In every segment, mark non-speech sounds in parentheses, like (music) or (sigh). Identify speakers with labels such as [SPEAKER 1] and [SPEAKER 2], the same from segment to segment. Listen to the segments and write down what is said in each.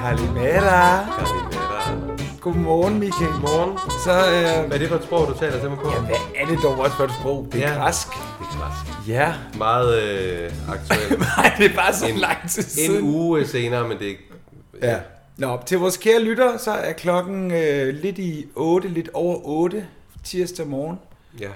[SPEAKER 1] Kalimera.
[SPEAKER 2] Kalimera.
[SPEAKER 1] Godmorgen, Michael.
[SPEAKER 2] Morgen.
[SPEAKER 1] Så, øh,
[SPEAKER 2] Hvad er det for et sprog, du taler til mig på?
[SPEAKER 1] ja, hvad er det dog også for et sprog? Det er
[SPEAKER 2] Ja.
[SPEAKER 1] græsk.
[SPEAKER 2] Det er græsk.
[SPEAKER 1] Ja.
[SPEAKER 2] Meget øh, aktuelt.
[SPEAKER 1] (laughs) Nej, det er bare (laughs) så
[SPEAKER 2] En-
[SPEAKER 1] lang tid
[SPEAKER 2] en
[SPEAKER 1] siden.
[SPEAKER 2] uge øh, senere, men det er ikke...
[SPEAKER 1] Ja. Nå, til vores kære lytter, så er klokken øh, lidt i 8, lidt over 8, tirsdag morgen.
[SPEAKER 2] Ja.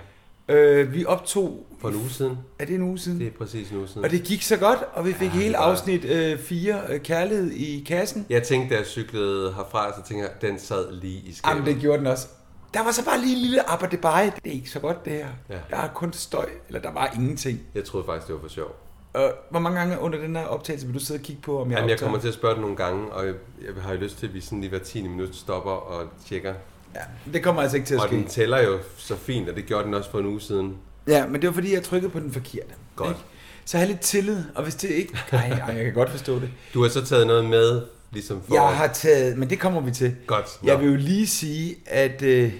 [SPEAKER 1] Øh, vi optog,
[SPEAKER 2] For en uge siden.
[SPEAKER 1] er det en uge siden?
[SPEAKER 2] Det er præcis en uge siden.
[SPEAKER 1] Og det gik så godt, og vi fik ja, hele
[SPEAKER 2] det var-
[SPEAKER 1] afsnit øh, 4, øh, Kærlighed i kassen.
[SPEAKER 2] Jeg tænkte, da jeg cyklede herfra, så tænkte jeg, den sad lige i skabet.
[SPEAKER 1] Jamen, det gjorde den også. Der var så bare lige en lille abadebaj. Det er ikke så godt, det her.
[SPEAKER 2] Ja.
[SPEAKER 1] Der er kun støj, eller der var ingenting.
[SPEAKER 2] Jeg troede faktisk, det var for sjov.
[SPEAKER 1] Og Øh, hvor mange gange under den her optagelse vil du sidde og kigge på, om jeg
[SPEAKER 2] Jamen, jeg
[SPEAKER 1] optager?
[SPEAKER 2] kommer til at spørge dig nogle gange, og jeg, jeg har jo lyst til, at vi sådan lige hver 10 minut stopper og tjekker.
[SPEAKER 1] Ja, det kommer altså ikke til at
[SPEAKER 2] Og den
[SPEAKER 1] ske.
[SPEAKER 2] tæller jo så fint, og det gjorde den også for en uge siden.
[SPEAKER 1] Ja, men det var fordi, jeg trykkede på den forkerte.
[SPEAKER 2] Godt.
[SPEAKER 1] Ikke? Så have lidt tillid, og hvis det (laughs) ikke... Ej, ej, jeg kan godt forstå det.
[SPEAKER 2] Du har så taget noget med, ligesom for...
[SPEAKER 1] Jeg har taget... Men det kommer vi til.
[SPEAKER 2] Godt. Nå.
[SPEAKER 1] Jeg vil jo lige sige, at øh,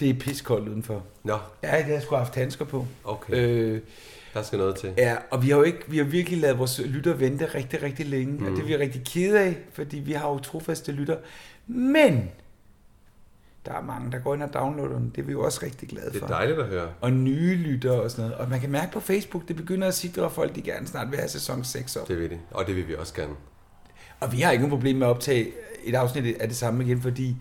[SPEAKER 1] det er piskoldt udenfor.
[SPEAKER 2] Nå,
[SPEAKER 1] Ja, jeg har sgu haft handsker på.
[SPEAKER 2] okay.
[SPEAKER 1] Øh,
[SPEAKER 2] Der skal noget til.
[SPEAKER 1] ja, og vi har jo ikke, vi har virkelig lavet vores lytter vente rigtig, rigtig længe. Mm. Og det er vi rigtig kede af, fordi vi har jo trofaste lytter. Men der er mange, der går ind og downloader den. Det er vi jo også rigtig glade
[SPEAKER 2] Det
[SPEAKER 1] for.
[SPEAKER 2] er dejligt at høre.
[SPEAKER 1] og nye lyttere og sådan noget. Og man kan mærke på Facebook, det begynder at sidre folk, de gerne snart vil have sæson 6 op.
[SPEAKER 2] Det vil det. Og det vil vi også gerne.
[SPEAKER 1] Og vi har ikke nogen problem med at optage et afsnit af det samme igen, fordi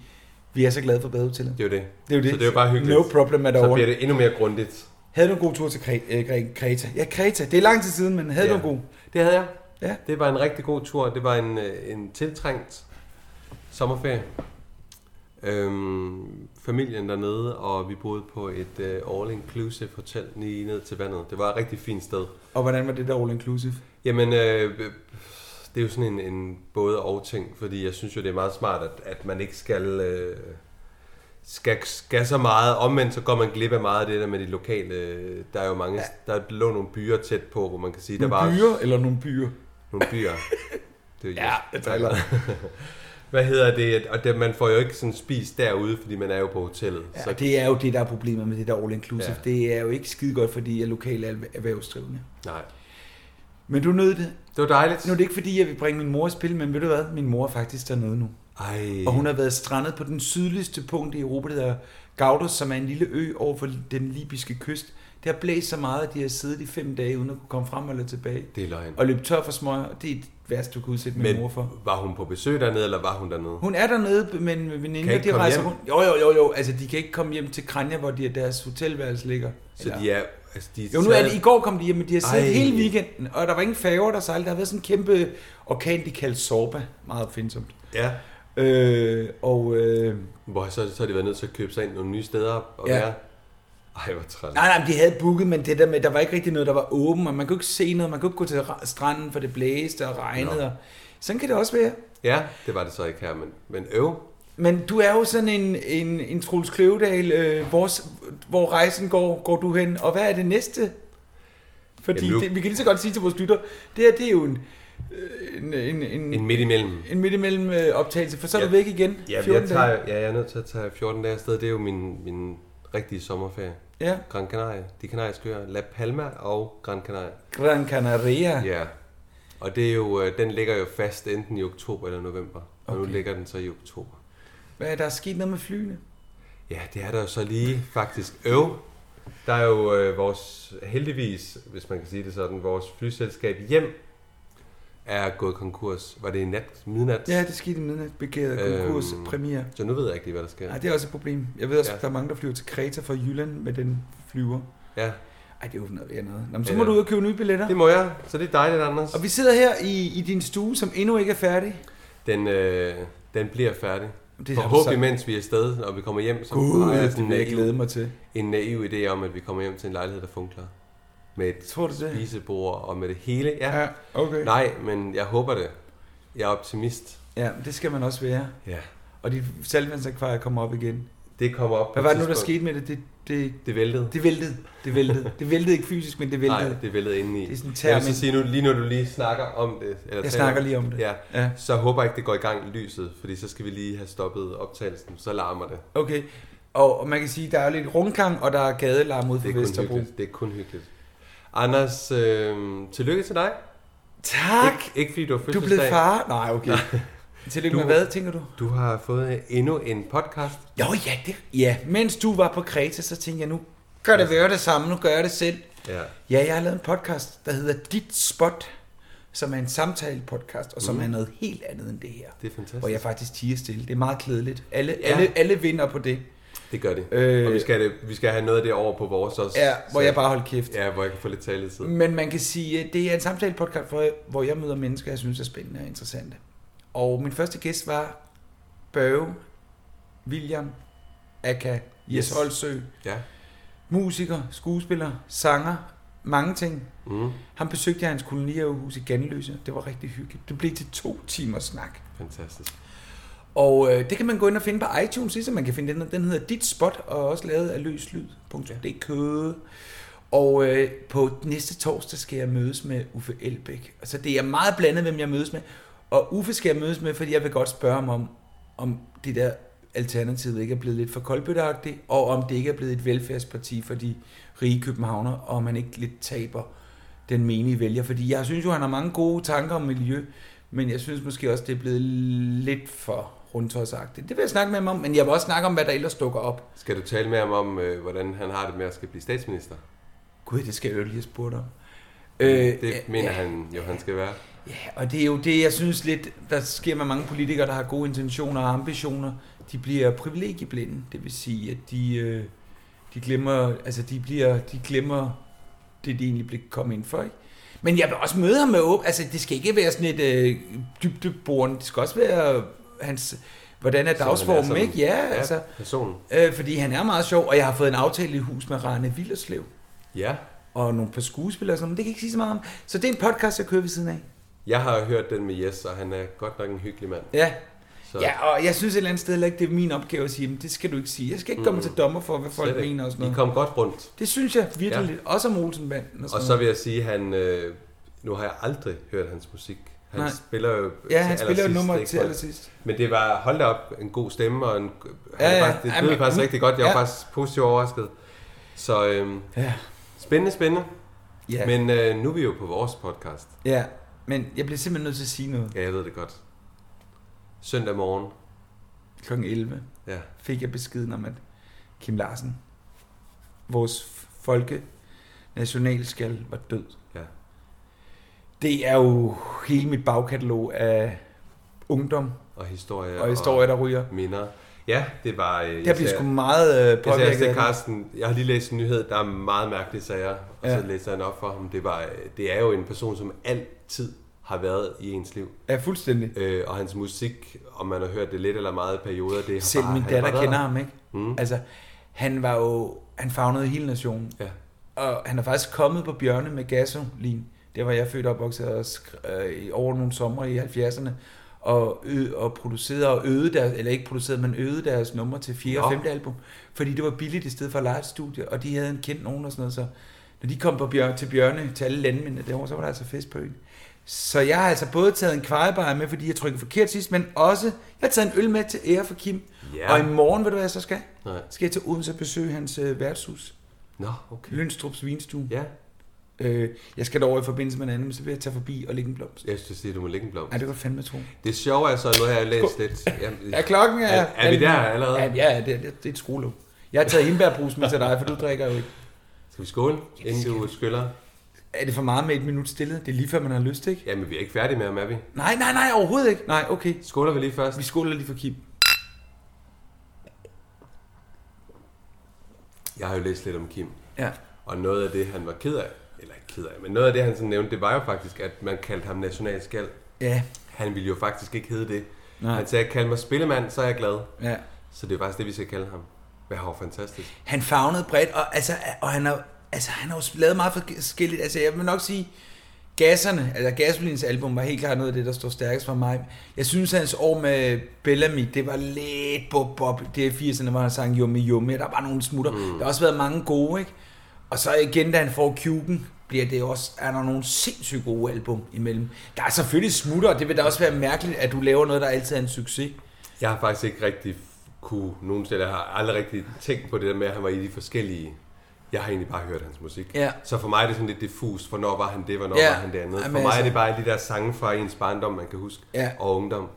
[SPEAKER 1] vi er så glade for badehotellet.
[SPEAKER 2] Det er jo det.
[SPEAKER 1] Det er jo det.
[SPEAKER 2] Så det er jo bare hyggeligt.
[SPEAKER 1] No problem at
[SPEAKER 2] Så
[SPEAKER 1] over.
[SPEAKER 2] bliver det endnu mere grundigt.
[SPEAKER 1] Havde du en god tur til Kre- øh, Gre- Kreta? Ja, Kreta. Det er lang tid siden, men havde
[SPEAKER 2] Ja.
[SPEAKER 1] du en god?
[SPEAKER 2] Det havde jeg.
[SPEAKER 1] Ja.
[SPEAKER 2] Det var en rigtig god tur. Det var en, øh, en tiltrængt sommerferie. Øhm, familien dernede, og vi boede på et øh, all-inclusive hotel lige ned til vandet. Det var et rigtig fint sted.
[SPEAKER 1] Og hvordan var det der all inclusive?
[SPEAKER 2] Jamen, øh, øh, det er jo sådan en, en både og ting, fordi jeg synes jo, det er meget smart, at, at man ikke skal, øh, skal, skal så meget. Omvendt så går man glip af meget af det der med de lokale. øh, Der er jo mange, ja. der lå nogle byer tæt på, hvor man kan sige, der
[SPEAKER 1] Nogle
[SPEAKER 2] var
[SPEAKER 1] byer eller nogle byer?
[SPEAKER 2] nogle byer. Det er jo-
[SPEAKER 1] det taler.
[SPEAKER 2] (laughs) Hvad hedder det? Og det, man får jo ikke sådan spist derude, fordi man er jo på hotellet.
[SPEAKER 1] Ja,
[SPEAKER 2] så
[SPEAKER 1] og det er jo det, der er problemet med det der all inclusive.
[SPEAKER 2] Ja.
[SPEAKER 1] Ja. Det er jo ikke skide godt, fordi jeg er lokale erhverv- erhvervsdrivende.
[SPEAKER 2] nej.
[SPEAKER 1] Men du nød det.
[SPEAKER 2] Det var dejligt.
[SPEAKER 1] Nu er det ikke fordi, jeg vil bringe min mor i spil, men ved du hvad? Min mor er faktisk dernede nu.
[SPEAKER 2] Ej,
[SPEAKER 1] Og hun har været strandet på den sydligste punkt i Europa, der hedder Gaudos, som er en lille ø over for den libyske kyst. Det har blæst så meget, at de har siddet i fem dage, uden at kunne komme frem eller tilbage.
[SPEAKER 2] det er løgn.
[SPEAKER 1] Og løb tør for smøger, og det er det værste, du kan udsætte min
[SPEAKER 2] Men
[SPEAKER 1] mor for.
[SPEAKER 2] var hun på besøg dernede, eller var hun dernede?
[SPEAKER 1] Hun er dernede med en veninde,
[SPEAKER 2] Kan
[SPEAKER 1] og
[SPEAKER 2] ikke
[SPEAKER 1] de
[SPEAKER 2] komme
[SPEAKER 1] rejser
[SPEAKER 2] hjem?
[SPEAKER 1] rundt. Jo, jo, jo, jo. Altså, de kan ikke komme hjem til Kranja, hvor de, deres hotelværelse ligger.
[SPEAKER 2] Så
[SPEAKER 1] Eller-
[SPEAKER 2] de er... Altså, de
[SPEAKER 1] Jo, nu er det, i går kom de hjem, men de har siddet
[SPEAKER 2] Ej.
[SPEAKER 1] hele weekenden, og der var ingen færger, der sejlede. Der har været sådan en kæmpe orkan, de kaldte Sorba. Meget opfindsomt.
[SPEAKER 2] Ja,
[SPEAKER 1] Øh, og... Øh,
[SPEAKER 2] hvor så, så har de været nødt til at købe sig ind nogle nye steder og
[SPEAKER 1] Ja.
[SPEAKER 2] ja. være. Ej, hvor træt.
[SPEAKER 1] Nej, nej, men de havde booket, men det der med, der var ikke rigtig noget, der var åben, og man kunne ikke se noget, man kunne ikke gå til ra- stranden, for det blæste og regnede.
[SPEAKER 2] Nå.
[SPEAKER 1] Og sådan kan det også være.
[SPEAKER 2] Ja, det var det så ikke her, men, men øv.
[SPEAKER 1] Mm. Men du er jo sådan en, en, en Troels Kløvedal, øh, vores, hvor rejsen går, går du hen, og hvad er det næste? Fordi
[SPEAKER 2] Jamen nu-
[SPEAKER 1] det, vi kan lige så godt sige til vores lytter, det her det er jo en, øh, en, en, en,
[SPEAKER 2] En midt imellem.
[SPEAKER 1] en midt imellem øh, optagelse, for så er
[SPEAKER 2] Ja.
[SPEAKER 1] du væk igen
[SPEAKER 2] Ja,
[SPEAKER 1] 14
[SPEAKER 2] jeg tager, ja, jeg er nødt til at tage 14 dage afsted. Det er jo min, min rigtige sommerferie.
[SPEAKER 1] dage. Ja,
[SPEAKER 2] Gran Canaria, de kanariske øer, La Palma og Gran Canaria.
[SPEAKER 1] Gran Canaria. Ja.
[SPEAKER 2] Ja. Og det er jo, øh, den ligger jo fast enten i oktober eller november. Og
[SPEAKER 1] Okay.
[SPEAKER 2] nu ligger den så i oktober.
[SPEAKER 1] Hvad er der sket noget med flyene?
[SPEAKER 2] Ja, det er der jo så lige faktisk. Øv. Der er jo øh, vores, heldigvis, hvis man kan sige det sådan, vores flyselskab hjem er gået konkurs. Var det i nat, midnat?
[SPEAKER 1] Ja, det skete i midnat, begæret konkurs,
[SPEAKER 2] Øhm,
[SPEAKER 1] premiere.
[SPEAKER 2] Så nu ved jeg ikke lige, hvad der sker.
[SPEAKER 1] Nej, det er også et problem. Jeg ved også,
[SPEAKER 2] Ja.
[SPEAKER 1] at der er mange, der flyver til Kreta fra Jylland med den flyver.
[SPEAKER 2] Ja,
[SPEAKER 1] Ej, det er jo noget værd noget. Nå, men så må
[SPEAKER 2] Ja.
[SPEAKER 1] du ud og købe nye billetter.
[SPEAKER 2] det må jeg. Så det er dejligt, Anders.
[SPEAKER 1] Og vi sidder her i, i din stue, som endnu ikke er færdig.
[SPEAKER 2] Den, øh, den bliver færdig.
[SPEAKER 1] Det har du
[SPEAKER 2] Forhåbentlig,
[SPEAKER 1] sagt.
[SPEAKER 2] mens vi er afsted, og vi kommer hjem, så har
[SPEAKER 1] Gud,
[SPEAKER 2] jeg
[SPEAKER 1] det
[SPEAKER 2] sådan
[SPEAKER 1] vil jeg
[SPEAKER 2] en naiv,
[SPEAKER 1] glæde mig til.
[SPEAKER 2] en naiv idé om, at vi kommer hjem til en lejlighed, der funkler. Med et
[SPEAKER 1] Tror du det?
[SPEAKER 2] spisebord og med det hele. Ja.
[SPEAKER 1] Ja, okay.
[SPEAKER 2] Nej, men jeg håber det. Jeg er optimist.
[SPEAKER 1] Ja, men det skal man også være.
[SPEAKER 2] Ja.
[SPEAKER 1] Og dit saltvandsakvarie kommer op igen.
[SPEAKER 2] Det kommer op.
[SPEAKER 1] Hvad
[SPEAKER 2] på et
[SPEAKER 1] var det nu, der
[SPEAKER 2] tidspunkt.
[SPEAKER 1] skete med det? Det, det,
[SPEAKER 2] Det væltede.
[SPEAKER 1] det væltede. Det væltede. Det væltede ikke fysisk, men det væltede.
[SPEAKER 2] Nej, det væltede indeni.
[SPEAKER 1] Det er sådan en
[SPEAKER 2] jeg
[SPEAKER 1] term.
[SPEAKER 2] vil så sige, nu, lige når du lige snakker om det, eller
[SPEAKER 1] Jeg
[SPEAKER 2] taler
[SPEAKER 1] snakker
[SPEAKER 2] om
[SPEAKER 1] lige om det.
[SPEAKER 2] det, ja,
[SPEAKER 1] Ja.
[SPEAKER 2] så håber jeg ikke, det går i gang i lyset, fordi så skal vi lige have stoppet optagelsen, så larmer det.
[SPEAKER 1] Okay. Og, og man kan sige, der er lidt rundgang, og der er gadelarm ude
[SPEAKER 2] Det
[SPEAKER 1] for
[SPEAKER 2] er kun
[SPEAKER 1] Vesterbro.
[SPEAKER 2] hyggeligt. Det er kun hyggeligt. Anders, øh, tillykke til dig.
[SPEAKER 1] Tak!
[SPEAKER 2] Ikke, ikke fordi du har
[SPEAKER 1] Du er blevet
[SPEAKER 2] fødselsdag.
[SPEAKER 1] far? Nej, okay. Tillykke
[SPEAKER 2] Du-
[SPEAKER 1] med hvad, tænker du?
[SPEAKER 2] Du har fået endnu en podcast.
[SPEAKER 1] Jo, ja, det, ja. Mens du var på Kreta, så tænkte jeg, nu gør det være det samme, nu gør jeg det selv.
[SPEAKER 2] Ja.
[SPEAKER 1] Ja, jeg har lavet en podcast, der hedder Dit Spot, som er en samtale-podcast, og som mm. er noget helt andet end det her.
[SPEAKER 2] Det er fantastisk.
[SPEAKER 1] Hvor jeg faktisk tiger stille. Det er meget klædeligt. Alle, ja.
[SPEAKER 2] Ja.
[SPEAKER 1] alle, alle vinder på det.
[SPEAKER 2] Det gør det.
[SPEAKER 1] Øh.
[SPEAKER 2] Øh, og vi skal, det, vi skal have noget af det over på vores også.
[SPEAKER 1] Ja, hvor
[SPEAKER 2] så-
[SPEAKER 1] jeg bare holder kæft.
[SPEAKER 2] Ja, hvor jeg kan få lidt taletid.
[SPEAKER 1] Men man kan sige, at det er en samtale-podcast, hvor jeg, hvor jeg møder mennesker, jeg synes er spændende og interessante. Og min første gæst var Børge, William, Aka, Jes
[SPEAKER 2] Yes.
[SPEAKER 1] Olsø,
[SPEAKER 2] Ja.
[SPEAKER 1] musiker, skuespiller, sanger, mange ting.
[SPEAKER 2] Mm.
[SPEAKER 1] Han besøgte jeg i hans kolonierhus i Ganløse. Det var rigtig hyggeligt. Det blev til to timer snak.
[SPEAKER 2] Fantastisk.
[SPEAKER 1] Og øh, det kan man gå ind og finde på iTunes, ligesom man kan finde den. Den hedder Dit Spot, og er også lavet af løslyd.dk. Og øh, på næste torsdag skal jeg mødes med Uffe Elbæk. Altså det er meget blandet, hvem jeg mødes med. Og Uffe skal jeg mødes med, fordi jeg vil godt spørge ham om, om det der alternativ ikke er blevet lidt for koldbøtteragtigt, og om det ikke er blevet et velfærdsparti for de rige københavner, og om man ikke lidt taber den menige vælger. Fordi jeg synes jo, han har mange gode tanker om miljø, men jeg synes måske også, det er blevet lidt for rundtårsagtigt. Det vil jeg snakke med ham om, men jeg vil også snakke om, hvad der ellers dukker op.
[SPEAKER 2] Skal du tale med ham om, øh, hvordan han har det med at skal blive statsminister?
[SPEAKER 1] Gud, det skal jeg jo lige have spurgt om. Øh,
[SPEAKER 2] det mener
[SPEAKER 1] ja,
[SPEAKER 2] han jo, han skal være.
[SPEAKER 1] Ja, og det er jo det, jeg synes lidt, der sker med mange politikere, der har gode intentioner og ambitioner. De bliver privilegieblinde, det vil sige, at de, øh, de glemmer, altså de bliver, de glemmer det, de egentlig blev kommet ind for, ikke? Men jeg vil også møde ham med åb. Altså, det skal ikke være sådan et øh, dybdeborende. Det skal også være hans... Hvordan er
[SPEAKER 2] Så han er
[SPEAKER 1] dagsformen,
[SPEAKER 2] sådan-
[SPEAKER 1] ikke? Ja, ja, altså.
[SPEAKER 2] personen.
[SPEAKER 1] Øh, fordi han er meget sjov, og jeg har fået en aftale i hus med Rane Villerslev.
[SPEAKER 2] Ja.
[SPEAKER 1] Og nogle par skuespillere og sådan noget, men det kan jeg ikke sige så meget om. Så det er en podcast, jeg kører ved siden af.
[SPEAKER 2] Jeg har hørt den med Jes, og han er godt nok en hyggelig mand.
[SPEAKER 1] Ja.
[SPEAKER 2] Så
[SPEAKER 1] Ja, og jeg synes et eller andet sted heller ikke, det er min opgave at sige, men det skal du ikke sige. Jeg skal ikke komme
[SPEAKER 2] Mm.
[SPEAKER 1] til dommer for, hvad folk
[SPEAKER 2] slet ikke.
[SPEAKER 1] mener og sådan
[SPEAKER 2] I
[SPEAKER 1] noget. Altså-
[SPEAKER 2] kom godt rundt.
[SPEAKER 1] Det synes jeg virkelig. Også om Olsenbanden og sådan
[SPEAKER 2] Og så vil jeg sige, at han, øh, nu har jeg aldrig hørt hans musik. Han
[SPEAKER 1] Nej.
[SPEAKER 2] spiller jo
[SPEAKER 1] noget. Ja,
[SPEAKER 2] til
[SPEAKER 1] han spiller jo
[SPEAKER 2] allersidst,
[SPEAKER 1] nummer
[SPEAKER 2] ikke?
[SPEAKER 1] til allersidst.
[SPEAKER 2] Men det var, hold da op, en god stemme, og en,
[SPEAKER 1] Ja,
[SPEAKER 2] ja,
[SPEAKER 1] ja.
[SPEAKER 2] ja. Faktisk, det
[SPEAKER 1] Ej,
[SPEAKER 2] lød
[SPEAKER 1] men-
[SPEAKER 2] faktisk rigtig godt. Jeg var
[SPEAKER 1] Ja.
[SPEAKER 2] faktisk positivt overrasket. Så øhm,
[SPEAKER 1] Ja.
[SPEAKER 2] spændende, spændende.
[SPEAKER 1] Ja.
[SPEAKER 2] Ja.
[SPEAKER 1] Men...
[SPEAKER 2] Men øh, nu er vi jo på vores podcast.
[SPEAKER 1] ja. Men jeg bliver simpelthen nødt til at sige noget.
[SPEAKER 2] Ja, jeg ved det godt. Søndag morgen.
[SPEAKER 1] Klokken 11
[SPEAKER 2] Ja.
[SPEAKER 1] fik jeg beskeden om, at Kim Larsen, vores f- folke nationalskal, var død.
[SPEAKER 2] Ja.
[SPEAKER 1] Det er jo hele mit bagkatalog af ungdom
[SPEAKER 2] Og historie
[SPEAKER 1] og historier, der ryger.
[SPEAKER 2] og minder. Ja, det var... Øh,
[SPEAKER 1] Der bliver sgu meget øh,
[SPEAKER 2] Jeg sagde
[SPEAKER 1] påvirket.
[SPEAKER 2] også til
[SPEAKER 1] af det.
[SPEAKER 2] Carsten, jeg har lige læst en nyhed, der er meget mærkelige sager, og
[SPEAKER 1] Ja.
[SPEAKER 2] så læser han op for ham. Det, var, øh, det er jo en person, som altid har været i ens liv.
[SPEAKER 1] Ja, fuldstændig.
[SPEAKER 2] Øh, og hans musik, om man har hørt det lidt eller meget i perioder, det har
[SPEAKER 1] Selv
[SPEAKER 2] bare,
[SPEAKER 1] min
[SPEAKER 2] han har
[SPEAKER 1] datter
[SPEAKER 2] bare været
[SPEAKER 1] kender
[SPEAKER 2] der.
[SPEAKER 1] ham, ikke?
[SPEAKER 2] Mm.
[SPEAKER 1] Altså, han var jo... Han fagnede hele nationen.
[SPEAKER 2] Ja.
[SPEAKER 1] Og han er faktisk kommet på Bjørne med gasolin. Der var jeg født og opvokset og sk- øh, i- over nogle sommer i 70'erne. Og, ø- og producerede og øgede deres, eller ikke producerede, men øgede deres numre til 4. og
[SPEAKER 2] Nå.
[SPEAKER 1] 5. album. Fordi det var billigt i stedet for at lege et studie, og de havde en kendt nogen og sådan noget. Så når de kom på bjørn, til Bjørne, til alle landmændene derovre, så var der altså fest på øen. Så jeg har altså både taget en kvejebajer med, fordi jeg trykkede forkert sidst, men også, jeg har taget en øl med til ære for Kim.
[SPEAKER 2] Ja.
[SPEAKER 1] Og i morgen, ved du hvad jeg så skal?
[SPEAKER 2] Nej.
[SPEAKER 1] Skal jeg til Odense og besøge hans øh, værtshus,
[SPEAKER 2] Nå, okay.
[SPEAKER 1] Lønstrup's Vinstue.
[SPEAKER 2] Ja,
[SPEAKER 1] Øh, jeg skal derover i forbindelse med en anden, men så vil jeg tage forbi og lægge en blomst.
[SPEAKER 2] jeg synes, at du må lægge en blomst.
[SPEAKER 1] Ej, det kan du fandme tro.
[SPEAKER 2] Det sjove er så, at nu har jeg læst lidt. Jamen,
[SPEAKER 1] Ja, klokken er...
[SPEAKER 2] Er- er vi der allerede?
[SPEAKER 1] Ja, ja det, det, det er et skruelåg. Jeg har taget hindbærbrus med til dig, for du drikker jo ikke.
[SPEAKER 2] skal vi skåle, inden du skyller?
[SPEAKER 1] Er det for meget med et minut stille? Det er lige før, man har lyst, ikke?
[SPEAKER 2] Jamen, vi er ikke færdige med ham, er vi?
[SPEAKER 1] Nej, nej, nej, overhovedet ikke. Nej, okay.
[SPEAKER 2] Skåler vi lige først?
[SPEAKER 1] Vi skåler lige for Kim.
[SPEAKER 2] Jeg har jo læst lidt om Kim.
[SPEAKER 1] Ja.
[SPEAKER 2] Og noget af det, han var ked af, eller ikke ked af, men noget af det, han sådan nævnte, det var jo faktisk, at man kaldte ham nationalskal.
[SPEAKER 1] Ja,
[SPEAKER 2] Han ville jo faktisk ikke hedde det.
[SPEAKER 1] Nej.
[SPEAKER 2] Nej. Han sagde, kald mig spillemand, så er jeg glad.
[SPEAKER 1] ja.
[SPEAKER 2] Så det er faktisk det, vi skal kalde ham. Hvad har fantastisk.
[SPEAKER 1] Han fagnede bredt, og, altså, og han, har, altså, han har jo lavet meget forskelligt. Altså, jeg vil nok sige, Gasserne, altså Gasolins album var helt klart noget af det, der står stærkest for mig. Jeg synes, hans år med Bellamy, det var lidt bob bob. Det er 80'erne, hvor han sang Yummy Yummy, og der var nogle smutter. Mm. Der har også været mange gode, ikke? Og så igen, da han får Cuban, bliver det også, er der nogle sindssygt gode album imellem. Der er selvfølgelig smutter, og det vil da også være mærkeligt, at du laver noget, der altid er en succes.
[SPEAKER 2] Jeg har faktisk ikke rigtig kunne nogen steder, jeg har aldrig rigtig tænkt på det der med, at han var i de forskellige. Jeg har egentlig bare hørt hans musik.
[SPEAKER 1] Ja.
[SPEAKER 2] Så for mig er det sådan lidt diffust, hvornår var han det, hvornår
[SPEAKER 1] Ja.
[SPEAKER 2] var han det andet.
[SPEAKER 1] Jamen,
[SPEAKER 2] for mig
[SPEAKER 1] altså-
[SPEAKER 2] er det bare de der sange fra ens barndom, man kan huske,
[SPEAKER 1] Ja.
[SPEAKER 2] og ungdom.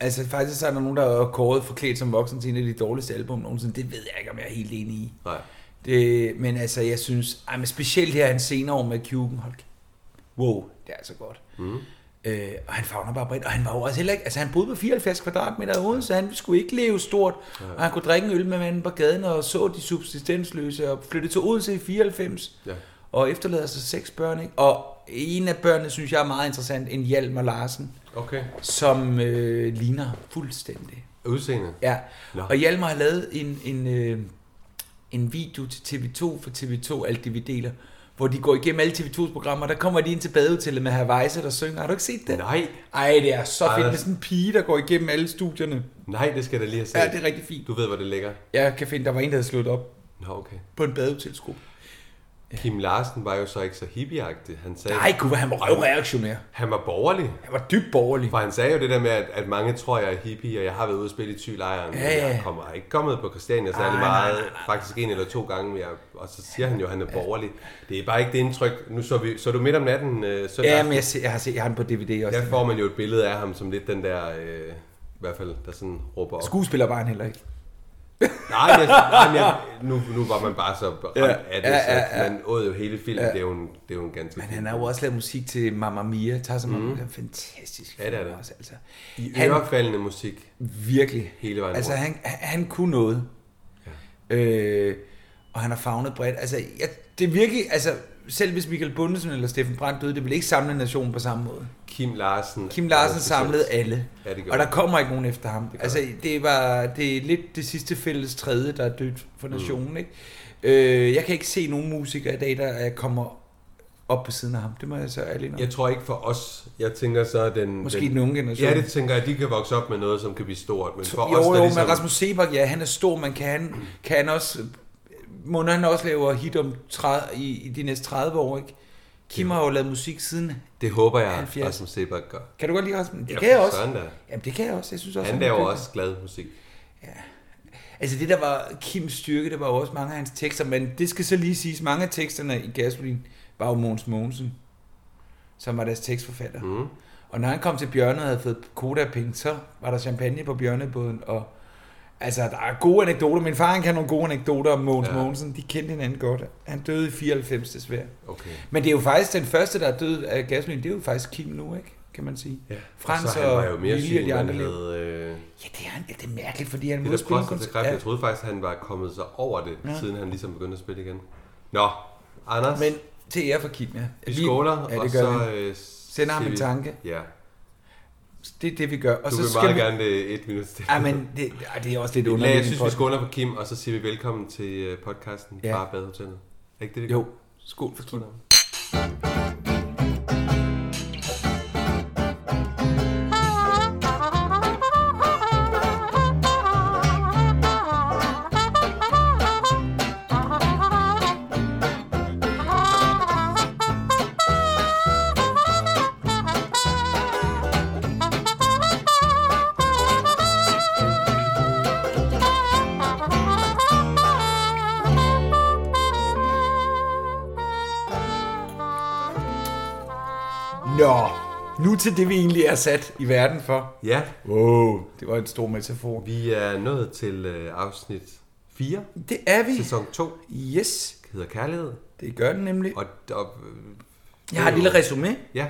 [SPEAKER 1] Altså faktisk så er der nogen, der har kåret forklædt som voksen til en af de dårligste album nogensinde. Det ved jeg ikke, om jeg er helt enig i.
[SPEAKER 2] Nej.
[SPEAKER 1] Det, men altså, jeg synes... Ej, men specielt her han senere år med Cuban. Hold kæ- Wow, det er altså godt. Mm. Øh, og han fagner bare bredt. Og han var jo også heller ikke... Altså, han boede på 74 kvadratmeter i hovedet, så han skulle ikke leve stort. Og han kunne drikke en øl med manden på gaden og så de subsistensløse og flyttede til Odense i 94.
[SPEAKER 2] Ja.
[SPEAKER 1] Og efterlader sig seks børn, ikke? Og en af børnene, synes jeg er meget interessant, en Hjalmar Larsen
[SPEAKER 2] Okay.
[SPEAKER 1] som øh, ligner ham fuldstændig.
[SPEAKER 2] Udseende.
[SPEAKER 1] Ja.
[SPEAKER 2] Nå.
[SPEAKER 1] Og Hjalmar har lavet en, en, øh, en video til TV2 for TV2, alt det vi deler, hvor de går igennem alle TV2's programmer. Der kommer de ind til badehotellet med Havajsa, der synger. Har du ikke set det?
[SPEAKER 2] Nej.
[SPEAKER 1] Ej, det er så
[SPEAKER 2] Ej,
[SPEAKER 1] fedt
[SPEAKER 2] det-
[SPEAKER 1] med sådan en pige, der går igennem alle studierne.
[SPEAKER 2] Nej, det skal jeg da lige have set.
[SPEAKER 1] Ja, det er rigtig fint.
[SPEAKER 2] Du ved, hvor det ligger.
[SPEAKER 1] Jeg kan finde, der var en, der havde slået op
[SPEAKER 2] Nå, okay.
[SPEAKER 1] på en badehotelskruppe.
[SPEAKER 2] Kim Larsen var jo så ikke så hippieagtig. Han sagde,
[SPEAKER 1] Nej, gud, hvor han var røvreaktionær.
[SPEAKER 2] han var borgerlig.
[SPEAKER 1] Han var dybt borgerlig.
[SPEAKER 2] For han sagde jo det der med, at, at mange tror, jeg er hippie, og jeg har været ude at spille i Thylejren.
[SPEAKER 1] Ja, ja.
[SPEAKER 2] Jeg kommer, er ikke kommet på Christiania særlig
[SPEAKER 1] nej,
[SPEAKER 2] meget. Faktisk en eller to gange, men jeg, og så siger han jo, at han er borgerlig. Det er bare ikke det indtryk. Nu så, vi, så du midt om natten øh, søndag.
[SPEAKER 1] Ja,
[SPEAKER 2] aften.
[SPEAKER 1] men jeg, ser, jeg har set, jeg har den på DVD også.
[SPEAKER 2] Der får man jo et billede af ham som lidt den der, øh, i hvert fald, der sådan råber op.
[SPEAKER 1] Skuespiller var han heller ikke.
[SPEAKER 2] Nej, men, jeg- nej, men jeg, nu, nu var man bare så ramt
[SPEAKER 1] Ja,
[SPEAKER 2] af det,
[SPEAKER 1] ja,
[SPEAKER 2] så
[SPEAKER 1] ja, ja.
[SPEAKER 2] man åd jo hele filmen. Det er jo en, det er jo en ganske
[SPEAKER 1] Men han har jo også lavet musik til Mamma Mia, tager som mm. en fantastisk film
[SPEAKER 2] Ja, det er det.
[SPEAKER 1] også, altså.
[SPEAKER 2] I
[SPEAKER 1] han-
[SPEAKER 2] ørefaldende musik.
[SPEAKER 1] Virkelig.
[SPEAKER 2] Hele vejen
[SPEAKER 1] Altså,
[SPEAKER 2] rundt.
[SPEAKER 1] han, han, han kunne noget. Ja. Øh, og han har fagnet bredt. Altså, jeg, det er virkelig, altså, selv hvis Michael Bundesen eller Steffen Brandt døde, det ville ikke samle nationen på samme måde.
[SPEAKER 2] Kim Larsen.
[SPEAKER 1] Kim Larsen
[SPEAKER 2] er
[SPEAKER 1] samlede
[SPEAKER 2] specielt.
[SPEAKER 1] alle,
[SPEAKER 2] Ja, det gjorde
[SPEAKER 1] og der
[SPEAKER 2] han.
[SPEAKER 1] kommer ikke nogen efter ham. Det
[SPEAKER 2] gør
[SPEAKER 1] altså, det var det er lidt det sidste fælles tredje, der er dødt for nationen. Mm. Ikke? Øh, jeg kan ikke se nogen musikere i dag, der øh, kommer op på siden af ham. Det må jeg så ærligt nok.
[SPEAKER 2] Jeg tror ikke for os. Jeg tænker så, at den...
[SPEAKER 1] Måske
[SPEAKER 2] den,
[SPEAKER 1] den unge generation.
[SPEAKER 2] Ja, det tænker jeg, de kan vokse op med noget, som kan blive stort. Men for
[SPEAKER 1] jo,
[SPEAKER 2] os,
[SPEAKER 1] jo,
[SPEAKER 2] der ligesom...
[SPEAKER 1] men Rasmus Sebak, ja, han er stor, man kan han, kan han også, må han også lave hit om 30, i, i de næste 30 år, ikke? Kim har jo lavet musik siden.
[SPEAKER 2] Det håber jeg,
[SPEAKER 1] 70.
[SPEAKER 2] Rasmus Sebak gør.
[SPEAKER 1] Kan du godt lide Rasmus? Det
[SPEAKER 2] Ja,
[SPEAKER 1] kan jeg
[SPEAKER 2] for
[SPEAKER 1] også.
[SPEAKER 2] søren da.
[SPEAKER 1] Jamen, det kan jeg også. Jeg synes også,
[SPEAKER 2] Han
[SPEAKER 1] er
[SPEAKER 2] laver
[SPEAKER 1] dygtig.
[SPEAKER 2] også glad musik.
[SPEAKER 1] Altså det, der var Kims styrke, det var jo også mange af hans tekster, men det skal så lige siges, mange af teksterne i Gasolin var jo Måns Mogensen, som var deres tekstforfatter. Mm. Og når han kom til Bjørne og havde fået Koda-penge, så var der champagne på bjørnebåden, og altså, der er gode anekdoter. Min far han kan nogle gode anekdoter om Måns ja.
[SPEAKER 2] Ja.
[SPEAKER 1] Mogensen. De kendte hinanden godt. Han døde i 94, desværre.
[SPEAKER 2] Okay.
[SPEAKER 1] Men det er jo faktisk den første, der er død af Gasolin, det er jo faktisk Kim nu, ikke? kan man sige.
[SPEAKER 2] Ja.
[SPEAKER 1] Frans
[SPEAKER 2] og så
[SPEAKER 1] og,
[SPEAKER 2] han var jo
[SPEAKER 1] Lili
[SPEAKER 2] mere
[SPEAKER 1] og
[SPEAKER 2] syg,
[SPEAKER 1] de
[SPEAKER 2] end han
[SPEAKER 1] andre. lever.
[SPEAKER 2] havde... Øh,
[SPEAKER 1] Ja, det er, han- ja, det er mærkeligt, fordi han
[SPEAKER 2] det
[SPEAKER 1] måtte
[SPEAKER 2] der
[SPEAKER 1] spille en
[SPEAKER 2] prostatakræft. Jeg troede faktisk, han var kommet sig over det,
[SPEAKER 1] Ja.
[SPEAKER 2] ja. siden han ligesom begyndte at spille igen. Nå, Anders,
[SPEAKER 1] Men til ære for Kim, ja.
[SPEAKER 2] vi skåler,
[SPEAKER 1] ja,
[SPEAKER 2] og
[SPEAKER 1] det gør
[SPEAKER 2] så...
[SPEAKER 1] vi.
[SPEAKER 2] Øh,
[SPEAKER 1] Sender ham
[SPEAKER 2] siger
[SPEAKER 1] en
[SPEAKER 2] vi-
[SPEAKER 1] tanke.
[SPEAKER 2] Ja,
[SPEAKER 1] Det er det, vi gør. Og
[SPEAKER 2] du
[SPEAKER 1] så
[SPEAKER 2] vil
[SPEAKER 1] skal
[SPEAKER 2] meget
[SPEAKER 1] vi...
[SPEAKER 2] gerne det et minut stille.
[SPEAKER 1] Ja, men det, ej, det er også lidt underligt.
[SPEAKER 2] Nej, jeg synes,
[SPEAKER 1] for-
[SPEAKER 2] vi skåler for Kim, og så siger vi velkommen til øh, podcasten
[SPEAKER 1] Ja.
[SPEAKER 2] ja. fra Badehotellet. Er ikke det, det
[SPEAKER 1] Jo,
[SPEAKER 2] gør?
[SPEAKER 1] skål for Kim. Nå, nu til det, vi egentlig er sat i verden for.
[SPEAKER 2] Ja,
[SPEAKER 1] Wow, det var en stor metafor.
[SPEAKER 2] vi er nået til øh, afsnit 4,
[SPEAKER 1] Det er vi.
[SPEAKER 2] sæson 2,
[SPEAKER 1] Yes,
[SPEAKER 2] hedder Kærlighed.
[SPEAKER 1] det gør den nemlig.
[SPEAKER 2] Og, og øh,
[SPEAKER 1] Jeg har et lille resume,
[SPEAKER 2] ja,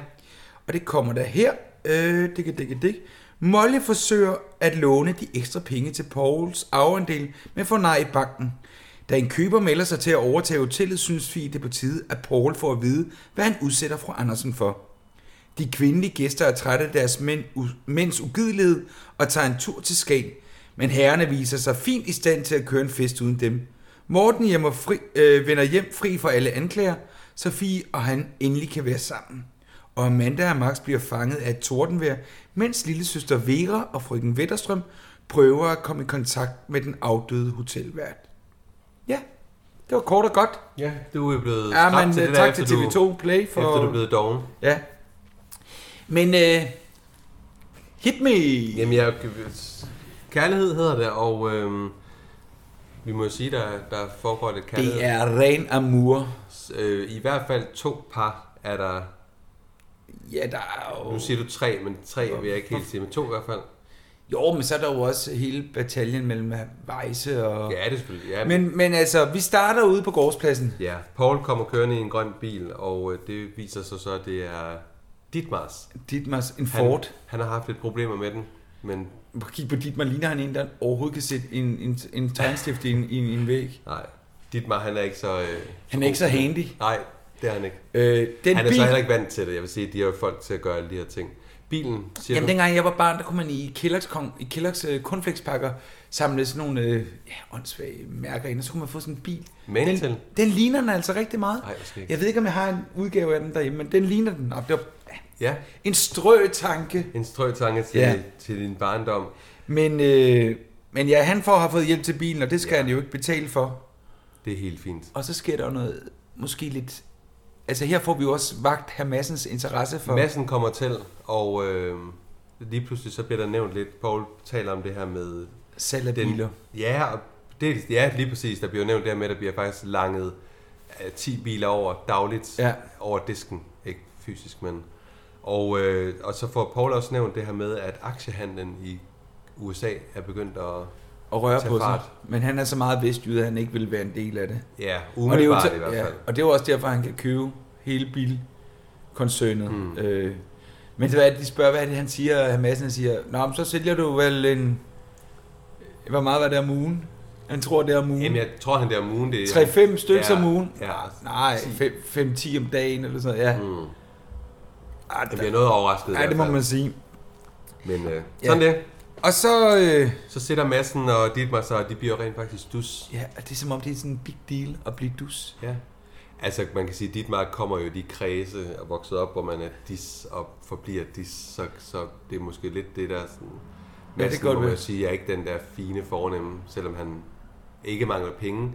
[SPEAKER 1] og det kommer der her. Øh, det kan det, det. Molly forsøger at låne de ekstra penge til Pauls arveandel, men får nej i banken. Da en køber melder sig til at overtage hotellet, synes Fie det er på tide, at Paul får at vide, hvad han udsætter fru Andersen for. De kvindelige gæster er trætte af deres mænd, u- mænds ugidelighed og tager en tur til Skagen, men herrerne viser sig fint i stand til at køre en fest uden dem. Morten hjemmer fri, øh, vender hjem fri for alle anklager, Sofie og han endelig kan være sammen. Og Amanda og Max bliver fanget af et tordenvejr, mens lillesøster Vera og frøken Vetterstrøm prøver at komme i kontakt med den afdøde hotelvært. Ja, det var kort og godt.
[SPEAKER 2] Ja, du er blevet
[SPEAKER 1] Ja,
[SPEAKER 2] skræmt
[SPEAKER 1] men
[SPEAKER 2] til det
[SPEAKER 1] øh,
[SPEAKER 2] der,
[SPEAKER 1] tak til
[SPEAKER 2] efter du,
[SPEAKER 1] TV2 Play for...
[SPEAKER 2] Efter du er blevet doven.
[SPEAKER 1] Ja. Men øh, hit me!
[SPEAKER 2] Jamen, jeg, kærlighed hedder det, og øhm, vi må jo sige, der, der foregår lidt kærlighed.
[SPEAKER 1] Det er ren amour.
[SPEAKER 2] Øh, I hvert fald to par er der...
[SPEAKER 1] Ja, der er jo...
[SPEAKER 2] Nu siger du tre, men tre vil jeg ikke helt sige, men to i hvert fald.
[SPEAKER 1] Jo, men så er der jo også hele bataljen mellem Vejse og...
[SPEAKER 2] Ja, det er selvfølgelig. Ja,
[SPEAKER 1] Men, men altså, vi starter ude på gårdspladsen.
[SPEAKER 2] ja. Paul kommer kørende i en grøn bil, og øh, det viser sig så, at det er Ditmars.
[SPEAKER 1] Dietmars, en
[SPEAKER 2] Han,
[SPEAKER 1] Ford.
[SPEAKER 2] han har haft lidt problemer med den, men
[SPEAKER 1] Prøv at Kig på Dietmar, ligner han en, der overhovedet kan sætte en, en, en tegnstift i en, i en, i en væg.
[SPEAKER 2] nej. Ditmar, han er ikke så... Øh,
[SPEAKER 1] Han er ikke så handy.
[SPEAKER 2] Nej, det er han ikke.
[SPEAKER 1] Øh, den
[SPEAKER 2] Han er
[SPEAKER 1] bil,
[SPEAKER 2] så heller ikke vant til det. Jeg vil sige, de har jo folk til at gøre alle de her ting. Bilen, siger
[SPEAKER 1] Jamen
[SPEAKER 2] du?
[SPEAKER 1] dengang jeg var barn, der kunne man i Kellogg's, kom, i Kellogg's øh, cornflakespakker samle sådan nogle øh, ja, åndssvage mærker ind, og så kunne man få sådan en bil.
[SPEAKER 2] Men
[SPEAKER 1] den,
[SPEAKER 2] til?
[SPEAKER 1] den ligner den altså rigtig meget.
[SPEAKER 2] Nej, hvor skægt.
[SPEAKER 1] jeg ved ikke, om jeg har en udgave af den derhjemme, men den ligner den. Og det var ja,
[SPEAKER 2] Ja,
[SPEAKER 1] en strø tanke.
[SPEAKER 2] en strøtanke til,
[SPEAKER 1] Ja.
[SPEAKER 2] ja. til din barndom.
[SPEAKER 1] Men, øh, men ja, han får har fået hjælp til bilen, og det skal ja. han jo ikke betale for.
[SPEAKER 2] Det er helt fint.
[SPEAKER 1] Og så sker der jo noget, måske lidt... Altså her får vi jo også vagt herr Massens interesse for...
[SPEAKER 2] Massen kommer til, og øh, lige pludselig så bliver der nævnt lidt. Paul taler om det her med...
[SPEAKER 1] salg af
[SPEAKER 2] Den,
[SPEAKER 1] biler.
[SPEAKER 2] ja, og det, ja, lige præcis. Der bliver nævnt det her med, at der bliver faktisk langet øh, 10 biler over dagligt
[SPEAKER 1] Ja.
[SPEAKER 2] over disken. Ikke fysisk, men... Og, øh, og så får Paul også nævnt det her med, at aktiehandlen i USA er begyndt at...
[SPEAKER 1] Og røre
[SPEAKER 2] Tag
[SPEAKER 1] på sig.
[SPEAKER 2] fart.
[SPEAKER 1] Men han er så meget vestjyde, at han ikke vil være en del af det.
[SPEAKER 2] Ja,
[SPEAKER 1] Og det, er jo
[SPEAKER 2] umiddelbart i hvert
[SPEAKER 1] ja,
[SPEAKER 2] fald.
[SPEAKER 1] og det er jo også derfor, han kan købe hele bilkoncernet. Mm. Øh, men hvad er det, de spørger, hvad er det, han siger, og Madsen siger, Nå, men så sælger du vel en... Hvor meget var det om ugen? Han tror, det er om ugen.
[SPEAKER 2] Jamen, jeg tror, han der om ugen, det er...
[SPEAKER 1] 3-5 stykker
[SPEAKER 2] Ja,
[SPEAKER 1] om ugen?
[SPEAKER 2] Ja,
[SPEAKER 1] Nej,
[SPEAKER 2] 10.
[SPEAKER 1] 5-10 om dagen, eller sådan noget. Ja.
[SPEAKER 2] Mm.
[SPEAKER 1] Arh,
[SPEAKER 2] Jeg bliver noget overrasket. i
[SPEAKER 1] ja, det
[SPEAKER 2] hvert
[SPEAKER 1] må
[SPEAKER 2] fald.
[SPEAKER 1] man sige.
[SPEAKER 2] Men øh, sådan ja. det.
[SPEAKER 1] Og så... Øh,
[SPEAKER 2] Så sidder massen og Dietmar så, og de bliver rent faktisk dus.
[SPEAKER 1] ja, og det er som om, det er sådan en big deal at blive dus.
[SPEAKER 2] Ja. Altså, man kan sige, at Dietmar kommer jo i de kredse og vokset op, hvor man er dis og forbliver dis, så, så det er måske lidt det der sådan...
[SPEAKER 1] Ja, det
[SPEAKER 2] Madsen,
[SPEAKER 1] kan godt
[SPEAKER 2] må
[SPEAKER 1] være.
[SPEAKER 2] man jo sige, er ikke den der fine fornemme, selvom han ikke mangler penge,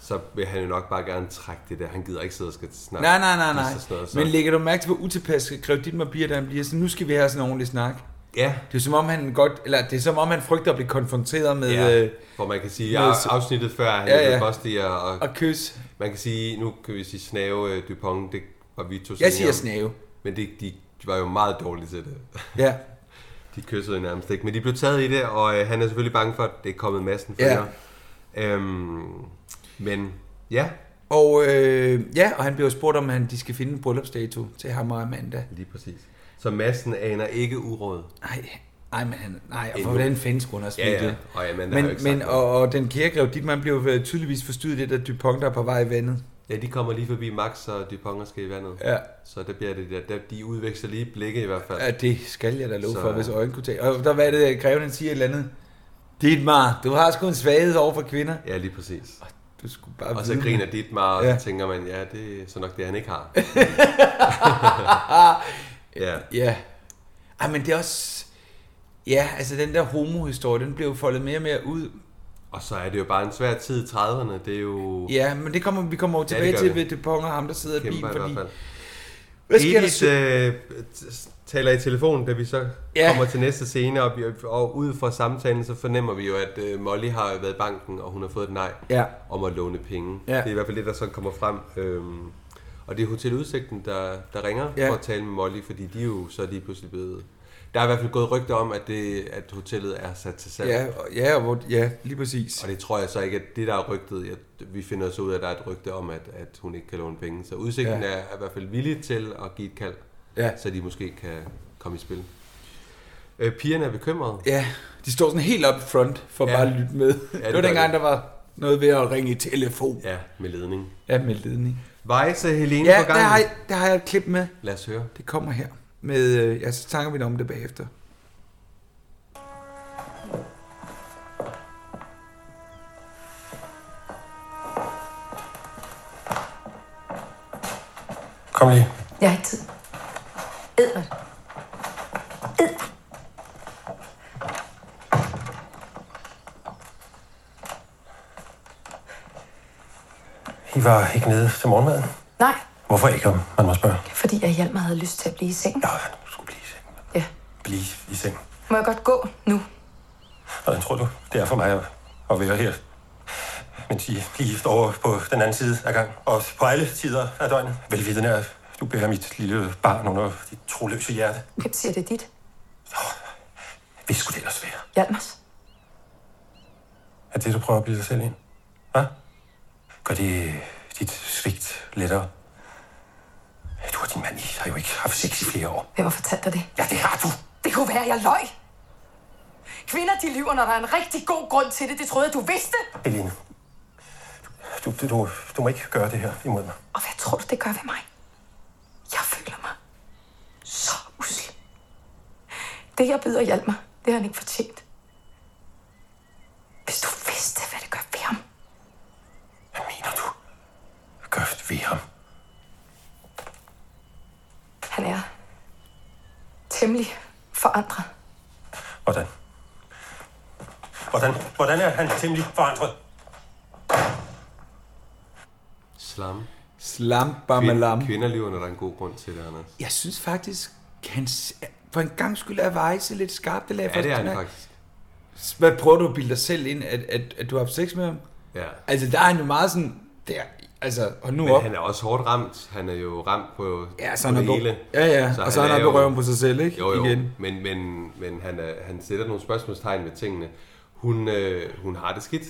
[SPEAKER 2] så vil han jo nok bare gerne trække det der. Han gider ikke sidde og skal snakke.
[SPEAKER 1] Nej, nej, nej,
[SPEAKER 2] dis
[SPEAKER 1] nej.
[SPEAKER 2] og sådan noget, så-
[SPEAKER 1] Men lægger du mærke til, hvor utilpas Grev Dietmar bliver, da han bliver sådan, nu skal vi have sådan en ordentlig snak.
[SPEAKER 2] Ja,
[SPEAKER 1] Det er som om han godt, eller det er som om han frygter at blive konfronteret med
[SPEAKER 2] ja.
[SPEAKER 1] ja.
[SPEAKER 2] Øh,
[SPEAKER 1] øh,
[SPEAKER 2] hvor man kan sige,
[SPEAKER 1] med-
[SPEAKER 2] at afsnittet før, han
[SPEAKER 1] Ja,
[SPEAKER 2] ja,
[SPEAKER 1] ja.
[SPEAKER 2] ja. Bostier, og
[SPEAKER 1] at kysse.
[SPEAKER 2] Man kan sige, nu kan vi sige Snave øh, Dupont, det var vi to
[SPEAKER 1] Jeg
[SPEAKER 2] senere,
[SPEAKER 1] siger snave.
[SPEAKER 2] Men det, de, de var jo meget dårlige til det.
[SPEAKER 1] Ja.
[SPEAKER 2] De kyssede jo nærmest ikke, men de blev taget i det, og øh, han er selvfølgelig bange for, at det er kommet massen flere. Ja. Øhm, men ja,
[SPEAKER 1] Og øh, ja, og han bliver jo spurgt om, han de skal finde en bryllupsdato til ham og Amanda.
[SPEAKER 2] lige præcis. Så massen aner ikke uråd.
[SPEAKER 1] Nej, nej, men han, nej, og for
[SPEAKER 2] Endnu.
[SPEAKER 1] hvordan fanden skulle han også
[SPEAKER 2] Ja,
[SPEAKER 1] vide
[SPEAKER 2] ja.
[SPEAKER 1] det?
[SPEAKER 2] Og ja, men,
[SPEAKER 1] Men, men og, og, den kæregrev, dit man bliver jo øh, tydeligvis forstyrret i det, der Dupont der er på vej i vandet.
[SPEAKER 2] Ja, de kommer lige forbi Max og Dupont og skal i vandet.
[SPEAKER 1] Ja.
[SPEAKER 2] Så der bliver det der, der, de udveksler lige blikke i hvert fald.
[SPEAKER 1] ja, det skal jeg da love
[SPEAKER 2] Så-
[SPEAKER 1] for, hvis øjen kunne tage. Og der var det, at greven han siger et eller andet. Dietmar, du har sgu en svaghed over for kvinder.
[SPEAKER 2] Ja, lige præcis.
[SPEAKER 1] Du skulle bare
[SPEAKER 2] Og så
[SPEAKER 1] vide-
[SPEAKER 2] griner Dietmar, og
[SPEAKER 1] Ja.
[SPEAKER 2] ja. så tænker man, ja, det er så nok det, han ikke
[SPEAKER 1] (laughs)
[SPEAKER 2] har. ja.
[SPEAKER 1] Ja. Ej, men det er også... Ja, altså den der homohistorie, den bliver jo foldet mere og mere ud.
[SPEAKER 2] Og så er det jo bare en svær tid i 30'erne. Det er jo
[SPEAKER 1] Ja, men det kommer, vi kommer jo
[SPEAKER 2] det
[SPEAKER 1] tilbage ja,
[SPEAKER 2] gør
[SPEAKER 1] til
[SPEAKER 2] vi.
[SPEAKER 1] ved Dupont og ham, der sidder i
[SPEAKER 2] kæmper
[SPEAKER 1] bilen,
[SPEAKER 2] i
[SPEAKER 1] fordi...
[SPEAKER 2] hvert fald.
[SPEAKER 1] Hvad sker der?
[SPEAKER 2] Edith
[SPEAKER 1] så-
[SPEAKER 2] øh, t- taler i telefon, da vi så
[SPEAKER 1] Ja.
[SPEAKER 2] ja. kommer til næste scene, og, vi, og ud fra samtalen, så fornemmer vi jo, at øh, Molly har været i banken, og hun har fået et nej
[SPEAKER 1] Ja.
[SPEAKER 2] om at låne penge.
[SPEAKER 1] Ja.
[SPEAKER 2] Det er i hvert fald det, der så kommer frem. Øhm, og det er Hotel Udsigten, der, der ringer
[SPEAKER 1] Ja.
[SPEAKER 2] ja. for at tale med Molly, fordi de er jo så lige pludselig blevet... Der er i hvert fald gået rygter om, at, det, at hotellet er sat til salg.
[SPEAKER 1] Ja, og- ja, og hvor, ja, lige præcis.
[SPEAKER 2] Og det tror jeg så ikke, at det der er rygtet, jeg, vi finder så ud af, at der er et rygte om, at, at hun ikke kan låne penge. Så udsigten
[SPEAKER 1] Ja.
[SPEAKER 2] ja. er, er i hvert fald villig til at give et kald,
[SPEAKER 1] Ja.
[SPEAKER 2] så de måske kan komme i spil. Øh, pigerne er bekymrede.
[SPEAKER 1] ja, de står sådan helt op front for ja.
[SPEAKER 2] Ja.
[SPEAKER 1] bare at lytte med. Ja,
[SPEAKER 2] det
[SPEAKER 1] det var
[SPEAKER 2] gør
[SPEAKER 1] dengang,
[SPEAKER 2] de.
[SPEAKER 1] der var noget ved at ringe i telefon. Ja,
[SPEAKER 2] Ja, med ledning.
[SPEAKER 1] med ledning.
[SPEAKER 2] Vejse Helene
[SPEAKER 1] Ja,
[SPEAKER 2] ja, på
[SPEAKER 1] der har,
[SPEAKER 2] gangen.
[SPEAKER 1] jeg, der har jeg et klip med.
[SPEAKER 2] Lad os høre.
[SPEAKER 1] Det kommer her. Med, øh, ja, så tanker vi om det bagefter.
[SPEAKER 3] Kom lige.
[SPEAKER 4] Jeg har ikke tid. Edvard.
[SPEAKER 3] I var ikke nede til morgenmaden.
[SPEAKER 4] Nej,
[SPEAKER 3] Hvorfor ikke, om man må spørge?
[SPEAKER 4] fordi jeg hjalp mig havde lyst til at blive i seng.
[SPEAKER 3] Nå, du skulle blive i seng.
[SPEAKER 4] Ja.
[SPEAKER 3] Blive i seng.
[SPEAKER 4] Må jeg godt gå nu?
[SPEAKER 3] Hvordan tror du, det er for mig at, at være her? Mens I bliver gift over på den anden side af gang. Og på alle tider af døgnet. Velvidende er, at du bærer mit lille barn under dit troløse hjerte.
[SPEAKER 4] Hvem siger det er dit?
[SPEAKER 3] Hvis skulle det ellers være?
[SPEAKER 4] Hjalmars.
[SPEAKER 3] Er det, du prøver at bilde dig selv ind? Hvad? Gør det dit svigt lettere? Du og din mand, I har jo ikke haft sex i flere år.
[SPEAKER 4] Hvem har fortalt dig det?
[SPEAKER 3] Ja, det har du.
[SPEAKER 4] Det kunne være, jeg løj. Kvinder, de lyver, når der er en rigtig god grund til det. Det troede jeg, du vidste.
[SPEAKER 3] Helene, du, du, du, du må ikke gøre det her imod mig.
[SPEAKER 4] Og hvad tror du, det gør ved mig? Jeg føler mig så usel. Det, jeg byder Hjalmar, det har han ikke fortjent. Hvis du vidste, hvad det gør ved ham.
[SPEAKER 3] Hvad mener du? Gør ved ham?
[SPEAKER 4] Han er temmelig forandret.
[SPEAKER 3] Hvordan? Hvordan, hvordan er han temmelig forandret?
[SPEAKER 2] Slam.
[SPEAKER 1] Slam,
[SPEAKER 2] Kvinder,
[SPEAKER 1] bamalam.
[SPEAKER 2] kvinder lever, når der er en god grund til det, Anders.
[SPEAKER 1] Jeg synes faktisk, han s- for en gang skyld er Vejse lidt skarpt. Det
[SPEAKER 2] Ja, det er han faktisk.
[SPEAKER 1] Hvad prøver du at bilde dig selv ind, at, at, at du har haft sex med ham?
[SPEAKER 2] Ja.
[SPEAKER 1] Altså, der er han jo meget sådan, der, altså, hold nu op.
[SPEAKER 2] Men han er også hårdt ramt. Han er jo ramt på,
[SPEAKER 1] ja, så
[SPEAKER 2] på
[SPEAKER 1] han er
[SPEAKER 2] det
[SPEAKER 1] på,
[SPEAKER 2] hele.
[SPEAKER 1] ja, ja, så og så er han oppe
[SPEAKER 2] jo-
[SPEAKER 1] i røven på sig selv, ikke?
[SPEAKER 2] Jo, jo,
[SPEAKER 1] Igen.
[SPEAKER 2] men, men, men han, er, han sætter nogle spørgsmålstegn ved tingene. Hun, øh, hun har det skidt,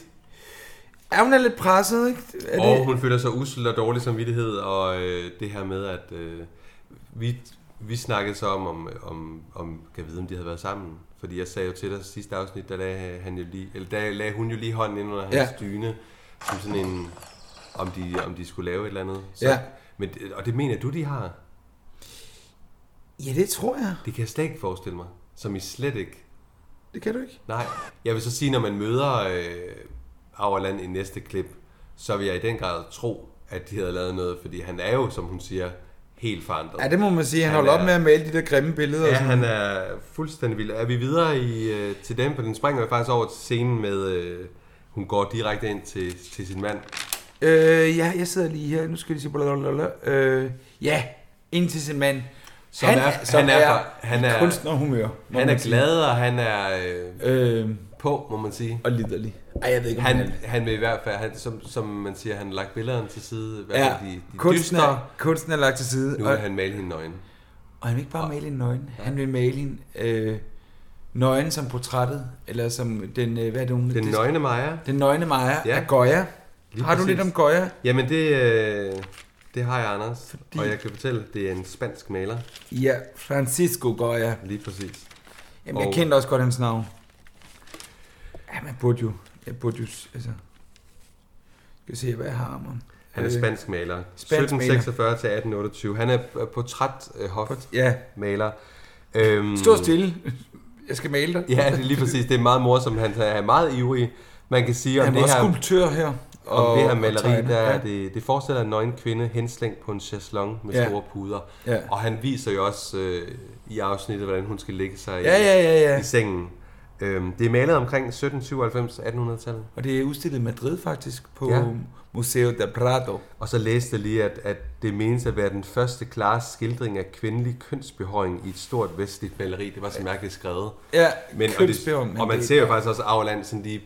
[SPEAKER 1] Er hun er lidt presset, ikke? Er
[SPEAKER 2] og
[SPEAKER 1] det,
[SPEAKER 2] hun føler sig usel og dårlig samvittighed, og øh, det her med, at øh, vi, vi snakkede så om, om, om, om, kan vide, om de havde været sammen. Fordi jeg sagde jo til dig sidste afsnit, der lagde, han jo lige, eller der lagde hun jo lige hånden ind under hans
[SPEAKER 1] Ja.
[SPEAKER 2] ja. dyne, som sådan en, om de, om de skulle lave et eller andet.
[SPEAKER 1] Ja.
[SPEAKER 2] men, og det mener du, de har?
[SPEAKER 1] ja, det tror jeg.
[SPEAKER 2] Det kan jeg slet ikke forestille mig. Som i slet ikke.
[SPEAKER 1] Det kan du ikke.
[SPEAKER 2] Nej. Jeg vil så sige, når man møder øh, Auerland i næste klip, så vil jeg i den grad tro, at de havde lavet noget, fordi han er jo, som hun siger, helt forandret.
[SPEAKER 1] Ja, det må man sige. Han,
[SPEAKER 2] Han
[SPEAKER 1] holder op
[SPEAKER 2] er-
[SPEAKER 1] med at male de der grimme billeder.
[SPEAKER 2] Ja,
[SPEAKER 1] og sådan.
[SPEAKER 2] han er fuldstændig vild. Er vi videre i, øh, til dem, for den springer vi faktisk over til scenen med, øh, hun går direkte ind til, til sin mand.
[SPEAKER 1] Øh, ja, jeg sidder lige her. Nu skal jeg lige sige blablabla. Øh, ja, ind til sin mand.
[SPEAKER 2] Som er- han er fra- han
[SPEAKER 1] i
[SPEAKER 2] er-
[SPEAKER 1] kunstnerhumør. må
[SPEAKER 2] Han
[SPEAKER 1] man
[SPEAKER 2] er
[SPEAKER 1] sige.
[SPEAKER 2] glad, og han er øh,
[SPEAKER 1] Øh,
[SPEAKER 2] på, må man sige.
[SPEAKER 1] og liderlig. Ej, jeg ved ikke, om
[SPEAKER 2] Han,
[SPEAKER 1] han er-
[SPEAKER 2] han vil i hvert fald, han, som, som man siger, han har lagt billederne til side. Hvad
[SPEAKER 1] Ja,
[SPEAKER 2] ja, Altså, de, de
[SPEAKER 1] kunsten
[SPEAKER 2] dystre.
[SPEAKER 1] er, kunsten er lagt til side.
[SPEAKER 2] Nu
[SPEAKER 1] og,
[SPEAKER 2] vil han male hende nøgen.
[SPEAKER 1] og han vil ikke bare male en nøgen. Han vil male en øh, nøgen som portrættet. Eller som den, øh, hvad er det, hun,
[SPEAKER 2] Den
[SPEAKER 1] det-
[SPEAKER 2] nøgne Maja.
[SPEAKER 1] Den nøgne Maja ja.
[SPEAKER 2] Ja.
[SPEAKER 1] af Goya.
[SPEAKER 2] Lige
[SPEAKER 1] Har du
[SPEAKER 2] præcis.
[SPEAKER 1] lidt om Goya?
[SPEAKER 2] Jamen det, øh, det har jeg, Anders. Fordi... Og jeg kan fortælle, det er en spansk maler.
[SPEAKER 1] Ja, Francisco Goya.
[SPEAKER 2] Lige præcis.
[SPEAKER 1] Jamen, jeg
[SPEAKER 2] Og-
[SPEAKER 1] kendte også godt hans navn. Ja, man burde jo. Jeg burde jo, s- altså... Skal vi se, hvad jeg har om ham.
[SPEAKER 2] Han er
[SPEAKER 1] Øh,
[SPEAKER 2] spansk maler.
[SPEAKER 1] spansk maler.
[SPEAKER 2] 1746 til 1828. Han er øh, portræthofmaler.
[SPEAKER 1] Ja,
[SPEAKER 2] Øhm,
[SPEAKER 1] stå stille. Jeg skal male dig.
[SPEAKER 2] (laughs) Ja, det er lige præcis. Det er meget morsomt. Han er meget ivrig. Man kan sige om
[SPEAKER 1] Han er
[SPEAKER 2] det
[SPEAKER 1] også
[SPEAKER 2] her...
[SPEAKER 1] skulptør her.
[SPEAKER 2] Og, om det her maleri,
[SPEAKER 1] tegner.
[SPEAKER 2] der
[SPEAKER 1] Ja.
[SPEAKER 2] er det, det forestiller en nøgen kvinde henslængt på en chaiselong med
[SPEAKER 1] Ja.
[SPEAKER 2] ja. store puder.
[SPEAKER 1] Ja.
[SPEAKER 2] Og han viser jo også øh, i afsnittet, hvordan hun skal ligge sig
[SPEAKER 1] Ja,
[SPEAKER 2] i,
[SPEAKER 1] ja, ja, ja.
[SPEAKER 2] i sengen. Øhm, det er malet omkring 1797-1800-tallet.
[SPEAKER 1] Og det er udstillet i Madrid faktisk på ja.
[SPEAKER 2] Ja.
[SPEAKER 1] Museo del Prado.
[SPEAKER 2] Og så læste jeg lige, at, at det menes at være den første klare skildring af kvindelig kønsbehøring i et stort vestligt maleri. Det var så mærkeligt skrevet.
[SPEAKER 1] Ja,
[SPEAKER 2] Men, og, det,
[SPEAKER 1] kønsbehøring, men
[SPEAKER 2] og man
[SPEAKER 1] det-
[SPEAKER 2] ser jo faktisk også Auerland sådan lige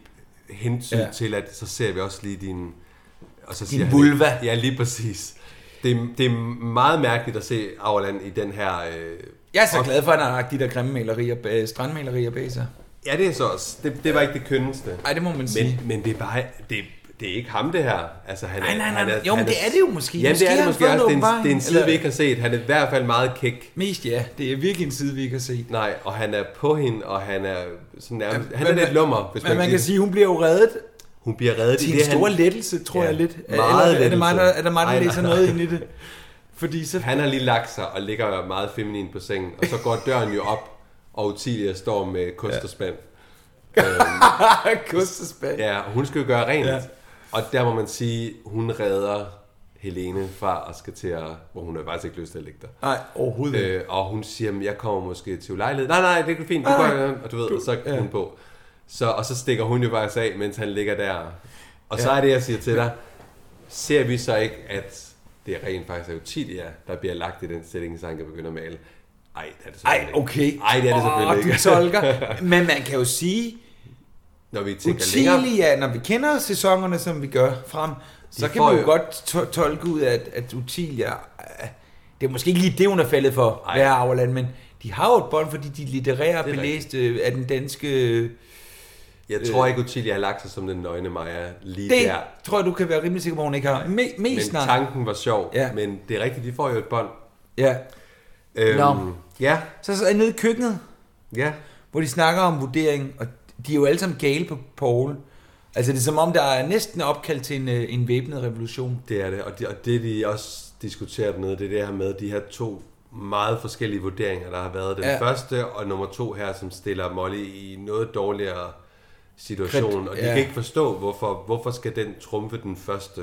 [SPEAKER 2] hensyn
[SPEAKER 1] Ja.
[SPEAKER 2] ja. til, at så ser vi også lige din... Og så
[SPEAKER 1] Din
[SPEAKER 2] han lige-
[SPEAKER 1] vulva.
[SPEAKER 2] Ja, lige præcis. Det, er- det er meget mærkeligt at se Auerland i den her... Øh,
[SPEAKER 1] Jeg er så glad for, at han har lagt de der grimme malerier, øh, strandmalerier bag sig.
[SPEAKER 2] Ja, det er så også. Det, det var ikke det kønneste.
[SPEAKER 1] Ej, det må man sige.
[SPEAKER 2] Men, men det er bare... Det, det er ikke ham, det her. Altså, han er,
[SPEAKER 1] Nej, nej, nej.
[SPEAKER 2] Han er,
[SPEAKER 1] Jo, men
[SPEAKER 2] han
[SPEAKER 1] det er det jo måske.
[SPEAKER 2] Jamen,
[SPEAKER 1] Måske
[SPEAKER 2] det er
[SPEAKER 1] har
[SPEAKER 2] det
[SPEAKER 1] han fået
[SPEAKER 2] måske
[SPEAKER 1] en
[SPEAKER 2] også. Det er, en,
[SPEAKER 1] åbenbaring,
[SPEAKER 2] det er en side,
[SPEAKER 1] eller-
[SPEAKER 2] vi ikke har set. Han er i hvert fald meget kæk.
[SPEAKER 1] Mest ja, det er virkelig en side, vi ikke har set.
[SPEAKER 2] Nej, og han er på hende, og han er sådan nærmest... han er
[SPEAKER 1] Men-
[SPEAKER 2] lidt lummer, hvis
[SPEAKER 1] Men
[SPEAKER 2] man,
[SPEAKER 1] man kan sige, hun bliver jo reddet
[SPEAKER 2] Hun bliver reddet
[SPEAKER 1] til
[SPEAKER 2] i
[SPEAKER 1] en
[SPEAKER 2] det,
[SPEAKER 1] stor
[SPEAKER 2] han...
[SPEAKER 1] lettelse, tror
[SPEAKER 2] Ja,
[SPEAKER 1] jeg lidt.
[SPEAKER 2] meget
[SPEAKER 1] Eller er det
[SPEAKER 2] lettelse.
[SPEAKER 1] mig, der, er det mig, der
[SPEAKER 2] Ej, nej,
[SPEAKER 1] læser
[SPEAKER 2] nej.
[SPEAKER 1] noget ind i det? Fordi
[SPEAKER 2] (laughs)
[SPEAKER 1] så...
[SPEAKER 2] Han har lige lagt sig og ligger meget feminin på sengen, og så går døren jo op, og Utilia står med kost og spand.
[SPEAKER 1] Kustespand.
[SPEAKER 2] Ja, og hun skal jo gøre rent.
[SPEAKER 1] Ja.
[SPEAKER 2] Ja. Og der må man sige, hun redder Helene fra at skal til at... Hvor hun har faktisk ikke lyst til at ligge der.
[SPEAKER 1] Nej, overhovedet ikke.
[SPEAKER 2] Øh, og hun siger, "Jamen, jeg kommer måske til ulejlighed. Nej, nej, det er fint, du
[SPEAKER 1] Nej,
[SPEAKER 2] går
[SPEAKER 1] nej.
[SPEAKER 2] hjem." og du ved, og så er
[SPEAKER 1] ja.
[SPEAKER 2] hun på. Så, og så stikker hun jo bare sig af, mens han ligger der. Og så er det, jeg siger til dig, ser vi så ikke, at det er rent faktisk er Utilia, der bliver lagt i den stilling, så han kan begynde at male. Ej, det er det
[SPEAKER 1] Ej,
[SPEAKER 2] selvfølgelig ikke.
[SPEAKER 1] okay.
[SPEAKER 2] Ej, det er det selvfølgelig
[SPEAKER 1] Åh,
[SPEAKER 2] ikke.
[SPEAKER 1] du
[SPEAKER 2] (laughs)
[SPEAKER 1] tolker. Men man kan jo sige,
[SPEAKER 2] Når vi tænker længere,
[SPEAKER 1] Utilia, når vi kender sæsonerne, som vi gør frem, så
[SPEAKER 2] De
[SPEAKER 1] kan
[SPEAKER 2] får
[SPEAKER 1] man jo
[SPEAKER 2] jo-
[SPEAKER 1] godt to- tolke ud, at, at Utilia... øh, Det er måske ikke lige det, hun er faldet for,
[SPEAKER 2] Ej.
[SPEAKER 1] hver Auerland, men De har jo et bånd, fordi de litterære
[SPEAKER 2] Det er
[SPEAKER 1] belæste øh, af den danske... øh,
[SPEAKER 2] Jeg tror ikke, Utilia har lagt sig som den nøgne Maja lige
[SPEAKER 1] Det
[SPEAKER 2] der.
[SPEAKER 1] tror jeg, du kan være rimelig sikker på, hun ikke har. Me-
[SPEAKER 2] Men
[SPEAKER 1] mest snart.
[SPEAKER 2] tanken var sjov.
[SPEAKER 1] Ja.
[SPEAKER 2] Men det er rigtigt, de får jo et bånd.
[SPEAKER 1] Ja.
[SPEAKER 2] Øhm,
[SPEAKER 1] Nå.
[SPEAKER 2] Ja,
[SPEAKER 1] Så, så er jeg nede i køkkenet,
[SPEAKER 2] ja.
[SPEAKER 1] hvor de snakker om vurdering, og de er jo alle sammen gale på Paul. Altså det er som om, der er næsten opkaldt til en, øh, en væbnet revolution.
[SPEAKER 2] Det er det, og det, og det de også diskuterer dernede, det er det her med de her to meget forskellige vurderinger, der har været. Den
[SPEAKER 1] Ja.
[SPEAKER 2] ja. første og nummer to her, som stiller Molly i noget dårligere situation,
[SPEAKER 1] Krit-
[SPEAKER 2] og de
[SPEAKER 1] ja.
[SPEAKER 2] ja. kan ikke forstå, hvorfor, hvorfor skal den trumfe den første.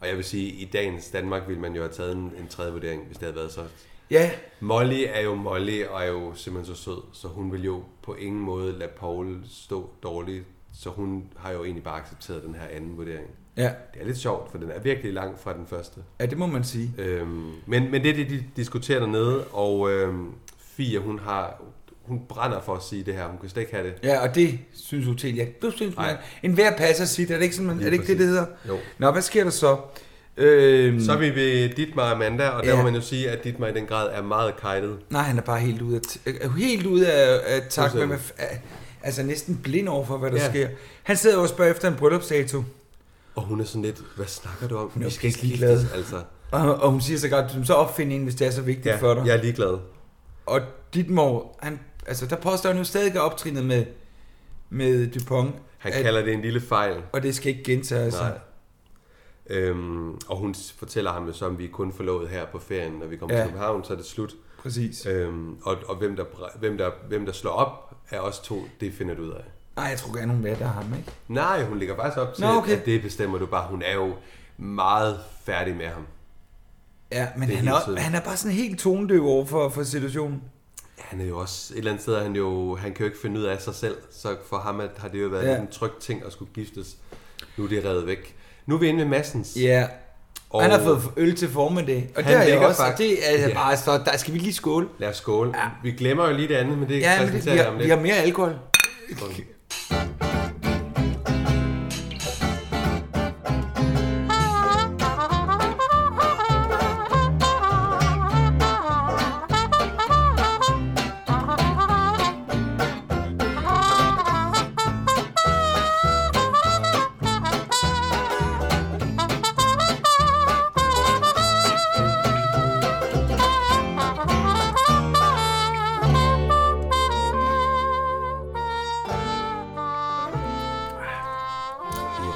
[SPEAKER 2] Og jeg vil sige, i dagens Danmark ville man jo have taget en, en tredje vurdering, hvis det havde været så.
[SPEAKER 1] Ja,
[SPEAKER 2] Molly er jo Molly, og er jo simpelthen så sød, så hun vil jo på ingen måde lade Paul stå dårligt, så hun har jo egentlig bare accepteret den her anden vurdering.
[SPEAKER 1] ja,
[SPEAKER 2] Det er lidt sjovt, for den er virkelig langt fra den første.
[SPEAKER 1] ja det må man sige.
[SPEAKER 2] Øhm, men, men det er det, de diskuterer dernede, og øhm, Fia, hun, har, hun brænder for at sige det her. Hun kan slet ikke have det.
[SPEAKER 1] Ja, og det synes Otelia. Du synes man,
[SPEAKER 2] Nej.
[SPEAKER 1] en hver passer sit. Er det ikke, sådan, man, er
[SPEAKER 2] Lige
[SPEAKER 1] det, ikke det, det hedder?
[SPEAKER 2] præcis. Jo.
[SPEAKER 1] Nå, hvad sker der så? Øhm,
[SPEAKER 2] Så er vi ved Ditmar og Amanda, og der
[SPEAKER 1] Ja.
[SPEAKER 2] må man jo sige, at Ditmar i den grad er meget kajtet.
[SPEAKER 1] Nej, han er bare helt ude af, øh, helt ude af, af tak,
[SPEAKER 2] Fuldstændig.
[SPEAKER 1] men er, altså næsten blind over for, hvad der ja.
[SPEAKER 2] Ja.
[SPEAKER 1] sker. Han sidder jo og spørger efter en bryllupsdato,
[SPEAKER 2] Og hun er sådan lidt, hvad snakker du om?
[SPEAKER 1] er
[SPEAKER 2] Vi skal ikke
[SPEAKER 1] pisselig glad.
[SPEAKER 2] giftes, altså.
[SPEAKER 1] og, og hun siger så godt, "Jamen, så opfind en, hvis det er så vigtigt ja,
[SPEAKER 2] Ja,
[SPEAKER 1] for dig.
[SPEAKER 2] jeg
[SPEAKER 1] Ja.
[SPEAKER 2] er ligeglad.
[SPEAKER 1] Og Ditmor, han, altså der påstår han jo stadig ikke er optrinet med, med Dupont,
[SPEAKER 2] Han
[SPEAKER 1] at-
[SPEAKER 2] kalder det en lille fejl.
[SPEAKER 1] og det skal ikke gentage sig.
[SPEAKER 2] Nej. Øhm, og hun s- fortæller ham jo så, om vi er kun forlovet her på ferien, når vi kommer
[SPEAKER 1] Ja.
[SPEAKER 2] til København, så er det slut.
[SPEAKER 1] Præcis.
[SPEAKER 2] Øhm, og og hvem, der, br- hvem, der, hvem der slår op af os to, det finder du ud af.
[SPEAKER 1] Nej, jeg tror gerne, hun vil der ham, ikke?
[SPEAKER 2] Nej, hun ligger faktisk op til,
[SPEAKER 1] Nå,
[SPEAKER 2] Nå,
[SPEAKER 1] okay.
[SPEAKER 2] okay. at det bestemmer du bare. Hun er jo meget færdig med ham.
[SPEAKER 1] Ja, men
[SPEAKER 2] Det er
[SPEAKER 1] han
[SPEAKER 2] hele
[SPEAKER 1] er,
[SPEAKER 2] tiden.
[SPEAKER 1] han er bare sådan helt tonedøv over for, for situationen.
[SPEAKER 2] Han er jo også, et eller andet sted, er han, jo, han kan jo ikke finde ud af sig selv, så for ham at, har det jo været
[SPEAKER 1] Ja.
[SPEAKER 2] ja. en tryg ting at skulle giftes. Nu er det reddet væk. Nu er vi inde ved Massens.
[SPEAKER 1] Ja, og
[SPEAKER 2] Og-
[SPEAKER 1] han har fået øl til formiddag, og
[SPEAKER 2] Han
[SPEAKER 1] det har jeg
[SPEAKER 2] ligger
[SPEAKER 1] også, og
[SPEAKER 2] fakt-
[SPEAKER 1] det er
[SPEAKER 2] Ja.
[SPEAKER 1] bare så, der skal vi lige skåle.
[SPEAKER 2] Lad os skåle. Ja. Vi glemmer jo lige det andet, men det
[SPEAKER 1] Ja, men det,
[SPEAKER 2] præsenterer
[SPEAKER 1] vi,
[SPEAKER 2] jeg
[SPEAKER 1] har,
[SPEAKER 2] om
[SPEAKER 1] vi
[SPEAKER 2] lidt.
[SPEAKER 1] har mere alkohol.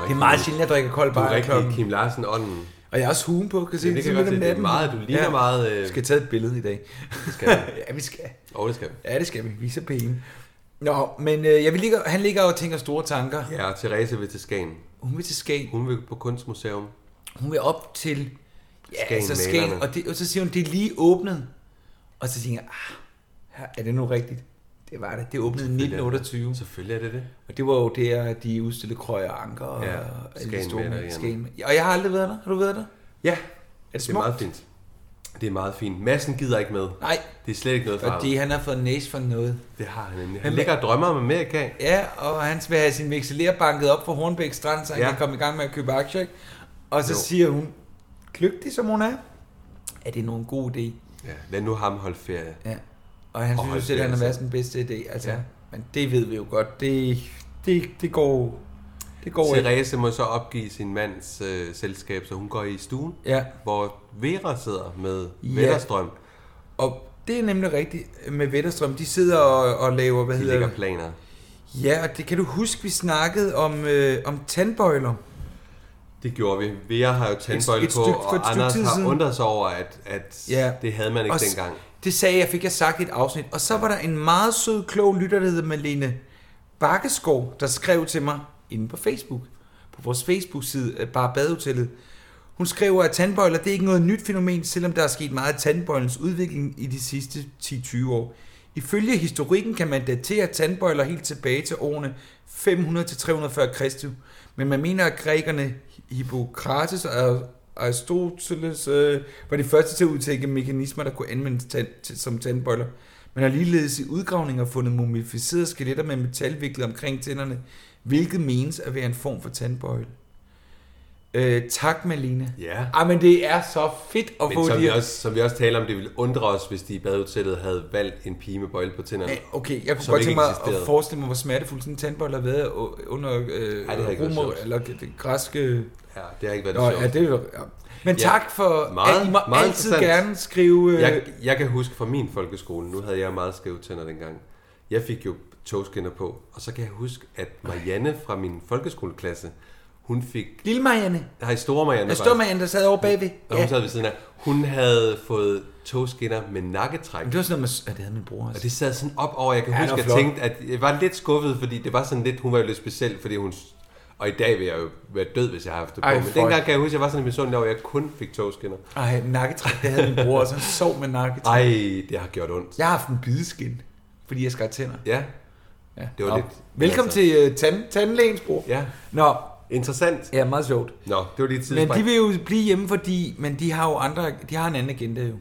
[SPEAKER 1] Det er meget sjældent, at jeg drikker kold
[SPEAKER 2] Du er
[SPEAKER 1] bare
[SPEAKER 2] rigtig
[SPEAKER 1] klokken.
[SPEAKER 2] Kim Larsen-ånden.
[SPEAKER 1] Og jeg er også hugen på, kan se
[SPEAKER 2] Ja, det kan jeg godt se. Det er meget, du ligner meget...
[SPEAKER 1] Vi
[SPEAKER 2] Øh,
[SPEAKER 1] skal tage et billede i dag.
[SPEAKER 2] skal vi.
[SPEAKER 1] (laughs) ja, vi skal.
[SPEAKER 2] og det skal vi.
[SPEAKER 1] Ja, det skal vi. Vi er så pæne. Nå, men øh, jeg vil ligge, han ligger og tænker store tanker.
[SPEAKER 2] Ja, og Therese vil til Skagen.
[SPEAKER 1] Hun vil til Skagen.
[SPEAKER 2] Hun vil på kunstmuseum.
[SPEAKER 1] Hun vil op til ja,
[SPEAKER 2] Skagen
[SPEAKER 1] altså Skagen.
[SPEAKER 2] malerne.
[SPEAKER 1] Og, det, og så siger hun, det er lige åbnet. Og så tænker jeg, ah, her- er det nu rigtigt? Det var det. Det åbnede i 1928.
[SPEAKER 2] Selvfølgelig er det det.
[SPEAKER 1] Og det var jo der, de udstillede krøjer og anker og,
[SPEAKER 2] Ja,
[SPEAKER 1] og alle de
[SPEAKER 2] Skagen
[SPEAKER 1] store
[SPEAKER 2] malerierne.
[SPEAKER 1] Skagen. Og jeg har aldrig været der. Har du været der?
[SPEAKER 2] Ja,
[SPEAKER 1] det
[SPEAKER 2] det, det er
[SPEAKER 1] smukt?
[SPEAKER 2] meget fint. Det er meget fint. Massen gider ikke med.
[SPEAKER 1] Nej,
[SPEAKER 2] Det er slet ikke noget for ham.
[SPEAKER 1] fordi han har fået næse for noget.
[SPEAKER 2] Det har han nemlig.
[SPEAKER 1] Han-
[SPEAKER 2] Han ligger og drømmer om Amerika.
[SPEAKER 1] Ja, og han vil have sin vekseler banket op for Hornbæk Strand, så han ja.
[SPEAKER 2] Ja.
[SPEAKER 1] kan komme i gang med at købe aktier. Ikke? Og så jo.
[SPEAKER 2] Jo.
[SPEAKER 1] siger hun, kløgtig som hun er, er det nu en god idé?
[SPEAKER 2] Ja, lad nu ham holde ferie.
[SPEAKER 1] Ja. Og han
[SPEAKER 2] Og
[SPEAKER 1] synes jo
[SPEAKER 2] holdt
[SPEAKER 1] selv, at han har
[SPEAKER 2] ferie,
[SPEAKER 1] været den bedste idé. Altså, ja.
[SPEAKER 2] Ja.
[SPEAKER 1] Men det ved vi jo godt. Det, det, det går... Det går ikke.
[SPEAKER 2] Therese må så opgive sin mands øh, selskab, så hun går i stuen,
[SPEAKER 1] Ja.
[SPEAKER 2] hvor Vera sidder med
[SPEAKER 1] Ja.
[SPEAKER 2] ja. Vetterstrøm.
[SPEAKER 1] Og det er nemlig rigtigt med Vetterstrøm. De sidder og, og laver, hvad
[SPEAKER 2] De
[SPEAKER 1] hedder
[SPEAKER 2] ligger
[SPEAKER 1] det?
[SPEAKER 2] planer.
[SPEAKER 1] Ja, og det kan du huske, vi snakkede om, øh, om tandbøjler.
[SPEAKER 2] Det gjorde vi. Vera har jo tandbøjle
[SPEAKER 1] et
[SPEAKER 2] på,
[SPEAKER 1] stykke- for et stykke
[SPEAKER 2] og Anders
[SPEAKER 1] tid
[SPEAKER 2] har
[SPEAKER 1] siden.
[SPEAKER 2] undret sig over, at, at
[SPEAKER 1] Ja.
[SPEAKER 2] ja. det havde man ikke
[SPEAKER 1] Og s-
[SPEAKER 2] dengang.
[SPEAKER 1] Det sagde jeg, fik jeg sagt i et afsnit. Og så var der en meget sød, klog lytter, der hedder Malene Bakkeskov, der skrev til mig inde på Facebook. På vores Facebook-side, øh, bare badehotellet. Hun skriver, at tandbøjler det er ikke noget nyt fænomen, selvom der er sket meget af tandbøjlens udvikling i de sidste 10-20 år. Ifølge historikken kan man datere tandbøjler helt tilbage til årene 500-300 Kristus, men man mener, at grækerne Hippokrates og Aristoteles øh, var de første til at udtænke mekanismer, der kunne anvendes tand, til, som tandbøjler. Man har ligeledes i udgravninger fundet mumificerede skeletter med metal viklet omkring tænderne, hvilket menes at være en form for tandbøjle. Øh, tak, Malene.
[SPEAKER 2] Ja.
[SPEAKER 1] Ej, men det er så fedt at
[SPEAKER 2] Men
[SPEAKER 1] få
[SPEAKER 2] som
[SPEAKER 1] de
[SPEAKER 2] vi,
[SPEAKER 1] her-
[SPEAKER 2] også, som vi også taler om, det ville undre os, hvis de i badehotellet havde valgt en pige med bøjle på tænderne.
[SPEAKER 1] Ja, Øh, Okay, jeg kunne
[SPEAKER 2] Som
[SPEAKER 1] godt
[SPEAKER 2] ikke
[SPEAKER 1] tænke mig
[SPEAKER 2] eksisterede.
[SPEAKER 1] at forestille mig, hvor smertefuld sådan en tandbold har været øh, under øh,
[SPEAKER 2] Ej, det har ikke været
[SPEAKER 1] romer,
[SPEAKER 2] sjovt.
[SPEAKER 1] eller det græske...
[SPEAKER 2] Ja, det har ikke været
[SPEAKER 1] Nå,
[SPEAKER 2] sjovt.
[SPEAKER 1] ja, det er jo... Ja. Men
[SPEAKER 2] Ja,
[SPEAKER 1] tak for...
[SPEAKER 2] meget-
[SPEAKER 1] at I må
[SPEAKER 2] meget
[SPEAKER 1] altid
[SPEAKER 2] interessant.
[SPEAKER 1] gerne skrive... Øh,
[SPEAKER 2] Jeg, jeg kan huske fra min folkeskole, nu havde jeg meget skæve tænder dengang. Jeg fik jo togskinner på, og så kan jeg huske, at Marianne fra min folkeskoleklasse, hun fik...
[SPEAKER 1] Lille Marianne.
[SPEAKER 2] Nej, store Marianne.
[SPEAKER 1] Jeg står
[SPEAKER 2] faktisk.
[SPEAKER 1] Marianne, der sad over bagved.
[SPEAKER 2] Og hun sad ved siden af. Hun havde fået togskinner med nakketræk.
[SPEAKER 1] Men det var sådan noget med... Ja, det havde min bror også.
[SPEAKER 2] Og det sad sådan op over, jeg kan
[SPEAKER 1] Ja,
[SPEAKER 2] ja,
[SPEAKER 1] det var
[SPEAKER 2] huske,
[SPEAKER 1] flot.
[SPEAKER 2] jeg tænkte, at jeg var lidt skuffet, fordi det var sådan lidt, hun var jo lidt speciel, fordi hun... Og i dag vil jeg jo være død, hvis jeg har haft det på.
[SPEAKER 1] Ej,
[SPEAKER 2] Ej, Men
[SPEAKER 1] fuck.
[SPEAKER 2] dengang kan jeg huske, at jeg var sådan lidt misundelig over, at jeg kun fik togskinner.
[SPEAKER 1] Ej, nakketræk, det havde min bror også. Han sov med nakketræk.
[SPEAKER 2] Ej, det har gjort ondt.
[SPEAKER 1] Jeg har haft en bideskin, fordi jeg skar tænder.
[SPEAKER 2] Ja,
[SPEAKER 1] Ja.
[SPEAKER 2] det var
[SPEAKER 1] Nå.
[SPEAKER 2] lidt-
[SPEAKER 1] Velkommen
[SPEAKER 2] altså.
[SPEAKER 1] til uh, tand, tandlægens bror.
[SPEAKER 2] ja.
[SPEAKER 1] Nå,
[SPEAKER 2] Interessant.
[SPEAKER 1] ja, meget sjovt.
[SPEAKER 2] Nå, det var lige et
[SPEAKER 1] Men
[SPEAKER 2] tidsspring.
[SPEAKER 1] de vil jo blive hjemme, fordi... Men de har jo andre... De har en anden agenda jo.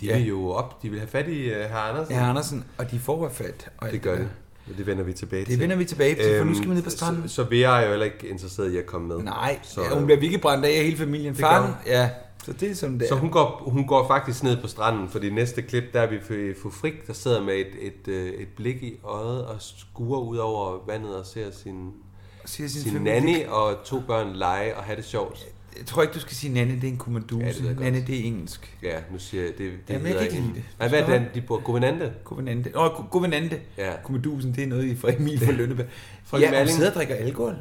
[SPEAKER 2] De vil jo op, de vil have fat i uh, herr Andersen.
[SPEAKER 1] Ja, Andersen, og de får fat. Og
[SPEAKER 2] Det gør det. Men det vender vi tilbage til.
[SPEAKER 1] Det
[SPEAKER 2] Øhm,
[SPEAKER 1] vender vi tilbage til, for nu skal vi ned på stranden.
[SPEAKER 2] Så, så Vera er jo heller ikke interesseret i at komme med.
[SPEAKER 1] Nej,
[SPEAKER 2] så,
[SPEAKER 1] så, ja, hun bliver virkelig brændt af af hele familien.
[SPEAKER 2] gør
[SPEAKER 1] Faren, ja. Så det er sådan, det
[SPEAKER 2] så
[SPEAKER 1] er.
[SPEAKER 2] hun, går, hun går faktisk ned på stranden, for det næste klip, der er vi ved fru Frik, der sidder med et, et, øh, et blik i øjet og skuer ud over vandet og ser sin,
[SPEAKER 1] siger sin,
[SPEAKER 2] sin
[SPEAKER 1] familie,
[SPEAKER 2] nanny og to børn lege og have det sjovt.
[SPEAKER 1] Jeg tror ikke, du skal sige, Nanne, det er en kommanduse.
[SPEAKER 2] Ja, det ved jeg godt.
[SPEAKER 1] Nanne, det er engelsk.
[SPEAKER 2] Ja, nu siger jeg, det, det
[SPEAKER 1] Jamen, jeg kan ikke
[SPEAKER 2] en-
[SPEAKER 1] lide det.
[SPEAKER 2] Nej, hvad er det, de bor? Gouvernante?
[SPEAKER 1] Kovenante. Åh, oh, Kovenante.
[SPEAKER 2] Ja.
[SPEAKER 1] Kommandusen, det er noget i fra (laughs) Emil fra Lønneberg.
[SPEAKER 2] Fra
[SPEAKER 1] ja, hun
[SPEAKER 2] Malling.
[SPEAKER 1] sidder og drikker alkohol.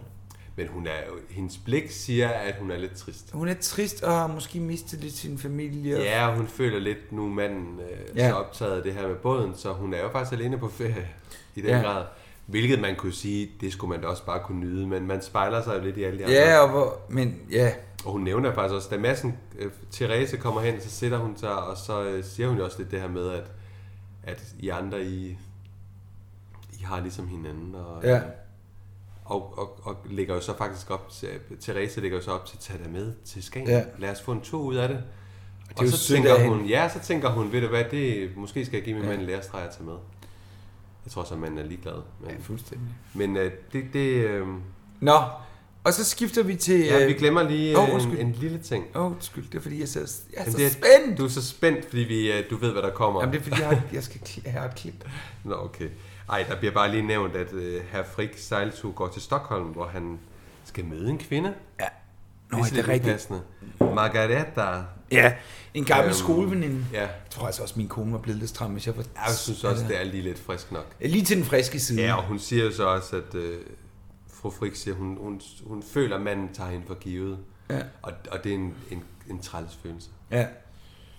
[SPEAKER 2] Men hun er, jo- hendes blik siger, at hun er lidt trist.
[SPEAKER 1] Hun er trist og har måske mistet lidt sin familie.
[SPEAKER 2] Ja, hun føler lidt, nu er manden øh,
[SPEAKER 1] Ja.
[SPEAKER 2] ja. så optaget af det her med båden, så hun er jo faktisk alene på ferie i den
[SPEAKER 1] Ja.
[SPEAKER 2] ja. grad. Hvilket man kunne sige, det skulle man da også bare kunne nyde, men man spejler sig jo lidt i alle de andre.
[SPEAKER 1] Ja, og hvor, men ja,
[SPEAKER 2] Og hun nævner faktisk også, da massen, øh, Therese kommer hen, så sætter hun sig, og så øh, siger hun jo også lidt det her med, at, at I andre, I, I har ligesom hinanden. Og,
[SPEAKER 1] ja.
[SPEAKER 2] og, og, og lægger jo så faktisk op til, Therese lægger jo så op til, tag dig med til Skagen.
[SPEAKER 1] Ja.
[SPEAKER 2] Ja. Lad os få en tur ud af det. Og,
[SPEAKER 1] jo
[SPEAKER 2] og så
[SPEAKER 1] sødt
[SPEAKER 2] tænker
[SPEAKER 1] af hende.
[SPEAKER 2] hun, ja, så tænker hun, ved du hvad, det, måske skal jeg give min ja. mand en lærestreg at tage med. Jeg tror så, manden er ligeglad. Men,
[SPEAKER 1] ja fuldstændig.
[SPEAKER 2] men øh, det, det øh,
[SPEAKER 1] Nå, og så skifter vi til...
[SPEAKER 2] ja, vi glemmer lige
[SPEAKER 1] Åh,
[SPEAKER 2] øh,
[SPEAKER 1] undskyld.
[SPEAKER 2] en, en, lille ting.
[SPEAKER 1] Åh, undskyld, det er fordi, jeg, sidder, jeg er
[SPEAKER 2] Jamen,
[SPEAKER 1] så
[SPEAKER 2] det er-
[SPEAKER 1] spændt.
[SPEAKER 2] Du er så spændt, fordi vi, øh, du ved, hvad der kommer.
[SPEAKER 1] Jamen, det er fordi, jeg, har, jeg skal kli- have et klip.
[SPEAKER 2] Nå, okay. Ej, der bliver bare lige nævnt, at øh, herr Frik sejltog går til Stockholm, hvor han skal møde en kvinde. Ja.
[SPEAKER 1] Nå, det er rigtigt.
[SPEAKER 2] Margareta.
[SPEAKER 1] Ja, en gammel
[SPEAKER 2] Øhm,
[SPEAKER 1] skoleveninde.
[SPEAKER 2] ja.
[SPEAKER 1] Jeg tror altså også, min kone var blevet lidt stram, hvis jeg var...
[SPEAKER 2] Jeg synes også, det er lige lidt frisk nok.
[SPEAKER 1] Lige til den friske side.
[SPEAKER 2] Ja, og hun siger jo så også, at øh, fru Frik siger, hun, hun, hun føler, at manden tager hende for givet.
[SPEAKER 1] Ja.
[SPEAKER 2] Og, og det er en, en, en træls følelse.
[SPEAKER 1] ja.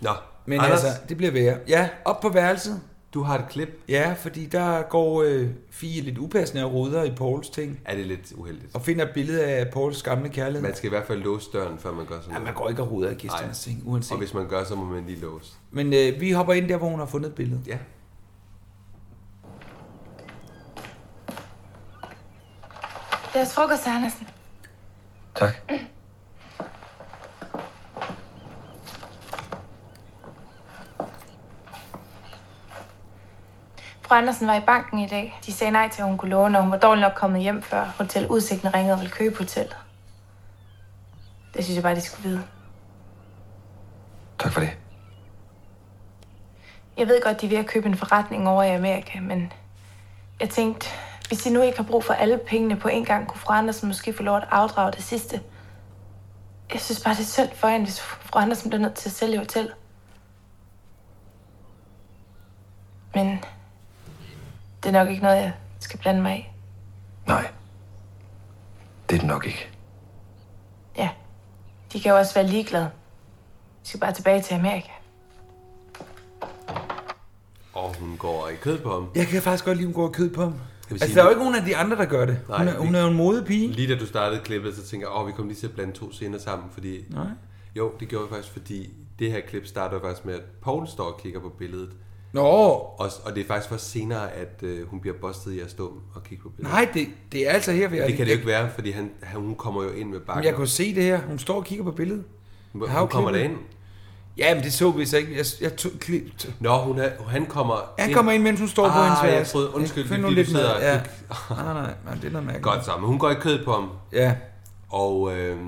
[SPEAKER 2] Nå,
[SPEAKER 1] Men
[SPEAKER 2] Anders,
[SPEAKER 1] altså, det bliver værre. Ja, op på værelset.
[SPEAKER 2] du har et klip.
[SPEAKER 1] Ja, fordi der går øh, Fie lidt upassende og ruder i Pauls ting.
[SPEAKER 2] Er det lidt uheldigt?
[SPEAKER 1] Og finder et billede af Pauls gamle kærlighed.
[SPEAKER 2] Man
[SPEAKER 1] Man,
[SPEAKER 2] skal i hvert fald låse døren, før man gør sådan
[SPEAKER 1] ja, man
[SPEAKER 2] noget.
[SPEAKER 1] går ikke og ruder i gæsternes
[SPEAKER 2] Nej.
[SPEAKER 1] ting, uanset.
[SPEAKER 2] Og hvis man gør, så må man lige låse.
[SPEAKER 1] Men øh, vi hopper ind der, hvor hun har fundet billedet.
[SPEAKER 2] Ja.
[SPEAKER 4] Lad os frokost, Andersen.
[SPEAKER 3] Tak.
[SPEAKER 4] Fru Andersen var i banken i dag. De sagde nej til, at hun kunne låne, og hun var dårlig nok kommet hjem, før Hotel Udsigten ringede og ville købe hotellet. Det synes jeg bare, de skulle vide.
[SPEAKER 3] Tak for det.
[SPEAKER 4] Jeg ved godt, de er ved at købe en forretning over i Amerika, men jeg tænkte, hvis de nu ikke har brug for alle pengene på en gang, kunne fru Andersen måske få lov at afdrage det sidste. Jeg synes bare, det er synd for hende, hvis fru Andersen bliver nødt til at sælge hotellet. Men det er nok ikke noget, jeg skal blande mig i.
[SPEAKER 3] Nej. Det er det nok ikke.
[SPEAKER 4] Ja, de kan jo også være ligeglade. Vi skal bare tilbage til Amerika.
[SPEAKER 2] Og hun går i kød på ham.
[SPEAKER 1] Jeg kan faktisk godt lide, at hun går og kød på ham.
[SPEAKER 2] vil
[SPEAKER 1] Altså,
[SPEAKER 2] sige-
[SPEAKER 1] der er jo ikke nogen af de andre, der gør det.
[SPEAKER 2] Nej,
[SPEAKER 1] hun, er,
[SPEAKER 2] det-
[SPEAKER 1] hun er jo en modepige.
[SPEAKER 2] Lige da du startede klippet, så tænker jeg, åh, vi kom lige til at blande to scener sammen, fordi...
[SPEAKER 1] Nej.
[SPEAKER 2] Jo, det gjorde vi faktisk, fordi det her klip starter faktisk med, at Paul står og kigger på billedet,
[SPEAKER 1] Nå,
[SPEAKER 2] og, og det er faktisk først senere, at øh, hun bliver bustet i at stå og kigge på billedet.
[SPEAKER 1] Nej, det, det er altså her, vi er.
[SPEAKER 2] Det kan det jo ikke være, fordi han, han, hun kommer jo ind med
[SPEAKER 1] Men
[SPEAKER 2] bakken.
[SPEAKER 1] jeg kunne se det her. Hun står og kigger på billedet.
[SPEAKER 2] Hun,
[SPEAKER 1] Har jo
[SPEAKER 2] hun kommer
[SPEAKER 1] klippet.
[SPEAKER 2] derind.
[SPEAKER 1] Ja, men det så vi så ikke. Jeg, jeg tog, klip, t-
[SPEAKER 2] Nå, hun er, han kommer
[SPEAKER 1] jeg kommer ind, mens hun står på hendes
[SPEAKER 2] Ah, jeg
[SPEAKER 1] værelse.
[SPEAKER 2] troede, undskyld,
[SPEAKER 1] Find
[SPEAKER 2] fordi
[SPEAKER 1] nu
[SPEAKER 2] du
[SPEAKER 1] lidt
[SPEAKER 2] sidder
[SPEAKER 1] med.
[SPEAKER 2] og
[SPEAKER 1] (laughs) Ja. Nej, nej, nej, det er noget mærkeligt.
[SPEAKER 2] Godt sammen. Hun går i kød på ham,
[SPEAKER 1] Ja,
[SPEAKER 2] og øh,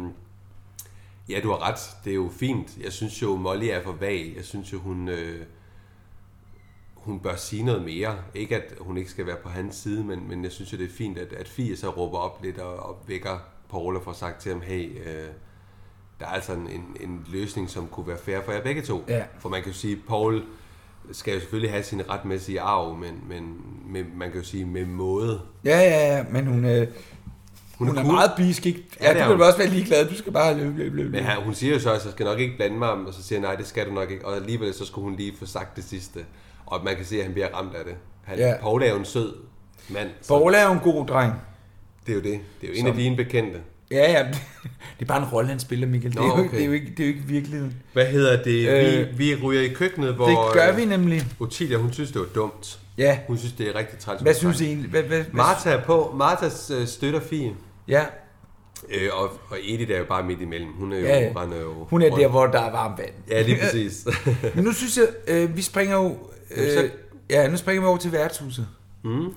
[SPEAKER 2] Ja, du har ret. Det er jo fint. Jeg synes jo, Molly er for vag. Jeg synes jo, hun, øh, hun bør sige noget mere. Ikke at hun ikke skal være på hans side, men, men jeg synes jo, det er fint, at, at Fie så råber op lidt og, og vækker Paul og får sagt til ham, hey, øh, der er altså en, en, en løsning, som kunne være fair for jer begge to.
[SPEAKER 1] Ja.
[SPEAKER 2] For man kan jo sige, Paul skal jo selvfølgelig have sin retmæssige arv, men, men med, man kan jo sige med måde.
[SPEAKER 1] Ja, ja, ja, men hun, øh, hun, hun er
[SPEAKER 2] cool.
[SPEAKER 1] meget bisk, ikke?
[SPEAKER 2] det
[SPEAKER 1] Ja,
[SPEAKER 2] er
[SPEAKER 1] du
[SPEAKER 2] hun.
[SPEAKER 1] kan vel også være ligeglad, du skal bare løbe, løbe, løbe.
[SPEAKER 2] Men
[SPEAKER 1] løbe.
[SPEAKER 2] han, hun siger jo så, at jeg skal nok ikke blande mig, og så siger jeg, nej, det skal du nok ikke. Og alligevel så skulle hun lige få sagt det sidste. Og man kan se, at han bliver ramt af det. Han, ja.
[SPEAKER 1] Ja.
[SPEAKER 2] Paul er jo en sød mand. Så
[SPEAKER 1] Paul er jo en god dreng.
[SPEAKER 2] Det er jo det. Det er jo en af dine bekendte.
[SPEAKER 1] Ja, (laughs) ja, det er bare en rolle, han spiller, Michael. Det
[SPEAKER 2] Nå,
[SPEAKER 1] er jo, ikke-
[SPEAKER 2] okay.
[SPEAKER 1] det er jo, ikke, det er jo ikke virkeligheden.
[SPEAKER 2] Hvad hedder det? Øh, vi,
[SPEAKER 1] Øh,
[SPEAKER 2] vi ryger i køkkenet, hvor...
[SPEAKER 1] Det gør
[SPEAKER 2] øh,
[SPEAKER 1] vi nemlig.
[SPEAKER 2] Otilia, hun synes, det var dumt.
[SPEAKER 1] Ja.
[SPEAKER 2] Hun synes, det er rigtig træls.
[SPEAKER 1] Hvad synes I egentlig? Hvad, hvad, hvad-
[SPEAKER 2] Martha er på. Martha øh, støtter Fie.
[SPEAKER 1] Ja,
[SPEAKER 2] Øh, og, og Edith er jo bare midt imellem. Hun er jo...
[SPEAKER 1] Ja, ja.
[SPEAKER 2] hun render jo
[SPEAKER 1] hun er der,
[SPEAKER 2] rundt.
[SPEAKER 1] hvor der er varmt vand.
[SPEAKER 2] Ja, lige præcis. (laughs)
[SPEAKER 1] Men nu synes jeg, øh, vi springer jo... Øh,
[SPEAKER 2] Jamen, så-
[SPEAKER 1] Ja, nu springer vi over til værtshuset.
[SPEAKER 2] Mm.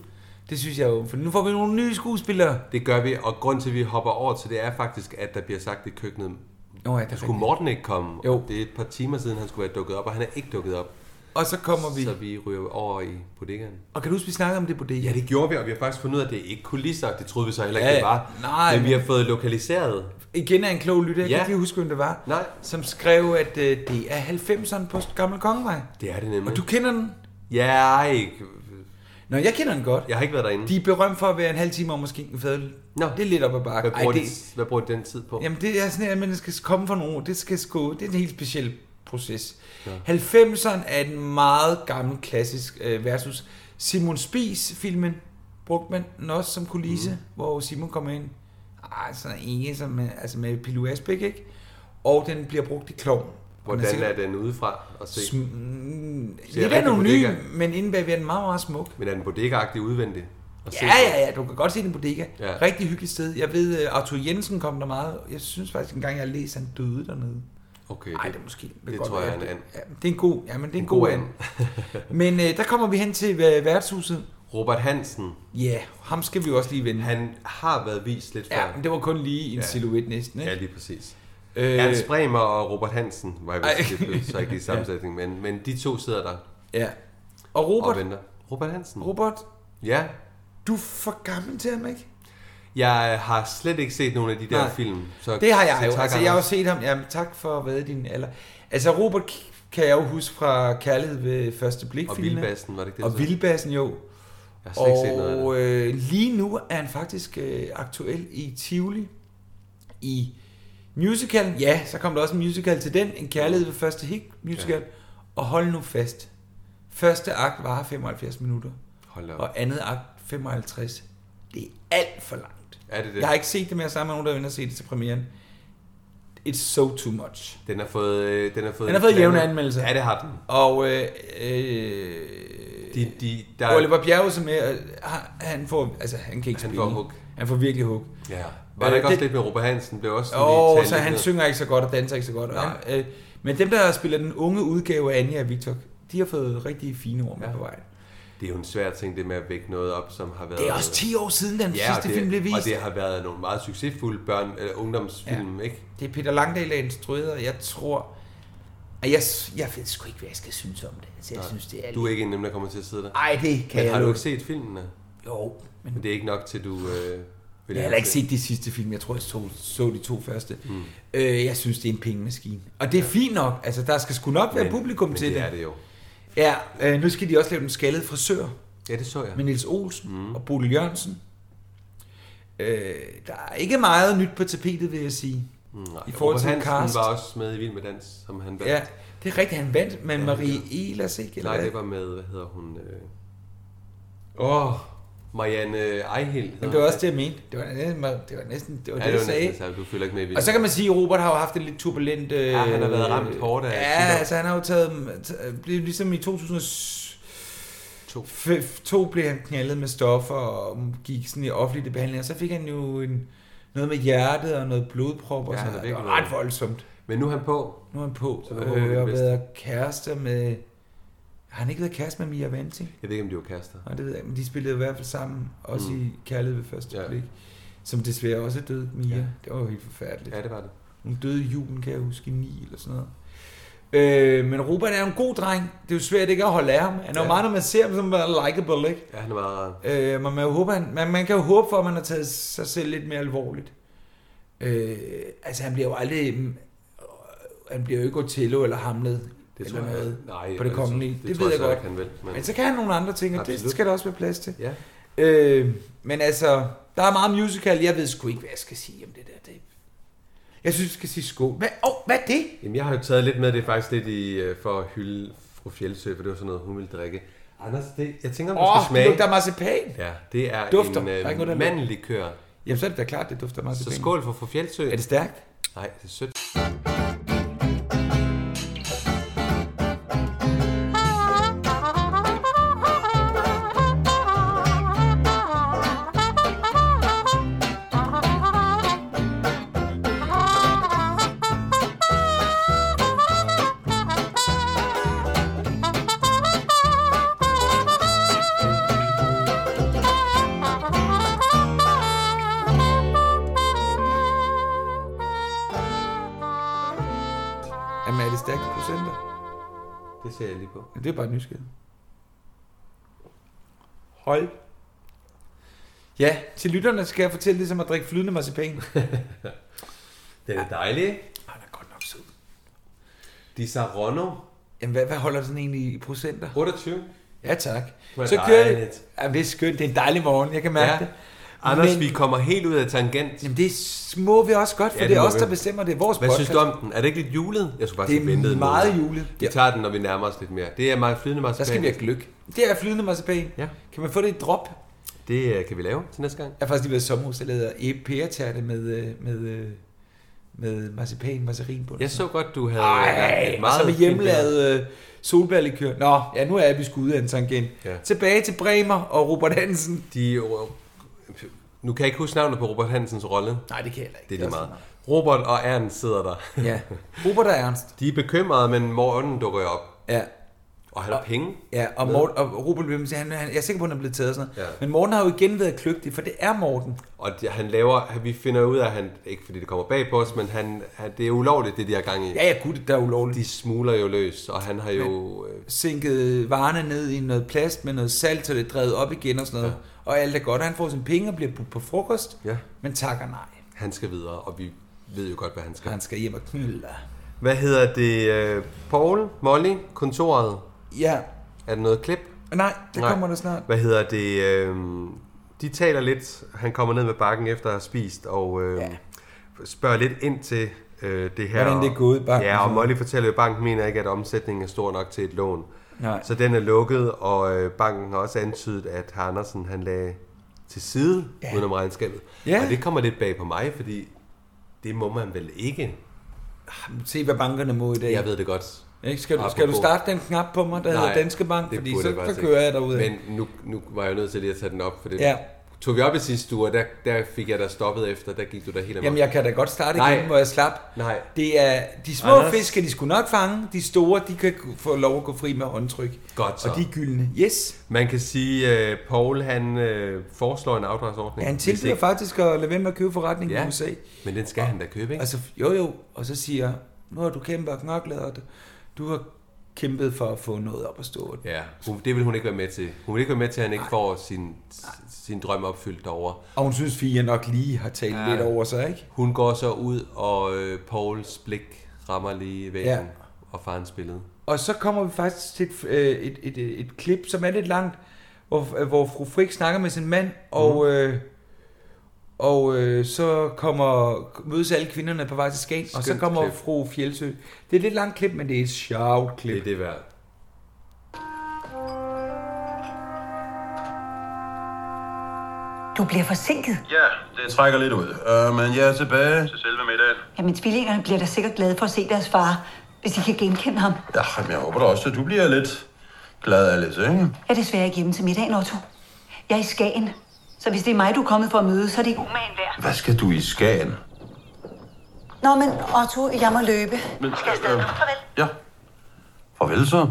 [SPEAKER 1] Det synes jeg jo, for nu får vi nogle nye skuespillere.
[SPEAKER 2] det gør vi, og grund til, at vi hopper over til det, er faktisk, at der bliver sagt i køkkenet,
[SPEAKER 1] Nå, ja, det er
[SPEAKER 2] skulle
[SPEAKER 1] rigtigt.
[SPEAKER 2] Altså, Morten ikke komme?
[SPEAKER 1] Jo.
[SPEAKER 2] Og Det er et par timer siden, han skulle være dukket op, og han er ikke dukket op.
[SPEAKER 1] Og så kommer vi...
[SPEAKER 2] Så vi ryger over i bodegaen.
[SPEAKER 1] Og kan du huske, vi snakkede om det på det?
[SPEAKER 2] Ja, det gjorde vi, og vi har faktisk fundet ud af, at det ikke er kulisser. Det troede vi så heller ikke,
[SPEAKER 1] Ja,
[SPEAKER 2] det var.
[SPEAKER 1] nej,
[SPEAKER 2] men vi har
[SPEAKER 1] men-
[SPEAKER 2] fået lokaliseret.
[SPEAKER 1] igen er en klog lytter, jeg
[SPEAKER 2] Ja.
[SPEAKER 1] ja. kan ikke lige huske, hvem det var,
[SPEAKER 2] Nej.
[SPEAKER 1] som skrev, at øh, det er 90'eren på Gammel Kongevej.
[SPEAKER 2] Det er det nemlig.
[SPEAKER 1] Og du kender den?
[SPEAKER 2] Ja, jeg, er ikke...
[SPEAKER 1] Nå, jeg kender den godt.
[SPEAKER 2] jeg har ikke været derinde.
[SPEAKER 1] De er berømt for at være en halv time om at skænke en fadøl.
[SPEAKER 2] Nå.
[SPEAKER 1] Det er lidt op ad bakke.
[SPEAKER 2] Hvad bruger,
[SPEAKER 1] det,
[SPEAKER 2] det... de, hvad bruger de den tid på?
[SPEAKER 1] jamen, det er sådan, at man skal komme fra nogen. Det skal gå. Det er en helt speciel proces. Ja. 90'eren er et meget gammel klassisk øh, versus Simon Spies-filmen. Brugte man den også som kulisse, mm. hvor Simon kommer ind. Altså ikke som med, altså med Pilu Asbæk, ikke? Og den bliver brugt i kloven.
[SPEAKER 2] Hvordan er den udefra at se?
[SPEAKER 1] Sm- mm,
[SPEAKER 2] Ser
[SPEAKER 1] lidt
[SPEAKER 2] rigtig
[SPEAKER 1] anonym,
[SPEAKER 2] bodega.
[SPEAKER 1] men inde bagved er den meget, meget smuk.
[SPEAKER 2] Men er den bodega-agtig udvendig? At se
[SPEAKER 1] Ja,
[SPEAKER 2] på?
[SPEAKER 1] ja, ja, du kan godt se den bodega.
[SPEAKER 2] Ja.
[SPEAKER 1] Ja. Rigtig hyggeligt sted. Jeg ved, uh, Arthur Jensen kom der meget. Jeg synes faktisk, engang jeg læste, han døde dernede.
[SPEAKER 2] Okay,
[SPEAKER 1] Nej,
[SPEAKER 2] det,
[SPEAKER 1] det er måske...
[SPEAKER 2] det
[SPEAKER 1] kan godt
[SPEAKER 2] tror jeg
[SPEAKER 1] være,
[SPEAKER 2] er en
[SPEAKER 1] at-
[SPEAKER 2] and.
[SPEAKER 1] Ja, det er en god... Ja, men det er en,
[SPEAKER 2] En
[SPEAKER 1] en
[SPEAKER 2] god
[SPEAKER 1] god and. men uh, der kommer vi hen til uh, værtshuset.
[SPEAKER 2] Robert Hansen,
[SPEAKER 1] Ja, yeah, ham skal vi jo også lige vende.
[SPEAKER 2] han har været vist lidt før.
[SPEAKER 1] Ja, men det var kun lige en
[SPEAKER 2] Ja.
[SPEAKER 1] ja. silhuet næsten, ikke?
[SPEAKER 2] Ja, lige præcis.
[SPEAKER 1] Øh,
[SPEAKER 2] Ernst Bremer og Robert Hansen, var jeg
[SPEAKER 1] Ej.
[SPEAKER 2] vist, det blev så
[SPEAKER 1] (laughs)
[SPEAKER 2] ikke i sammensætning, men, men de to sidder der
[SPEAKER 1] ja. Og
[SPEAKER 2] og
[SPEAKER 1] Robert,
[SPEAKER 2] venter. Robert Hansen?
[SPEAKER 1] Robert,
[SPEAKER 2] Ja.
[SPEAKER 1] du er for gammel til ham, ikke?
[SPEAKER 2] Jeg har slet ikke set nogen af de der
[SPEAKER 1] Nej.
[SPEAKER 2] film. Så,
[SPEAKER 1] Det har jeg
[SPEAKER 2] så
[SPEAKER 1] jo.
[SPEAKER 2] tak,
[SPEAKER 1] Altså, jeg har jo
[SPEAKER 2] Anders.
[SPEAKER 1] set ham. Jamen, tak for hvad din alder. Altså, Robert k- kan jeg jo huske fra Kærlighed ved første blik
[SPEAKER 2] Og Vildbassen, var det ikke det?
[SPEAKER 1] Og
[SPEAKER 2] så?
[SPEAKER 1] Vildbassen, jo.
[SPEAKER 2] Jeg har slet ikke set noget af det.
[SPEAKER 1] Og øh, lige nu er han faktisk øh, aktuel i Tivoli. I musicalen, ja, så kom der også en musical til den. En Kærlighed ved første hik musical. Ja. Og hold nu fast. Første akt varer 75 minutter.
[SPEAKER 2] Hold da op.
[SPEAKER 1] Og andet akt 55. Det er alt for langt.
[SPEAKER 2] Er det det?
[SPEAKER 1] Jeg har ikke set det, men jeg sammen med nogen, der vil ind og se det til premieren. It's so too much.
[SPEAKER 2] Den har fået... øh, Den har fået,
[SPEAKER 1] Den har fået
[SPEAKER 2] blandet-
[SPEAKER 1] jævne anmeldelser.
[SPEAKER 2] Ja, det har den.
[SPEAKER 1] Og øh, øh,
[SPEAKER 2] De, de, der,
[SPEAKER 1] der... Oliver Bjerg, som er, han- han får, altså han kan ikke
[SPEAKER 2] Han
[SPEAKER 1] spille.
[SPEAKER 2] får hug.
[SPEAKER 1] Han får virkelig hug.
[SPEAKER 2] Ja. Var der
[SPEAKER 1] Øh,
[SPEAKER 2] ikke også
[SPEAKER 1] det-
[SPEAKER 2] lidt med Robert Hansen? Blev også sådan lige
[SPEAKER 1] Og
[SPEAKER 2] talt
[SPEAKER 1] så
[SPEAKER 2] lidt
[SPEAKER 1] han
[SPEAKER 2] ned?
[SPEAKER 1] synger ikke så godt og danser ikke så godt. Og han, øh, men dem, der spiller den unge udgave af Anja og Victor, de har fået rigtig fine ord med
[SPEAKER 2] Ja.
[SPEAKER 1] ja. på vejen.
[SPEAKER 2] Det er jo en svær ting, det med at vække noget op, som har været...
[SPEAKER 1] Det er også 10 år siden, den
[SPEAKER 2] Ja,
[SPEAKER 1] ja,
[SPEAKER 2] og
[SPEAKER 1] sidste
[SPEAKER 2] det,
[SPEAKER 1] film blev vist.
[SPEAKER 2] Og det har været nogle meget succesfulde børn, eller ungdomsfilm, ja. ikke?
[SPEAKER 1] Det er Peter Langdal, der er instrueret, og jeg tror... Og jeg, jeg ved sgu ikke, hvad jeg skal synes om det. Altså, jeg synes, det er...
[SPEAKER 2] Du er ikke en af dem, der kommer til at sidde der.
[SPEAKER 1] Ej, det kan
[SPEAKER 2] Men
[SPEAKER 1] jeg
[SPEAKER 2] har du
[SPEAKER 1] love.
[SPEAKER 2] ikke set filmene?
[SPEAKER 1] Jo, men
[SPEAKER 2] Men det er ikke nok til, du... Øh, vil
[SPEAKER 1] jeg har heller ikke set de sidste film. Jeg tror, jeg så, så de to første. Mm. Øh, jeg synes, det er en pengemaskine. Og det er fint nok. Altså, der skal sgu nok være
[SPEAKER 2] Men-
[SPEAKER 1] publikum
[SPEAKER 2] men
[SPEAKER 1] til
[SPEAKER 2] det.
[SPEAKER 1] det.
[SPEAKER 2] er det jo.
[SPEAKER 1] Ja, øh, nu skal de også lave den skaldede frisør
[SPEAKER 2] Ja, det så jeg.
[SPEAKER 1] med Nils Olsen mm. og Bodil Jørgensen. Øh, der er ikke meget nyt på tapetet, vil jeg sige. Mm, I forhold
[SPEAKER 2] Robert
[SPEAKER 1] til
[SPEAKER 2] Hansen
[SPEAKER 1] cast.
[SPEAKER 2] var også med i Vild med Dans, som han vandt.
[SPEAKER 1] Ja, det er rigtigt, han vandt med Marie Elas, ikke? Eller
[SPEAKER 2] Nej,
[SPEAKER 1] hvad?
[SPEAKER 2] det var med, hvad hedder hun? Åh, øh... oh, Marianne Ejhild.
[SPEAKER 1] Men det var også det, jeg mente. Det var næsten, det, var næsten, det, var
[SPEAKER 2] ja,
[SPEAKER 1] ja, det, jeg
[SPEAKER 2] det, var
[SPEAKER 1] sagde.
[SPEAKER 2] næsten, altså, du følger ikke med i Vild
[SPEAKER 1] Og så kan man sige, at Robert har jo haft en lidt turbulent... Øh,
[SPEAKER 2] Ja, han har været ramt hårdt af
[SPEAKER 1] Ja,
[SPEAKER 2] sygdom.
[SPEAKER 1] altså han har jo taget... t- Blev ligesom i 2002 to blev han knaldet med stoffer og gik sådan i offentlig behandling. Og så fik han jo en, noget med hjertet og noget blodprop og
[SPEAKER 2] Ja, han
[SPEAKER 1] sådan
[SPEAKER 2] er
[SPEAKER 1] noget. Det
[SPEAKER 2] virkelig
[SPEAKER 1] var ret
[SPEAKER 2] noget.
[SPEAKER 1] voldsomt.
[SPEAKER 2] Men nu er han på.
[SPEAKER 1] Nu er han på
[SPEAKER 2] Så
[SPEAKER 1] så
[SPEAKER 2] nu håber vi det
[SPEAKER 1] øh, og
[SPEAKER 2] bedste.
[SPEAKER 1] været kærester med... Har han ikke været kærester med Mia Vanting?
[SPEAKER 2] Jeg ved ikke, om de var kærester.
[SPEAKER 1] Nej, det ved jeg, ikke, men de spillede i hvert fald sammen, også mm. i Kærlighed ved første
[SPEAKER 2] Ja.
[SPEAKER 1] ja. blik, som desværre også er død, Mia.
[SPEAKER 2] Ja.
[SPEAKER 1] Ja. Det var jo helt forfærdeligt.
[SPEAKER 2] Ja, det var det.
[SPEAKER 1] Hun døde i julen, kan jeg huske, i 9 eller sådan noget. Øh, men Robert er jo en god dreng. Det er jo svært ikke at holde af ham. Han er jo
[SPEAKER 2] Ja.
[SPEAKER 1] meget, når man ser ham, som er likable, ikke?
[SPEAKER 2] Ja, han er meget rar.
[SPEAKER 1] Øh, men man, håber, han, man, man kan jo håbe for, at man har taget sig selv lidt mere alvorligt. Øh, altså, han bliver jo aldrig... mm, Han bliver jo ikke Otello eller hamlet.
[SPEAKER 2] Det
[SPEAKER 1] eller
[SPEAKER 2] tror jeg,
[SPEAKER 1] noget
[SPEAKER 2] nej,
[SPEAKER 1] på det
[SPEAKER 2] altså,
[SPEAKER 1] kommende.
[SPEAKER 2] det
[SPEAKER 1] Det, det
[SPEAKER 2] tror
[SPEAKER 1] ved jeg
[SPEAKER 2] jeg så
[SPEAKER 1] godt.
[SPEAKER 2] ikke, han vil,
[SPEAKER 1] men...
[SPEAKER 2] men-
[SPEAKER 1] men så kan han nogle andre ting, og det
[SPEAKER 2] Absolut.
[SPEAKER 1] skal der også være plads til.
[SPEAKER 2] Ja.
[SPEAKER 1] Øh, men altså, der er meget musical. Jeg ved sgu ikke, hvad jeg skal sige om det der. Det... Jeg synes, jeg skal sige skål. Hvad, oh, hvad er det?
[SPEAKER 2] Jamen, jeg har jo taget lidt med, det er faktisk lidt i, øh, for at hylde fru Fjeldsø, for det var sådan noget, hun ville drikke. Anders, det, jeg tænker, om du
[SPEAKER 1] Åh,
[SPEAKER 2] oh,
[SPEAKER 1] oh,
[SPEAKER 2] skal
[SPEAKER 1] det
[SPEAKER 2] smage.
[SPEAKER 1] lugter marcipan.
[SPEAKER 2] Ja, det er
[SPEAKER 1] Dufter.
[SPEAKER 2] en
[SPEAKER 1] Der er ikke noget, der
[SPEAKER 2] øh,
[SPEAKER 1] lugter.
[SPEAKER 2] mandelikør.
[SPEAKER 1] Jamen, så er det da klart, det dufter
[SPEAKER 2] Så
[SPEAKER 1] marcipan.
[SPEAKER 2] skål for fru Fjeldsø.
[SPEAKER 1] Er det stærkt?
[SPEAKER 2] Nej, det er sødt.
[SPEAKER 1] Jamen, er det stærkt i procenter?
[SPEAKER 2] Det ser jeg lige på.
[SPEAKER 1] Ja, Det er bare nysgerrighed. Hold. Ja, til lytterne skal jeg fortælle, ligesom at drikke flydende
[SPEAKER 2] (laughs)
[SPEAKER 1] marcipan. Den
[SPEAKER 2] Den er dejlig.
[SPEAKER 1] er godt nok sød.
[SPEAKER 2] Di Sarono,
[SPEAKER 1] Jamen, hvad, hvad holder sådan egentlig i procenter?
[SPEAKER 2] 28.
[SPEAKER 1] Ja, tak.
[SPEAKER 2] Hvor
[SPEAKER 1] Så kører det.
[SPEAKER 2] dejligt.
[SPEAKER 1] Jamen, det er skønt. Det er en dejlig morgen. Jeg kan mærke ja.
[SPEAKER 2] Ja.
[SPEAKER 1] det.
[SPEAKER 2] Anders,
[SPEAKER 1] Men-
[SPEAKER 2] vi kommer helt ud af tangent.
[SPEAKER 1] Jamen, det må vi også godt, for ja, det,
[SPEAKER 2] Ja, det
[SPEAKER 1] det er
[SPEAKER 2] må
[SPEAKER 1] os,
[SPEAKER 2] vi.
[SPEAKER 1] der bestemmer det. er Vores
[SPEAKER 2] Hvad
[SPEAKER 1] podcast.
[SPEAKER 2] synes du om den? Er det ikke lidt julet? Jeg skulle
[SPEAKER 1] Det
[SPEAKER 2] faktisk
[SPEAKER 1] er
[SPEAKER 2] have ventet en
[SPEAKER 1] meget
[SPEAKER 2] måned.
[SPEAKER 1] julet.
[SPEAKER 2] Vi
[SPEAKER 1] Ja.
[SPEAKER 2] tager den, når vi nærmer os lidt mere. Det er meget flydende marcipan.
[SPEAKER 1] Der skal vi have gløk. Det er flydende marcipan.
[SPEAKER 2] Ja.
[SPEAKER 1] Kan man få det i drop?
[SPEAKER 2] Det øh, kan vi lave til næste gang.
[SPEAKER 1] Jeg har faktisk lige været i sommerhus, der lavede æb- pæretærte med, øh, med, øh, med marcipan, marcerin på.
[SPEAKER 2] Jeg så godt, du havde lagt
[SPEAKER 1] Ej,
[SPEAKER 2] et
[SPEAKER 1] meget og så med
[SPEAKER 2] fint billede.
[SPEAKER 1] hjemmelavet øh, solbærlikør. Nå, ja, nu er vi skudt af en tangent. Ja.
[SPEAKER 2] Ja.
[SPEAKER 1] Tilbage til Bremer og Robert Hansen.
[SPEAKER 2] De, øh, nu kan jeg ikke huske navnet på Robert Hansens rolle.
[SPEAKER 1] Nej, det kan jeg heller ikke.
[SPEAKER 2] Det er lige
[SPEAKER 1] også
[SPEAKER 2] meget. Robert og Ernst sidder der.
[SPEAKER 1] lige meget. Ja, Robert og Ernst.
[SPEAKER 2] De er bekymrede, men morgenen dukker jo op.
[SPEAKER 1] Ja,
[SPEAKER 2] Og han har penge.
[SPEAKER 1] ja og, Morten, og Robert Williams, han, han, jeg er sikker på, at han er blevet taget og sådan noget.
[SPEAKER 2] Ja.
[SPEAKER 1] Men Morten har jo igen været kløgtig, for det er Morten.
[SPEAKER 2] Og de- han laver, vi finder ud af, at han, ikke fordi det kommer bag på os, men han, han, det er ulovligt, det de har gang i.
[SPEAKER 1] Ja, ja, gud, det er ulovligt.
[SPEAKER 2] De smuler jo løs, og han har jo... øh,
[SPEAKER 1] sænket varerne ned i noget plast med noget salt, så det er drevet op igen og sådan noget. Ja. Og alt er godt, og han får sine penge og bliver budt på frokost,
[SPEAKER 2] Ja.
[SPEAKER 1] men takker nej.
[SPEAKER 2] Han skal videre, og vi ved jo godt, hvad han
[SPEAKER 1] Og
[SPEAKER 2] skal.
[SPEAKER 1] han skal hjem og knylde.
[SPEAKER 2] Hvad hedder det? øh, Paul? Molly? Kontoret?
[SPEAKER 1] Ja,
[SPEAKER 2] Er der noget klip?
[SPEAKER 1] nej, det
[SPEAKER 2] Nej.
[SPEAKER 1] kommer der snart.
[SPEAKER 2] Hvad hedder det? Øh, de taler lidt. Han kommer ned med bakken efter at have spist, og øh,
[SPEAKER 1] Ja.
[SPEAKER 2] ja. spørger lidt ind til øh, det her.
[SPEAKER 1] Hvordan det er gået i banken.
[SPEAKER 2] Ja, og Molly fortæller jo, at banken mener ikke, at omsætningen er stor nok til et lån.
[SPEAKER 1] Nej.
[SPEAKER 2] Så den er lukket, og øh, banken har også antydet, at Andersen han lagde til side ja. udenom regnskabet.
[SPEAKER 1] Ja.
[SPEAKER 2] Og det kommer lidt bag på mig, fordi det må man vel ikke.
[SPEAKER 1] Se, hvad bankerne må i dag.
[SPEAKER 2] Jeg ved det godt.
[SPEAKER 1] Ikke? Skal, du,
[SPEAKER 2] Apropos.
[SPEAKER 1] skal du starte den knap på mig, der Nej, hedder Danske Bank?
[SPEAKER 2] det
[SPEAKER 1] Fordi
[SPEAKER 2] burde
[SPEAKER 1] så,
[SPEAKER 2] jeg faktisk
[SPEAKER 1] så
[SPEAKER 2] ikke.
[SPEAKER 1] kører jeg derud.
[SPEAKER 2] Men nu, nu var jeg nødt til lige at tage den op, for det
[SPEAKER 1] Ja.
[SPEAKER 2] tog vi op i sidste uge, og der, der fik jeg da stoppet efter, der gik du da helt amok.
[SPEAKER 1] Jamen, jeg kan da godt starte
[SPEAKER 2] Nej.
[SPEAKER 1] igen, hvor jeg slap.
[SPEAKER 2] Nej.
[SPEAKER 1] Det er, de små Anders.
[SPEAKER 2] Anders.
[SPEAKER 1] fisk skal de skulle nok fange. De store, de kan få lov at gå fri med håndtryk.
[SPEAKER 2] Godt så.
[SPEAKER 1] Og de er gyldne. Yes.
[SPEAKER 2] Man kan sige, at uh, Paul han uh, foreslår en afdragsordning.
[SPEAKER 1] Ja, han
[SPEAKER 2] Hvis
[SPEAKER 1] tilbyder
[SPEAKER 2] ikke-
[SPEAKER 1] faktisk at lade være med at købe forretningen ja. i USA.
[SPEAKER 2] ja, men den skal han da købe, ikke?
[SPEAKER 1] Og så, jo jo, og så siger nu har du kæmpet og knoklet, og du- du har kæmpet for at få noget op at stå.
[SPEAKER 2] Ja, hun, det vil hun ikke være med til. Hun vil ikke være med til, at han ikke får sin, sin drøm opfyldt derovre.
[SPEAKER 1] Og hun synes, Fia nok lige har talt ja.
[SPEAKER 2] Ja.
[SPEAKER 1] lidt over sig, ikke?
[SPEAKER 2] Hun går så ud, og øh, Pauls blik rammer lige væggen
[SPEAKER 1] Ja.
[SPEAKER 2] ja. og farens billede.
[SPEAKER 1] Og så kommer vi faktisk til et, øh, et, et, et, et klip, som er lidt langt, hvor, øh, hvor fru Frik snakker med sin mand, og,
[SPEAKER 2] Mm.
[SPEAKER 1] øh, og øh, så kommer mødes alle kvinderne på vej til Skagen, og så
[SPEAKER 2] Skønt
[SPEAKER 1] kommer
[SPEAKER 2] klip.
[SPEAKER 1] fru Fjeldsø. Det er et lidt langt klip, men det er et sjovt klip.
[SPEAKER 2] Det er det værd.
[SPEAKER 5] Du bliver forsinket.
[SPEAKER 6] Ja, det trækker lidt ud.
[SPEAKER 3] Uh, men jeg er tilbage.
[SPEAKER 6] Til selve middagen.
[SPEAKER 5] Jamen, tvillingerne bliver da sikkert glade for at se deres far, hvis de kan genkende ham.
[SPEAKER 3] Ja, men jeg håber da også, at du bliver lidt glad, Alice, ikke?
[SPEAKER 5] Jeg er desværre ikke hjemme til middagen, Otto. Jeg er i Skagen. Så hvis det er mig, du er kommet for at møde, så er det ikke umagen værd.
[SPEAKER 3] Hvad skal du i Skagen?
[SPEAKER 5] Nå, men Otto, jeg må løbe.
[SPEAKER 3] Men,
[SPEAKER 5] Skal jeg afsted nu? Farvel.
[SPEAKER 3] ja. Farvel så.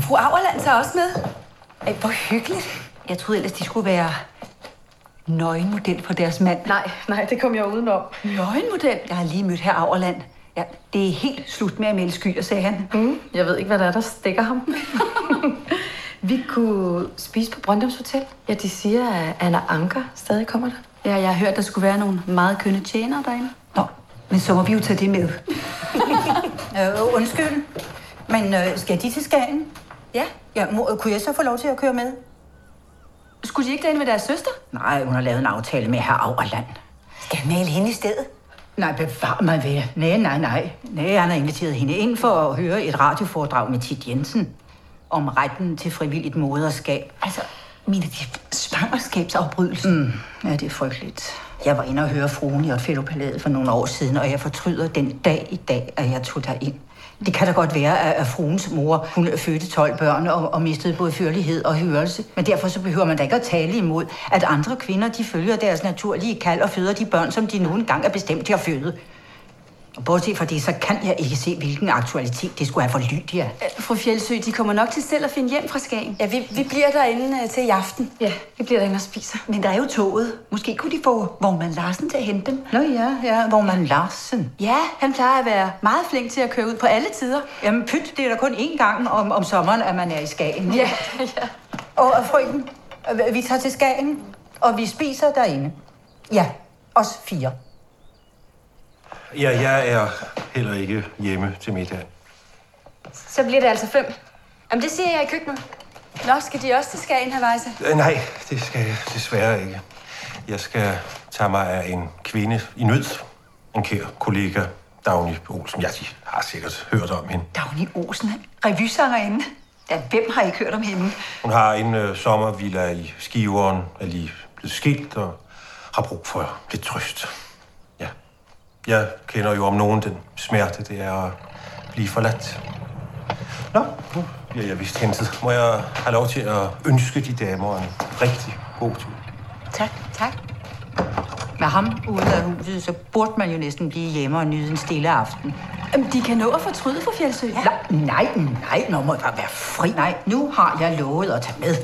[SPEAKER 5] Fru Auerland tager også med. Ej, hvor hyggeligt. Jeg troede ellers, de skulle være nøgenmodel for deres mand.
[SPEAKER 6] Nej, nej, det kom jeg udenom.
[SPEAKER 5] Nøgenmodel? Jeg har lige mødt her Auerland. Ja, det er helt slut med at melde skyer, sagde han.
[SPEAKER 6] Mm, jeg ved ikke, hvad der er, der stikker (laughs) ham. Vi kunne spise på Brøndums Hotel. Ja, de siger, at Anna Anker stadig kommer der.
[SPEAKER 7] Ja, jeg har hørt, der skulle være nogle meget kønne tjenere derinde.
[SPEAKER 5] Nå, men så må vi jo tage det med.
[SPEAKER 7] (laughs) Øh, undskyld, men øh, skal de til Skagen? Ja. ja må, kunne jeg så få lov til at køre med?
[SPEAKER 6] Skulle de ikke derinde med deres søster?
[SPEAKER 7] Nej, hun har lavet en aftale med herr Auerland. Skal jeg male hende i stedet? Nej, bevar mig ved. Nej, nej, nej. Nej, han har inviteret hende ind for at høre et radioforedrag med Tit Jensen om retten til frivilligt moderskab.
[SPEAKER 5] Altså, mine de svangerskabsafbrydelsen. Mm.
[SPEAKER 7] Ja, det er frygteligt. Jeg var inde og høre fruen i Otfellow-palæet for nogle år siden, og jeg fortryder den dag i dag, at jeg tog derind. Det kan da godt være, at- at fruens mor hun fødte 12 børn og, og mistede både førlighed og hørelse. Men derfor så behøver man da ikke at tale imod, at andre kvinder de følger deres naturlige kald og føder de børn, som de nu engang er bestemt til at føde. Og bortset fra det, så kan jeg ikke se, hvilken aktualitet det skulle have for Lydia.
[SPEAKER 6] Øh, Fru Fjeldsø, de kommer nok til selv at finde hjem fra Skagen.
[SPEAKER 7] Ja, vi, vi bliver derinde
[SPEAKER 5] øh,
[SPEAKER 7] til i aften.
[SPEAKER 6] Ja, vi bliver derinde og spiser.
[SPEAKER 5] Men der er jo toget. Måske kunne de få vognmand Larsen til at hente dem.
[SPEAKER 7] Nå ja, ja, hvor man Larsen.
[SPEAKER 6] Ja, han plejer at være meget flink til at køre ud på alle tider.
[SPEAKER 7] Jamen pyt, det er da kun én gang om, om sommeren, at man er i Skagen.
[SPEAKER 6] Ja, ja.
[SPEAKER 7] Og, og frøken, øh, vi tager til Skagen, og vi spiser derinde. Ja, os fire.
[SPEAKER 3] Ja, jeg er heller ikke hjemme til middag.
[SPEAKER 6] Så bliver det altså fem. Jamen, det siger jeg i køkkenet. Nå, skal de også til Skagen, her Vejse?
[SPEAKER 3] Øh, Nej, det skal jeg desværre ikke. Jeg skal tage mig af en kvinde i nød. En kær kollega, Dagny Olsen. Ja, de har sikkert hørt om hende.
[SPEAKER 5] Dagny Olsen, revysangerinde. Ja, hvem har ikke hørt om hende?
[SPEAKER 3] Hun har en øh, sommervilla i Skiveren, er lige blevet skilt og har brug for lidt trøst. Ja. Jeg kender jo om nogen den smerte, det er at blive forladt. Nå, nu bliver jeg vist hentet. Må jeg have lov til at ønske de damer en rigtig god tur?
[SPEAKER 7] Tak, tak. Med ham ude af huset, så burde man jo næsten blive hjemme og nyde en stille aften.
[SPEAKER 6] Jamen, de kan nå at fortryde, fru Fjeldsø. Ja.
[SPEAKER 7] Nej, nej, nej, nu må jeg bare være fri. Nej, nu har jeg lovet at tage med.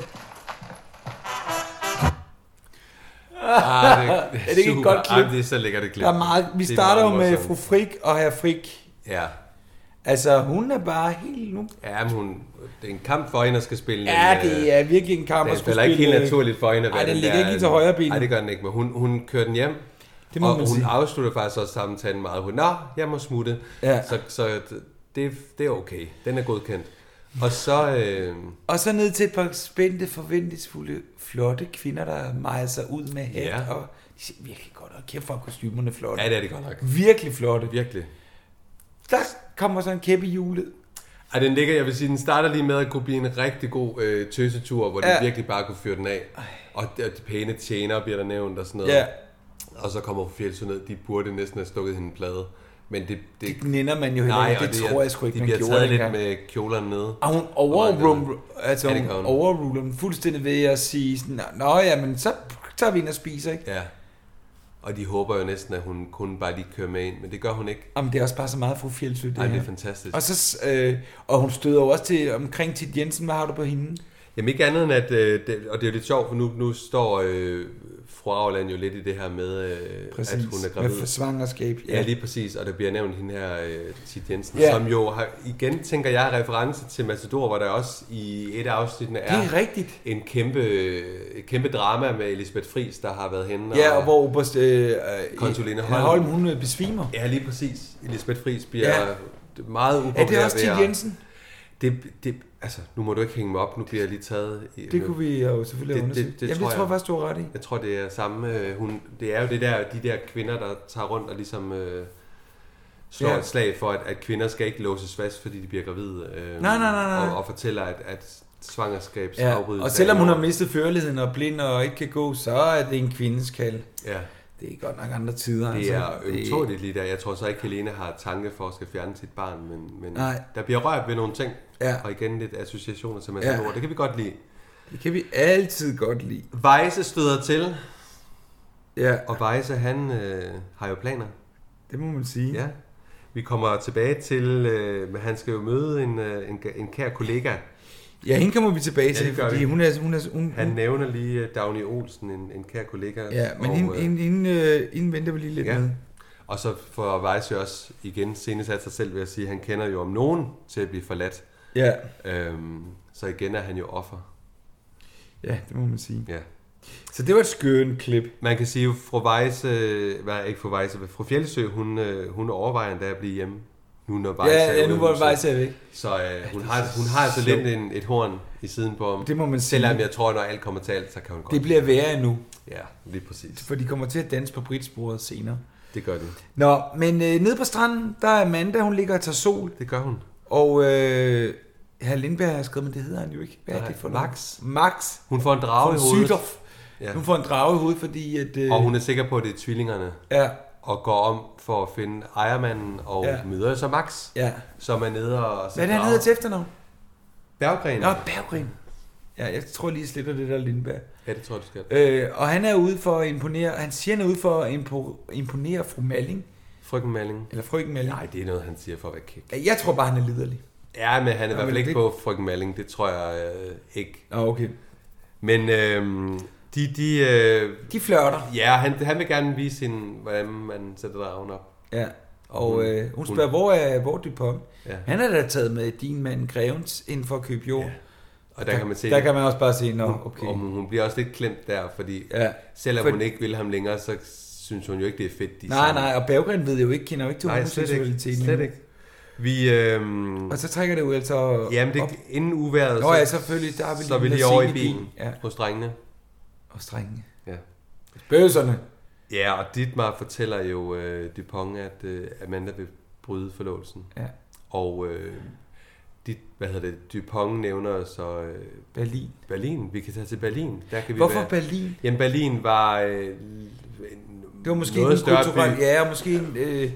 [SPEAKER 2] Ah, det,
[SPEAKER 1] (laughs)
[SPEAKER 2] det er,
[SPEAKER 1] ikke et
[SPEAKER 2] super.
[SPEAKER 1] godt klip?
[SPEAKER 2] Ah, det er så lækkert et klip.
[SPEAKER 1] Der er meget, vi
[SPEAKER 2] Det er
[SPEAKER 1] starter jo
[SPEAKER 2] meget
[SPEAKER 1] med fru
[SPEAKER 2] morsomt.
[SPEAKER 1] Frik og herr Frik.
[SPEAKER 2] Ja.
[SPEAKER 1] Altså, hun er bare helt nu.
[SPEAKER 2] Ja, men hun, det er en kamp for hende at skal spille.
[SPEAKER 1] Ja,
[SPEAKER 2] en, øh,
[SPEAKER 1] det er virkelig en kamp at
[SPEAKER 2] Det
[SPEAKER 1] skulle
[SPEAKER 2] falder ikke helt
[SPEAKER 1] spille-
[SPEAKER 2] naturligt for hende at
[SPEAKER 1] Ej,
[SPEAKER 2] være
[SPEAKER 1] den ligger ikke lige til højre ben.
[SPEAKER 2] Nej, det gør den ikke, men hun, hun kører den hjem.
[SPEAKER 1] Det
[SPEAKER 2] Det
[SPEAKER 1] må
[SPEAKER 2] må og
[SPEAKER 1] man
[SPEAKER 2] hun
[SPEAKER 1] sige.
[SPEAKER 2] afslutter faktisk også samtalen meget. Hun, Nå, jeg må smutte.
[SPEAKER 1] Ja.
[SPEAKER 2] Så, så det, det er okay. Den er godkendt. Og så... Øh,
[SPEAKER 1] Og så ned til et par spændte, forventningsfulde, flotte kvinder, der mejer sig ud med hat.
[SPEAKER 2] Ja.
[SPEAKER 1] Og de ser virkelig godt ud. Kæft for kostymerne er flotte.
[SPEAKER 2] ja, det er det godt nok.
[SPEAKER 1] Virkelig flotte.
[SPEAKER 2] Virkelig.
[SPEAKER 1] Der kommer så en kæppe i hjulet.
[SPEAKER 2] Ej, den ligger, jeg vil sige, den starter lige med at kunne blive en rigtig god øh, tøsetur, hvor
[SPEAKER 1] Ja.
[SPEAKER 2] de virkelig bare kunne fyre den af. Og, og de pæne tjenere bliver der nævnt og sådan noget.
[SPEAKER 1] Ja.
[SPEAKER 2] Og så kommer Fjeldsø ned, de burde næsten have stukket hende en plade. Men det, det,
[SPEAKER 1] Det nænder man jo heller
[SPEAKER 2] Nej,
[SPEAKER 1] ikke.
[SPEAKER 2] og
[SPEAKER 1] Det tror jeg sgu ikke,
[SPEAKER 2] de
[SPEAKER 1] man
[SPEAKER 2] bliver
[SPEAKER 1] gjorde
[SPEAKER 2] taget lidt
[SPEAKER 1] dengang.
[SPEAKER 2] med kjolerne nede.
[SPEAKER 1] Og hun
[SPEAKER 2] Og
[SPEAKER 1] overruler,
[SPEAKER 2] øjnene.
[SPEAKER 1] altså,
[SPEAKER 2] Ja, det
[SPEAKER 1] hun
[SPEAKER 2] gør hun.
[SPEAKER 1] overruler dem fuldstændig ved at sige, sådan, nå ja, men så tager vi ind og spiser, ikke?
[SPEAKER 2] Ja. Og de håber jo næsten, at hun kun bare lige kører med ind, men det gør hun ikke.
[SPEAKER 1] Jamen, det er også bare så meget fru Fjeldsø, det,
[SPEAKER 2] Ej, det
[SPEAKER 1] her.
[SPEAKER 2] er fantastisk.
[SPEAKER 1] Og, så, øh, og hun støder jo også til, omkring til Jensen, hvad har du på hende?
[SPEAKER 2] Jamen ikke andet end, at, øh, det, og det er jo lidt sjovt, for nu, nu står øh, fru Auland jo lidt i det her med, øh,
[SPEAKER 1] Præcis,
[SPEAKER 2] at hun er
[SPEAKER 1] med
[SPEAKER 2] gravid.
[SPEAKER 1] for svangerskab.
[SPEAKER 2] Ja, lige præcis, og der bliver nævnt hende her, øh, Tit Jensen,
[SPEAKER 1] Ja.
[SPEAKER 2] ja. som jo har, igen, tænker jeg, er reference til Matador, hvor der også i et af afsnittene
[SPEAKER 1] det
[SPEAKER 2] er,
[SPEAKER 1] er rigtigt.
[SPEAKER 2] en kæmpe, et kæmpe drama med Elisabeth Friis, der har været henne.
[SPEAKER 1] Ja, og hvor Oberst, øh, øh,
[SPEAKER 2] Konsulinde
[SPEAKER 1] Holm.
[SPEAKER 2] Holm.
[SPEAKER 1] Holm, hun øh, besvimer.
[SPEAKER 2] Ja, lige præcis. Elisabeth Friis bliver
[SPEAKER 1] Ja.
[SPEAKER 2] ja. meget upopulær.
[SPEAKER 1] Er det også
[SPEAKER 2] ved at-
[SPEAKER 1] Tit Jensen?
[SPEAKER 2] Det, det, altså, nu må du ikke hænge mig op, nu bliver jeg lige taget. I,
[SPEAKER 1] Det kunne vi jo selvfølgelig
[SPEAKER 2] Det-
[SPEAKER 1] have
[SPEAKER 2] det-
[SPEAKER 1] undersøgt.
[SPEAKER 2] det tror
[SPEAKER 1] Jamen, det
[SPEAKER 2] jeg.
[SPEAKER 1] tror jeg faktisk, du har ret i.
[SPEAKER 2] Jeg tror, det er samme... Øh, hun, det er jo det der, de der kvinder, der tager rundt og ligesom øh, slår
[SPEAKER 1] Ja.
[SPEAKER 2] ja. et slag for, at, at kvinder skal ikke låses fast, fordi de bliver gravide. Øh,
[SPEAKER 1] Nej, nej, nej, nej.
[SPEAKER 2] Og, og fortæller, at, at svangerskabs
[SPEAKER 1] Ja,
[SPEAKER 2] afbrydelse
[SPEAKER 1] og selvom
[SPEAKER 2] er-
[SPEAKER 1] hun har mistet førligheden og er blind og ikke kan gå, så er det en kvindes kald.
[SPEAKER 2] Ja,
[SPEAKER 1] Det er godt nok andre tider.
[SPEAKER 2] det er
[SPEAKER 1] altså.
[SPEAKER 2] ømtåligt lige der. Jeg tror så ikke, Helene har tanke for at skal fjerne sit barn, men, men
[SPEAKER 1] Nej.
[SPEAKER 2] der bliver rørt ved nogle ting.
[SPEAKER 1] Ja.
[SPEAKER 2] Og igen lidt associationer til
[SPEAKER 1] Ja.
[SPEAKER 2] Matador. Ja. Det kan vi godt lide.
[SPEAKER 1] Det kan vi altid godt lide.
[SPEAKER 2] Vejse støder til,
[SPEAKER 1] Ja,
[SPEAKER 2] og Vejse han øh, har jo planer.
[SPEAKER 1] det må man sige.
[SPEAKER 2] Ja. Vi kommer tilbage til, øh, men han skal jo møde en, øh, en, en kær kollega,
[SPEAKER 1] Ja, hende kommer vi tilbage
[SPEAKER 2] det
[SPEAKER 1] til,
[SPEAKER 2] gør
[SPEAKER 1] fordi
[SPEAKER 2] vi.
[SPEAKER 1] hun er... Hun er hun,
[SPEAKER 2] Han
[SPEAKER 1] hun,
[SPEAKER 2] nævner lige øh, Dagny Olsen, en, en kær kollega.
[SPEAKER 1] Mm. ja, men
[SPEAKER 2] og,
[SPEAKER 1] hende,
[SPEAKER 2] øh,
[SPEAKER 1] hende, hende, øh, hende venter vi lige lidt
[SPEAKER 2] Ja.
[SPEAKER 1] ja. med.
[SPEAKER 2] Og så får Weisse også igen senesat sig selv ved at sige, at han kender jo om nogen til at blive forladt.
[SPEAKER 1] Ja.
[SPEAKER 2] Øhm, så igen er han jo offer.
[SPEAKER 1] ja, det må man sige.
[SPEAKER 2] Ja.
[SPEAKER 1] Så det var et skønt klip.
[SPEAKER 2] Man kan sige, at fru Weisse, hvad, ikke fru Weisse, men fru Fjeldsø, hun, øh, hun overvejer endda at blive hjemme. Nu når Weisse
[SPEAKER 1] Ja,
[SPEAKER 2] er
[SPEAKER 1] ja,
[SPEAKER 2] ude
[SPEAKER 1] nu
[SPEAKER 2] af
[SPEAKER 1] var det
[SPEAKER 2] huset.
[SPEAKER 1] faktisk væk.
[SPEAKER 2] Så øh, hun,
[SPEAKER 1] det
[SPEAKER 2] har,
[SPEAKER 1] er
[SPEAKER 2] hun har altså
[SPEAKER 1] sjovt.
[SPEAKER 2] lidt en, et horn i siden på ham.
[SPEAKER 1] Det må man sige.
[SPEAKER 2] Selvom jeg tror, når alt kommer til alt, så kan hun godt.
[SPEAKER 1] Det bliver værre endnu,
[SPEAKER 2] Ja, lige præcis.
[SPEAKER 1] for de kommer til at danse på britsbordet senere.
[SPEAKER 2] Det gør det.
[SPEAKER 1] Nå, men øh, nede på stranden, der er Amanda, hun ligger og tager sol.
[SPEAKER 2] Det gør hun.
[SPEAKER 1] Og øh, herr Lindberg har skrevet, men det hedder han jo ikke. Hvad er
[SPEAKER 2] Nej,
[SPEAKER 1] det for
[SPEAKER 2] Max.
[SPEAKER 1] noget? Max.
[SPEAKER 2] Hun får en drage i
[SPEAKER 1] Von
[SPEAKER 2] hovedet.
[SPEAKER 1] Sydow.
[SPEAKER 2] Ja.
[SPEAKER 1] Ja. Hun får en drage i hovedet, fordi at... Øh,
[SPEAKER 2] Og hun er sikker på, at det er tvillingerne.
[SPEAKER 1] Ja,
[SPEAKER 2] og går om for at finde ejermanden og ja.
[SPEAKER 1] Ja.
[SPEAKER 2] møder så Max,
[SPEAKER 1] ja.
[SPEAKER 2] som er nede og...
[SPEAKER 1] Hvad er det, han hedder til efternavn?
[SPEAKER 2] Berggren.
[SPEAKER 1] Nå, Berggren. Ja, jeg tror lige, jeg sletter det der Lindberg.
[SPEAKER 2] Ja, det tror jeg, du skal.
[SPEAKER 1] Øh, og han er ude for at imponere... Han siger, han er ude for at impo- imponere fru Malling.
[SPEAKER 2] Frygten Malling.
[SPEAKER 1] Eller frøken Malling.
[SPEAKER 2] Nej, det er noget, han siger for at være kæk.
[SPEAKER 1] Jeg tror bare, han er liderlig.
[SPEAKER 2] Ja, men han er i hvert
[SPEAKER 1] men
[SPEAKER 2] fald ikke
[SPEAKER 1] det-
[SPEAKER 2] på Frygten Malling. Det tror jeg øh, ikke.
[SPEAKER 1] Nå, okay.
[SPEAKER 2] Men øhm, de... de øh,
[SPEAKER 1] De flørter.
[SPEAKER 2] ja, han, han vil gerne vise hende, hvordan man sætter dragen op.
[SPEAKER 1] Ja, og øh, hun spørger, hvor er, hvor er Dupont?
[SPEAKER 2] Mm. Ja.
[SPEAKER 1] Ja. Han er da taget med din mand Grevens inden for at købe jord. Ja.
[SPEAKER 2] Og der, kan man se...
[SPEAKER 1] Der kan man også bare sige, nå, okay.
[SPEAKER 2] Og hun hun bliver også lidt klemt der, fordi ja.
[SPEAKER 1] Ja.
[SPEAKER 2] selvom
[SPEAKER 1] For-
[SPEAKER 2] hun ikke vil ham længere, så synes hun jo ikke, det er fedt. De er
[SPEAKER 1] nej,
[SPEAKER 2] sammen.
[SPEAKER 1] nej, og Berggren ved jo ikke, kender jo ikke til
[SPEAKER 2] Nej, slet ikke.
[SPEAKER 1] homoseksualitet.
[SPEAKER 2] Slet
[SPEAKER 1] endnu.
[SPEAKER 2] ikke. Vi, øhm,
[SPEAKER 1] Og så trækker det jo altså
[SPEAKER 2] Jamen, det,
[SPEAKER 1] op.
[SPEAKER 2] inden uværet,
[SPEAKER 1] Nå ja, selvfølgelig, der har vi
[SPEAKER 2] så er
[SPEAKER 1] lige
[SPEAKER 2] vi
[SPEAKER 1] en
[SPEAKER 2] lige over i
[SPEAKER 1] Lassine-bil.
[SPEAKER 2] bilen ja.
[SPEAKER 1] Ja.
[SPEAKER 2] hos drengene.
[SPEAKER 1] Og strengene.
[SPEAKER 2] Ja.
[SPEAKER 1] Bøserne.
[SPEAKER 2] ja, og Dietmar fortæller jo øh, Dupont, at øh, Amanda vil bryde forlovelsen.
[SPEAKER 1] Ja.
[SPEAKER 2] Og øh, dit, hvad hedder det, Dupont nævner så øh,
[SPEAKER 1] Berlin.
[SPEAKER 2] Berlin. Vi kan tage til Berlin. Der kan vi
[SPEAKER 1] Hvorfor
[SPEAKER 2] være.
[SPEAKER 1] Berlin?
[SPEAKER 2] Jamen, Berlin var... Øh, en-
[SPEAKER 1] Det var måske
[SPEAKER 2] noget
[SPEAKER 1] en
[SPEAKER 2] større
[SPEAKER 1] kulturel...
[SPEAKER 2] by.
[SPEAKER 1] Ja, og måske en... Øh,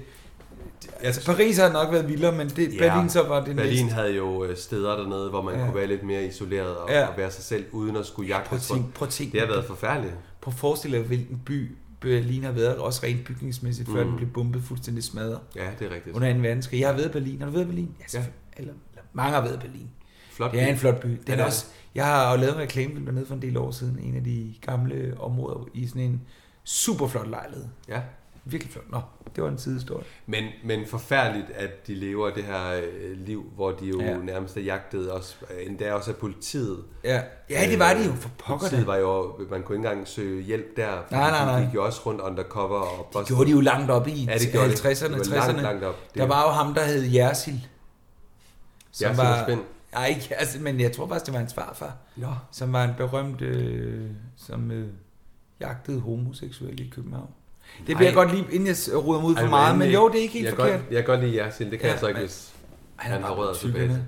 [SPEAKER 1] altså, Paris har nok været vildere, men det,
[SPEAKER 2] Ja,
[SPEAKER 1] Berlin så var det
[SPEAKER 2] Berlin
[SPEAKER 1] næste.
[SPEAKER 2] havde jo øh, steder dernede, hvor man ja.
[SPEAKER 1] Ja.
[SPEAKER 2] kunne være lidt mere isoleret og, ja.
[SPEAKER 1] Ja.
[SPEAKER 2] og være sig selv, uden at skulle jagte
[SPEAKER 1] Prøv at
[SPEAKER 2] folk.
[SPEAKER 1] tænke, prøv at tænke,
[SPEAKER 2] Det har været forfærdeligt.
[SPEAKER 1] Prøv at forestille dig, hvilken by Berlin har været, også rent bygningsmæssigt, før mm. den blev bombet fuldstændig smadret
[SPEAKER 2] Ja, det er rigtigt.
[SPEAKER 1] under 2. verdenskrig. Jeg har været i Berlin. Har du været i Berlin? Ja, selvfølgelig. eller, eller, mange har været i Berlin.
[SPEAKER 2] Flot
[SPEAKER 1] Det er
[SPEAKER 2] by.
[SPEAKER 1] en flot by. Den
[SPEAKER 2] Ja, det
[SPEAKER 1] er
[SPEAKER 2] er
[SPEAKER 1] også, jeg har jo lavet en reklamefilm dernede for en del år siden, en af de gamle områder i sådan en super flot lejlighed.
[SPEAKER 2] Ja.
[SPEAKER 1] Virkelig flot. Nå, det var en sidehistorie.
[SPEAKER 2] Men, men forfærdeligt, at de lever det her øh, liv, hvor de jo ja.
[SPEAKER 1] Ja.
[SPEAKER 2] nærmest er jagtet, også, øh, endda også af politiet.
[SPEAKER 1] Ja. ja, det var det jo
[SPEAKER 2] Øh,
[SPEAKER 1] for pokker.
[SPEAKER 2] Politiet
[SPEAKER 1] Da.
[SPEAKER 2] var jo, man kunne ikke engang søge hjælp der, fordi
[SPEAKER 1] Nej, nej,
[SPEAKER 2] de
[SPEAKER 1] nej.
[SPEAKER 2] gik jo også rundt undercover og
[SPEAKER 1] Det gjorde de jo langt op i
[SPEAKER 2] Ja,
[SPEAKER 1] ja,
[SPEAKER 2] det gjorde de.
[SPEAKER 1] 50'erne,
[SPEAKER 2] Det var
[SPEAKER 1] 60'erne.
[SPEAKER 2] langt, langt op. Det
[SPEAKER 1] Der
[SPEAKER 2] er-
[SPEAKER 1] var jo ham, der hed Jersil. Som
[SPEAKER 2] Jersil var spændt.
[SPEAKER 1] Nej, ikke Jersil, men jeg tror faktisk, det var hans farfar.
[SPEAKER 2] Nå.
[SPEAKER 1] Som var en berømt, øh, som øh, jagtede homoseksuelle i København. Det
[SPEAKER 2] Nej.
[SPEAKER 1] bliver jeg godt lige, inden jeg s- ruder mig ud for meget, men jo, det er ikke helt
[SPEAKER 2] øh, jeg
[SPEAKER 1] forkert.
[SPEAKER 2] Godt, jeg kan godt lide jer, Sil. Det kan ja,
[SPEAKER 1] Ja,
[SPEAKER 2] jeg så ikke,
[SPEAKER 1] men-
[SPEAKER 2] hvis han har
[SPEAKER 1] bare
[SPEAKER 2] røret
[SPEAKER 1] tyk,
[SPEAKER 2] tilbage.
[SPEAKER 1] han er.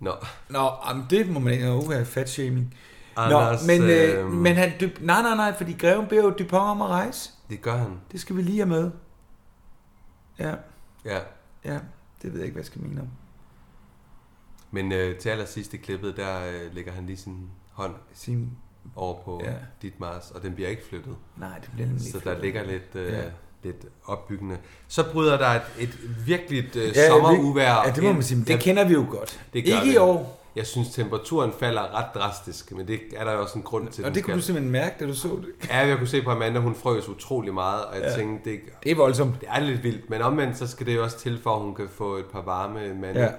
[SPEAKER 2] Nå,
[SPEAKER 1] Nå, jamen, det må man ikke. Uh, her er fatshaming. Nå,
[SPEAKER 2] Anders,
[SPEAKER 1] men, øh,
[SPEAKER 2] øhm,
[SPEAKER 1] men han... Dyb, nej, nej, nej, fordi greven beder jo Dupont om at rejse.
[SPEAKER 2] det gør han.
[SPEAKER 1] Det skal vi lige have med. Ja,
[SPEAKER 2] Ja.
[SPEAKER 1] ja. Det ved jeg ikke, hvad jeg skal mene om.
[SPEAKER 2] Men øh, til allersidst i klippet, der øh, lægger han lige sin hånd
[SPEAKER 1] Sin,
[SPEAKER 2] over på ja.
[SPEAKER 1] Ja.
[SPEAKER 2] dit Mars, og den bliver ikke flyttet.
[SPEAKER 1] nej, det bliver nemlig
[SPEAKER 2] Så
[SPEAKER 1] ikke
[SPEAKER 2] der
[SPEAKER 1] fedt.
[SPEAKER 2] ligger lidt, øh, ja.
[SPEAKER 1] Ja.
[SPEAKER 2] lidt opbyggende. Så bryder der et, et virkelig øh,
[SPEAKER 1] Ja,
[SPEAKER 2] sommeruvær.
[SPEAKER 1] vi- Ja, det må
[SPEAKER 2] ind.
[SPEAKER 1] man sige, men det
[SPEAKER 2] Jeg-
[SPEAKER 1] kender vi jo godt.
[SPEAKER 2] det gør
[SPEAKER 1] ikke i
[SPEAKER 2] vi.
[SPEAKER 1] år.
[SPEAKER 2] Jeg synes, temperaturen falder ret drastisk, men det er der jo også en grund til.
[SPEAKER 1] Og
[SPEAKER 2] den
[SPEAKER 1] det kunne
[SPEAKER 2] skal.
[SPEAKER 1] du simpelthen mærke, da du så det.
[SPEAKER 2] Ja, jeg kunne se på Amanda, hun frøs utrolig meget, og jeg ja. tænkte, det,
[SPEAKER 1] Det er voldsomt.
[SPEAKER 2] det er lidt vildt. Men omvendt, så skal det jo også til, for at hun kan få et par varme mænd
[SPEAKER 1] Ja,
[SPEAKER 2] ja.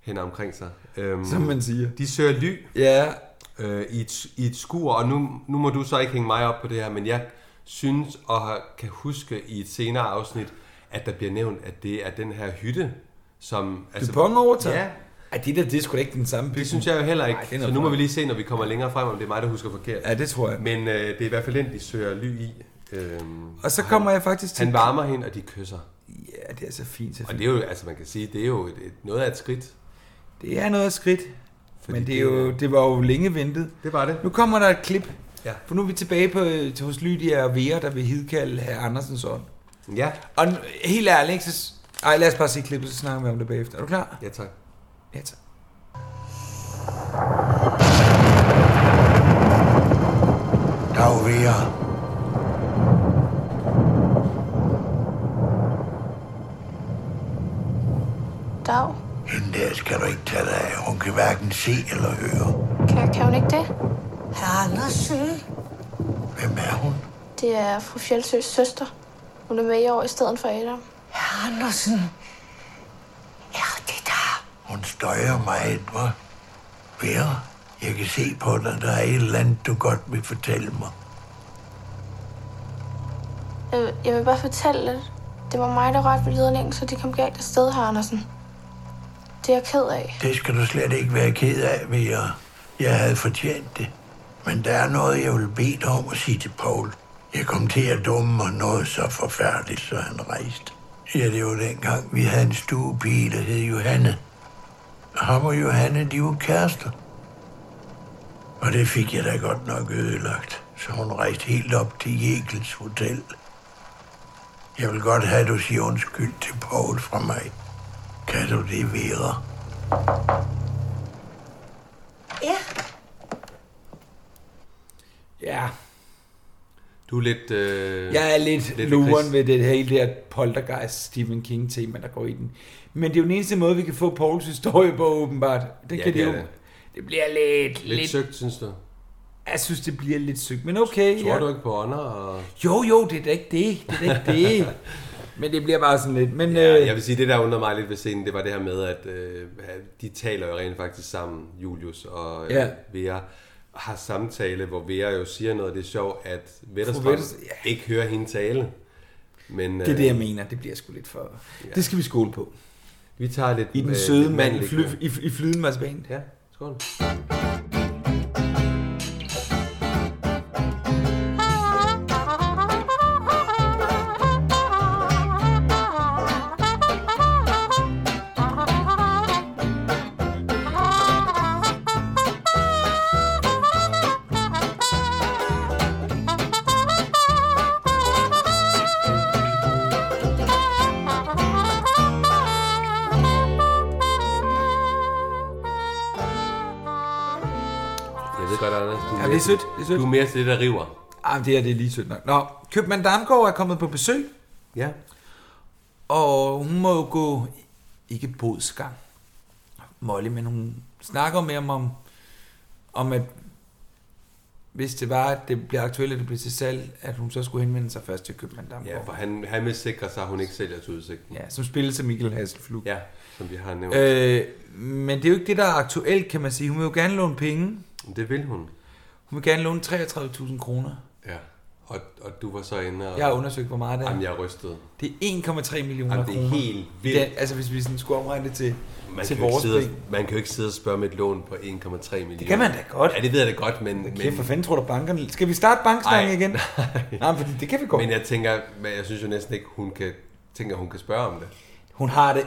[SPEAKER 2] hen omkring sig. Øhm,
[SPEAKER 1] som man siger.
[SPEAKER 2] De søger ly
[SPEAKER 1] Ja,
[SPEAKER 2] øh, i, et, i et skur, og nu, nu må du så ikke hænge mig op på det her, men jeg synes og har- kan huske i et senere afsnit, at der bliver nævnt, at det er den her hytte, som...
[SPEAKER 1] Dupont Altså, overtager.
[SPEAKER 2] Ja,
[SPEAKER 1] Ej, det der, det er sgu da ikke den samme bygning.
[SPEAKER 2] det synes jeg jo heller ikke.
[SPEAKER 1] Nej, det
[SPEAKER 2] Ej,
[SPEAKER 1] er
[SPEAKER 2] så
[SPEAKER 1] noget
[SPEAKER 2] nu må
[SPEAKER 1] vrøvl.
[SPEAKER 2] vi lige se, når vi kommer længere frem, om det er mig, der husker forkert.
[SPEAKER 1] Ja, det tror jeg.
[SPEAKER 2] Men øh, det er i hvert fald den, de søger ly i. Øhm,
[SPEAKER 1] Og så kommer jeg faktisk til...
[SPEAKER 2] han varmer hende, og de kysser.
[SPEAKER 1] Ja, det er så fint, så
[SPEAKER 2] Og
[SPEAKER 1] fint.
[SPEAKER 2] det er jo, altså man kan sige, det er jo et, et, noget af et skridt.
[SPEAKER 1] Det er noget af skridt.
[SPEAKER 2] Fordi
[SPEAKER 1] Men det,
[SPEAKER 2] det
[SPEAKER 1] er jo,
[SPEAKER 2] er-
[SPEAKER 1] det var jo længe ventet.
[SPEAKER 2] Det var det.
[SPEAKER 1] Nu kommer der et klip.
[SPEAKER 2] Ja.
[SPEAKER 1] For nu er vi tilbage på, øh, til hos Lydia og Vera, der vil hidkalde herr Andersens ånd.
[SPEAKER 2] Ja,
[SPEAKER 1] Og nu- helt ærligt, ikke? Så, s- ej, lad os bare se klippet, så snakker vi om det bagefter. Er du klar?
[SPEAKER 2] ja tak.
[SPEAKER 1] Ja, tak.
[SPEAKER 3] Dag, Vera.
[SPEAKER 4] Dag.
[SPEAKER 3] Hende der skal du ikke tage dig af. Hun kan
[SPEAKER 8] hverken se eller høre.
[SPEAKER 9] Kan, kan hun ikke det?
[SPEAKER 8] Herre Andersen. Hvem er hun?
[SPEAKER 9] Det er fru Fjeldsøs søster. Hun er med i år i stedet for Adam.
[SPEAKER 8] Herre Andersen. Ja, det der. Hun støjer meget, hva'? Vera, jeg kan se på dig, der er et eller andet, du godt vil fortælle mig.
[SPEAKER 9] Jeg, vil- Øh, jeg vil bare fortælle lidt. Det var mig, der rørte ved ledningen, så det kom galt afsted, her, Andersen. Det er jeg ked af.
[SPEAKER 8] Det skal du slet ikke være ked af, Vera. Jeg havde fortjent det. Men der er noget, jeg vil bede dig om at sige til Paul. Jeg kom til at dumme mig noget så forfærdeligt, så han rejste. Ja, det var dengang, vi havde en stuepige, der hed Johanne. Ham og Johanne, de var kærester. Og det fik jeg da godt nok ødelagt, så hun rejste helt op til Jekels Hotel. Jeg vil godt have, at du siger undskyld til Paul fra mig. Kan du det, Vera?
[SPEAKER 5] Ja.
[SPEAKER 1] Ja,
[SPEAKER 2] Du er lidt... Øh,
[SPEAKER 1] jeg er lidt
[SPEAKER 2] lidt
[SPEAKER 1] luren
[SPEAKER 2] Chris.
[SPEAKER 1] ved det hele der poltergeist Stephen King tema, der går i den. Men det er jo den eneste måde, vi kan få Pouls historie på, åbenbart. Det
[SPEAKER 2] Ja,
[SPEAKER 1] kan
[SPEAKER 2] det
[SPEAKER 1] det
[SPEAKER 2] er
[SPEAKER 1] jo.
[SPEAKER 2] det.
[SPEAKER 1] Det bliver lidt, lidt,
[SPEAKER 2] Lidt søgt, synes du?
[SPEAKER 1] Jeg synes, det bliver lidt sygt, men okay.
[SPEAKER 2] Tror du ikke på ånder? Og...
[SPEAKER 1] Jo, jo, det er da ikke det. Det er da ikke
[SPEAKER 2] (laughs)
[SPEAKER 1] det. men det bliver bare sådan lidt. Men,
[SPEAKER 2] Ja,
[SPEAKER 1] øh,
[SPEAKER 2] jeg vil sige, det der undrede mig lidt ved scenen, det var det her med, at øh, de taler jo rent faktisk sammen, Julius og øh,
[SPEAKER 1] Ja.
[SPEAKER 2] Vera har samtale, hvor Vera jo siger noget, det er sjovt, at
[SPEAKER 1] Fru
[SPEAKER 2] Vetterstrøm
[SPEAKER 1] Vetters- ja.
[SPEAKER 2] ikke hører hende tale. Men øh,
[SPEAKER 1] det er det, jeg mener. Det bliver sgu lidt for... Ja. Det skal vi skåle på.
[SPEAKER 2] vi tager lidt
[SPEAKER 1] I den
[SPEAKER 2] øh,
[SPEAKER 1] søde
[SPEAKER 2] lidt
[SPEAKER 1] mand i,
[SPEAKER 2] mandligt
[SPEAKER 1] fly,
[SPEAKER 2] her.
[SPEAKER 1] i, i flyden marcipan.
[SPEAKER 2] Ja, skål. Jeg ved godt, Anders, du
[SPEAKER 1] Ja, det er sødt, det er sødt.
[SPEAKER 2] Du er mere til det, der river.
[SPEAKER 1] Ah, det her det er lige sødt nok. Nå, købmand Damgaard er kommet på besøg,
[SPEAKER 2] Ja.
[SPEAKER 1] og hun må jo gå, ikke bodsgang, Molly, men hun snakker med ham om, om at hvis det var, at det blev aktuelt, at det blev til salg, at hun så skulle henvende sig først til købmand
[SPEAKER 2] Ja, for
[SPEAKER 1] Damgaard.
[SPEAKER 2] han, han vil sikre sig, at hun ikke sælger til udsigten.
[SPEAKER 1] Ja, som spilles af Mikkel Hasselflug.
[SPEAKER 2] ja som vi har nævnt. Øh.
[SPEAKER 1] Øh, men det er jo ikke det, der er aktuelt, kan man sige. Hun vil jo gerne låne penge.
[SPEAKER 2] Det vil hun.
[SPEAKER 1] Hun vil gerne låne 33.000 kroner.
[SPEAKER 2] Ja. Og, og du var så inde og...
[SPEAKER 1] Jeg har undersøgt, hvor meget det er.
[SPEAKER 2] Jamen, jeg er rystet.
[SPEAKER 1] Det er 1,3 millioner
[SPEAKER 2] Jamen, det er
[SPEAKER 1] kroner.
[SPEAKER 2] helt vildt.
[SPEAKER 1] Ja, altså hvis vi sådan skulle omregne det til,
[SPEAKER 2] Man
[SPEAKER 1] til
[SPEAKER 2] kan, jo ikke
[SPEAKER 1] vores
[SPEAKER 2] sidde,
[SPEAKER 1] penge.
[SPEAKER 2] og- man kan jo ikke sidde og spørge med et lån på 1,3 millioner.
[SPEAKER 1] Det kan man da godt.
[SPEAKER 2] Ja, det ved jeg da godt, men,
[SPEAKER 1] Kæft,
[SPEAKER 2] men,
[SPEAKER 1] for fanden tror du bankerne... Skal vi starte banksnakken
[SPEAKER 2] Ej, (laughs)
[SPEAKER 1] igen?
[SPEAKER 2] nej.
[SPEAKER 1] Nej, fordi det kan vi godt.
[SPEAKER 2] men jeg tænker, men jeg synes jo næsten ikke, hun kan, tænker, hun kan spørge om det.
[SPEAKER 1] Hun har det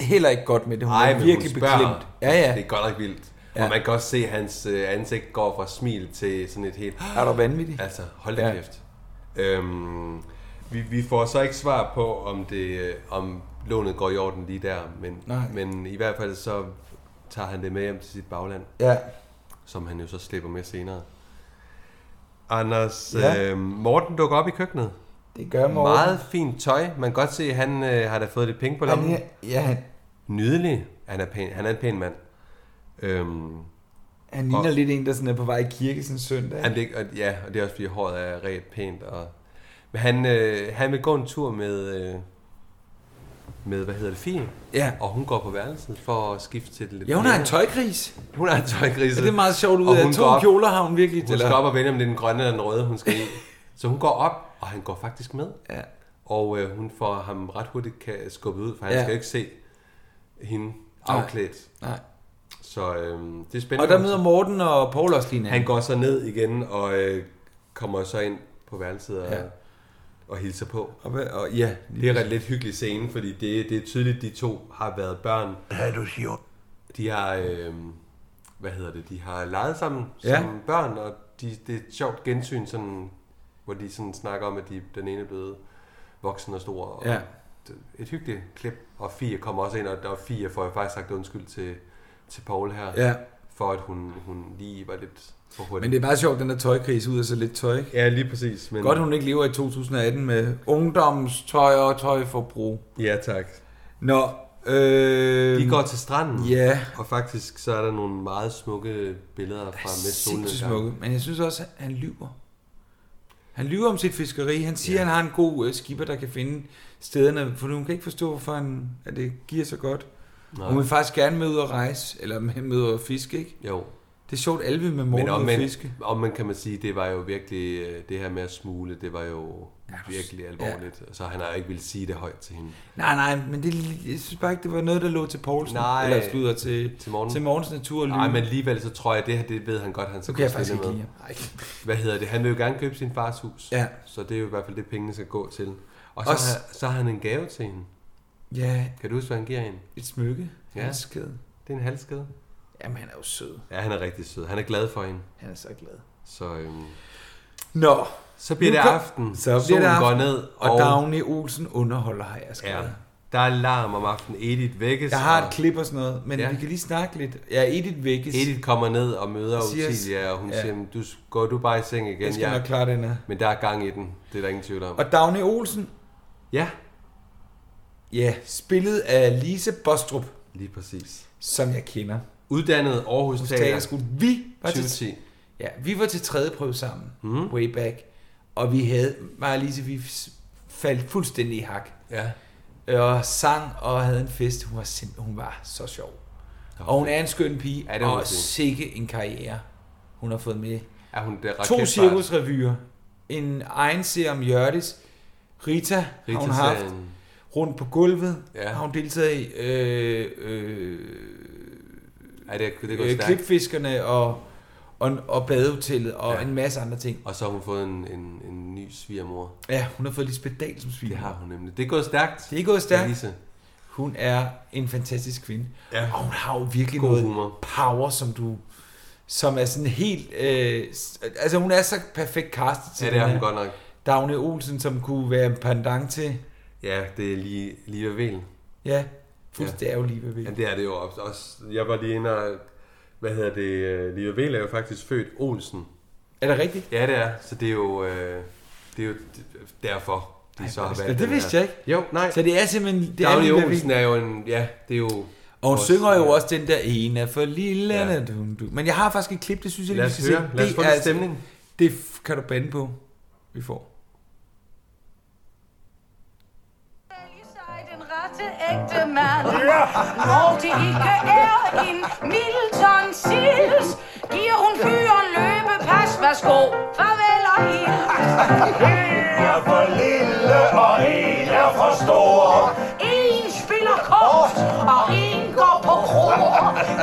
[SPEAKER 1] heller ikke godt med det. Hun
[SPEAKER 2] Nej,
[SPEAKER 1] er
[SPEAKER 2] men
[SPEAKER 1] virkelig
[SPEAKER 2] hun spørger.
[SPEAKER 1] beklemt. Ja, ja.
[SPEAKER 2] Det er godt nok vildt. Ja.
[SPEAKER 1] Ja.
[SPEAKER 2] Og man kan også se, at hans øh, ansigt går fra smil til sådan et helt...
[SPEAKER 1] Er du vanvittig?
[SPEAKER 2] Altså, hold da ja.
[SPEAKER 1] Ja.
[SPEAKER 2] kæft. Øhm, vi, vi får så ikke svar på, om, det, øh, om lånet går i orden lige der, men,
[SPEAKER 1] Nej.
[SPEAKER 2] men i hvert fald så tager han det med hjem til sit bagland,
[SPEAKER 1] Ja.
[SPEAKER 2] som han jo så slipper med senere. Anders, ja.
[SPEAKER 1] Ja.
[SPEAKER 2] øh, Morten dukker op i køkkenet.
[SPEAKER 1] Det gør Morten.
[SPEAKER 2] Meget fint tøj. Man kan godt se, at han øh, har da fået lidt penge på lommen.
[SPEAKER 1] Han er, ja, han,
[SPEAKER 2] Nydelig. Han er, pæn, han er en pæn mand. Øhm,
[SPEAKER 1] han ligner
[SPEAKER 2] Og-
[SPEAKER 1] lidt en, der sådan er på vej i kirke sådan søndag.
[SPEAKER 2] Han lig, og, ja, og det er også fordi håret er ret pænt. Og, men han, øh, han vil gå en tur med, øh, med hvad hedder det, Fie.
[SPEAKER 1] Ja.
[SPEAKER 2] Og hun går på værelset for at skifte til lidt
[SPEAKER 1] Ja, hun har
[SPEAKER 2] mere.
[SPEAKER 1] en tøjgris.
[SPEAKER 2] Hun har en tøjgrise.
[SPEAKER 1] Ja, det er meget sjovt
[SPEAKER 2] Altså, Og
[SPEAKER 1] ud af.
[SPEAKER 2] hun
[SPEAKER 1] To
[SPEAKER 2] går op-
[SPEAKER 1] kjoler har hun virkelig
[SPEAKER 2] Hun skal op og vælge, om det er den grønne eller den røde, hun skal
[SPEAKER 1] (laughs)
[SPEAKER 2] i. Så hun går op, og han går faktisk med.
[SPEAKER 1] Ja.
[SPEAKER 2] Og øh, hun får ham ret hurtigt ka- skubbet ud, for han ja.
[SPEAKER 1] Ja.
[SPEAKER 2] skal jo ikke se hende afklædt.
[SPEAKER 1] Nej.
[SPEAKER 2] Så øh, det er spændende.
[SPEAKER 1] Og der møder Morten og Paul også lige
[SPEAKER 2] Han
[SPEAKER 1] hinanden.
[SPEAKER 2] går så ned igen og øh, kommer så ind på værelset og, ja.
[SPEAKER 1] Ja.
[SPEAKER 2] og hilser på.
[SPEAKER 1] Og, hvad- og ja,
[SPEAKER 2] Det er en lidt hyggelig scene, fordi det, det er tydeligt, de to har været børn.
[SPEAKER 8] Hvad du siger?
[SPEAKER 2] De har, øh, hvad hedder det, de har leget sammen ja.
[SPEAKER 1] Ja.
[SPEAKER 2] som børn, og de, det er et sjovt gensyn, sådan, hvor de sådan snakker om, at de, den ene er blevet voksen og stor. Og
[SPEAKER 1] Ja.
[SPEAKER 2] det- Et hyggeligt klip, og Fie kommer også ind, og, og Fie får jo faktisk sagt undskyld til, til Paul her,
[SPEAKER 1] Ja.
[SPEAKER 2] for at hun, hun lige var lidt for hurtig.
[SPEAKER 1] Men det er bare sjovt, den der tøjkris ud af så lidt tøj. ikke?
[SPEAKER 2] Ja, lige præcis. Men...
[SPEAKER 1] Godt, hun ikke lever i 2018 med ungdomstøj og tøjforbrug.
[SPEAKER 2] Ja, tak.
[SPEAKER 1] Nå, Øh,
[SPEAKER 2] De går til stranden,
[SPEAKER 1] Ja,
[SPEAKER 2] og faktisk så er der nogle meget smukke billeder fra med
[SPEAKER 1] sindssygt
[SPEAKER 2] solnedgang.
[SPEAKER 1] smukke. Men jeg synes også, at han lyver. Han lyver om sit fiskeri. Han siger,
[SPEAKER 2] Ja.
[SPEAKER 1] ja. han har en god øh, skipper, der kan finde stederne. For hun kan ikke forstå, hvorfor han, at det giver så godt.
[SPEAKER 2] Nej.
[SPEAKER 1] Nej. Hun vil faktisk gerne med ud og rejse, eller (laughs) med med ud og fiske, ikke?
[SPEAKER 2] Jo,
[SPEAKER 1] Det er sjovt, alle vil med
[SPEAKER 2] men
[SPEAKER 1] morgen
[SPEAKER 2] om
[SPEAKER 1] ud og
[SPEAKER 2] man,
[SPEAKER 1] fiske.
[SPEAKER 2] om man kan man sige, det var jo virkelig, øh, det her med at smule, det var jo virkelig alvorligt. Så han har jo ikke ville sige det højt til hende.
[SPEAKER 1] Nej, nej, men det, jeg synes bare ikke, det var noget, der lå til Poulsen.
[SPEAKER 2] Nej.
[SPEAKER 1] Eller slutter til,
[SPEAKER 2] Til morgen.
[SPEAKER 1] til morgens natur og lyn.
[SPEAKER 2] Nej, men alligevel så tror jeg, det her, det ved han godt, han
[SPEAKER 1] Så
[SPEAKER 2] skal
[SPEAKER 1] kan jeg
[SPEAKER 2] gå
[SPEAKER 1] faktisk
[SPEAKER 2] stille
[SPEAKER 1] ikke lide
[SPEAKER 2] med.
[SPEAKER 1] ham. Ej.
[SPEAKER 2] Hvad hedder det? Han vil jo gerne købe sin fars hus.
[SPEAKER 1] Ja.
[SPEAKER 2] Så det er jo i hvert fald det, pengene skal gå til. Og så,
[SPEAKER 1] Også-
[SPEAKER 2] har, så har han en gave til hende.
[SPEAKER 1] Ja,
[SPEAKER 2] Kan du huske, hvad han giver hende?
[SPEAKER 1] et smykke.
[SPEAKER 2] Ja.
[SPEAKER 1] Ja. En skade.
[SPEAKER 2] Det er en halskæde.
[SPEAKER 1] Jamen, han er jo sød.
[SPEAKER 2] Ja, han er rigtig sød. Han er glad for hende.
[SPEAKER 1] Han er så glad.
[SPEAKER 2] Så, øhm,
[SPEAKER 1] Nå,
[SPEAKER 2] så bliver
[SPEAKER 1] Nu
[SPEAKER 2] det
[SPEAKER 1] kom-
[SPEAKER 2] aften.
[SPEAKER 1] så bliver
[SPEAKER 2] Solen
[SPEAKER 1] det aften,
[SPEAKER 2] går ned.
[SPEAKER 1] og, og Dagny Olsen underholder, har jeg skrevet.
[SPEAKER 2] Ja,
[SPEAKER 1] Ja.
[SPEAKER 2] der er larm om aftenen. Edith vækkes.
[SPEAKER 1] Jeg har
[SPEAKER 2] og
[SPEAKER 1] et klip og sådan noget, men
[SPEAKER 2] Ja.
[SPEAKER 1] ja. vi kan lige snakke lidt. Ja, Edith vækkes.
[SPEAKER 2] Edith kommer ned og møder
[SPEAKER 1] Siger-
[SPEAKER 2] Utilia, og hun
[SPEAKER 1] Ja.
[SPEAKER 2] siger, "Men du s- går du bare i seng igen.
[SPEAKER 1] jeg skal ja. nok
[SPEAKER 2] Ja.
[SPEAKER 1] klare den her.
[SPEAKER 2] Men der er gang i den. Det er der ingen tvivl om.
[SPEAKER 1] Og Dagny Olsen,
[SPEAKER 2] Ja,
[SPEAKER 1] ja, spillet af Lise Bostrup,
[SPEAKER 2] lige præcis.
[SPEAKER 1] som jeg kender.
[SPEAKER 2] Uddannet Aarhus Teater
[SPEAKER 1] Teaterskole. Vi var til
[SPEAKER 2] 2010.
[SPEAKER 1] Ja, vi var til tredje prøve sammen, mm. way back, og vi havde, mig og Lise, vi s- faldt fuldstændig i hak,
[SPEAKER 2] Ja.
[SPEAKER 1] og sang og havde en fest, hun var, simp- hun var så sjov. Og hun er en skøn pige,
[SPEAKER 2] Ja, det må man
[SPEAKER 1] og
[SPEAKER 2] sige.
[SPEAKER 1] sikke en karriere, hun har fået med.
[SPEAKER 2] Er hun der
[SPEAKER 1] To
[SPEAKER 2] raketfart?
[SPEAKER 1] cirkusrevyer, en egen serie om Jørtis, Rita, Rita har hun haft,
[SPEAKER 2] Rita-serien.
[SPEAKER 1] rundt på gulvet,
[SPEAKER 2] Ja.
[SPEAKER 1] ja. har hun deltaget i, øh, øh,
[SPEAKER 2] Ja, det, det går
[SPEAKER 1] øh,
[SPEAKER 2] stærkt.
[SPEAKER 1] klipfiskerne og, og, og badehotellet og ja. en masse andre ting.
[SPEAKER 2] Og så har hun fået en, en, en ny svigermor.
[SPEAKER 1] Ja, hun har fået Lisbeth Dahl som svin.
[SPEAKER 2] Det har hun nemlig. Det er gået stærkt.
[SPEAKER 1] Det er gået stærkt.
[SPEAKER 2] Lise.
[SPEAKER 1] Hun er en fantastisk kvinde.
[SPEAKER 2] Ja.
[SPEAKER 1] Og hun har jo virkelig
[SPEAKER 2] God
[SPEAKER 1] noget
[SPEAKER 2] humor.
[SPEAKER 1] power, som du som er sådan helt... Øh, s- altså, hun er så perfekt castet til
[SPEAKER 2] Ja, det er
[SPEAKER 1] den
[SPEAKER 2] hun
[SPEAKER 1] her
[SPEAKER 2] godt nok.
[SPEAKER 1] Dagne Olsen, som kunne være en pendant til...
[SPEAKER 2] Ja, det er lige, lige ved vel.
[SPEAKER 1] Ja, fuldstændig det er jo lige ved.
[SPEAKER 2] Jamen, det er det jo også- også. Jeg var lige inde og... Hvad hedder det? øh, Lige ved er jo faktisk født Olsen.
[SPEAKER 1] Er det rigtigt?
[SPEAKER 2] Ja, det er. Så det er jo, øh, det er jo d- derfor, de så har
[SPEAKER 1] hvor
[SPEAKER 2] valgt
[SPEAKER 1] spændende.
[SPEAKER 2] den
[SPEAKER 1] Det vidste
[SPEAKER 2] her.
[SPEAKER 1] jeg ikke.
[SPEAKER 2] Jo, nej.
[SPEAKER 1] Så det er simpelthen... Det er
[SPEAKER 2] Dagny
[SPEAKER 1] lige ved ved.
[SPEAKER 2] Olsen er jo en... Ja, det er jo...
[SPEAKER 1] Og hun
[SPEAKER 2] vores-
[SPEAKER 1] synger jo også den der ene er for lille.
[SPEAKER 2] Ja.
[SPEAKER 1] Ja. Du, du. Men jeg har faktisk et klip, det synes jeg,
[SPEAKER 2] Lad
[SPEAKER 1] lige,
[SPEAKER 2] os
[SPEAKER 1] vi skal
[SPEAKER 2] høre.
[SPEAKER 1] se.
[SPEAKER 2] Lad os
[SPEAKER 1] Det
[SPEAKER 2] få
[SPEAKER 1] er
[SPEAKER 2] lidt
[SPEAKER 1] altså-
[SPEAKER 2] stemning.
[SPEAKER 1] Det f- kan du bande på, vi får.
[SPEAKER 5] den rette ægte mand. Når det ikke er en Milton Sils, giver hun fyren løbepas. Værsgo, farvel og hils.
[SPEAKER 8] er for lille, og en er for stor.
[SPEAKER 5] En spiller kort, og en går på krog.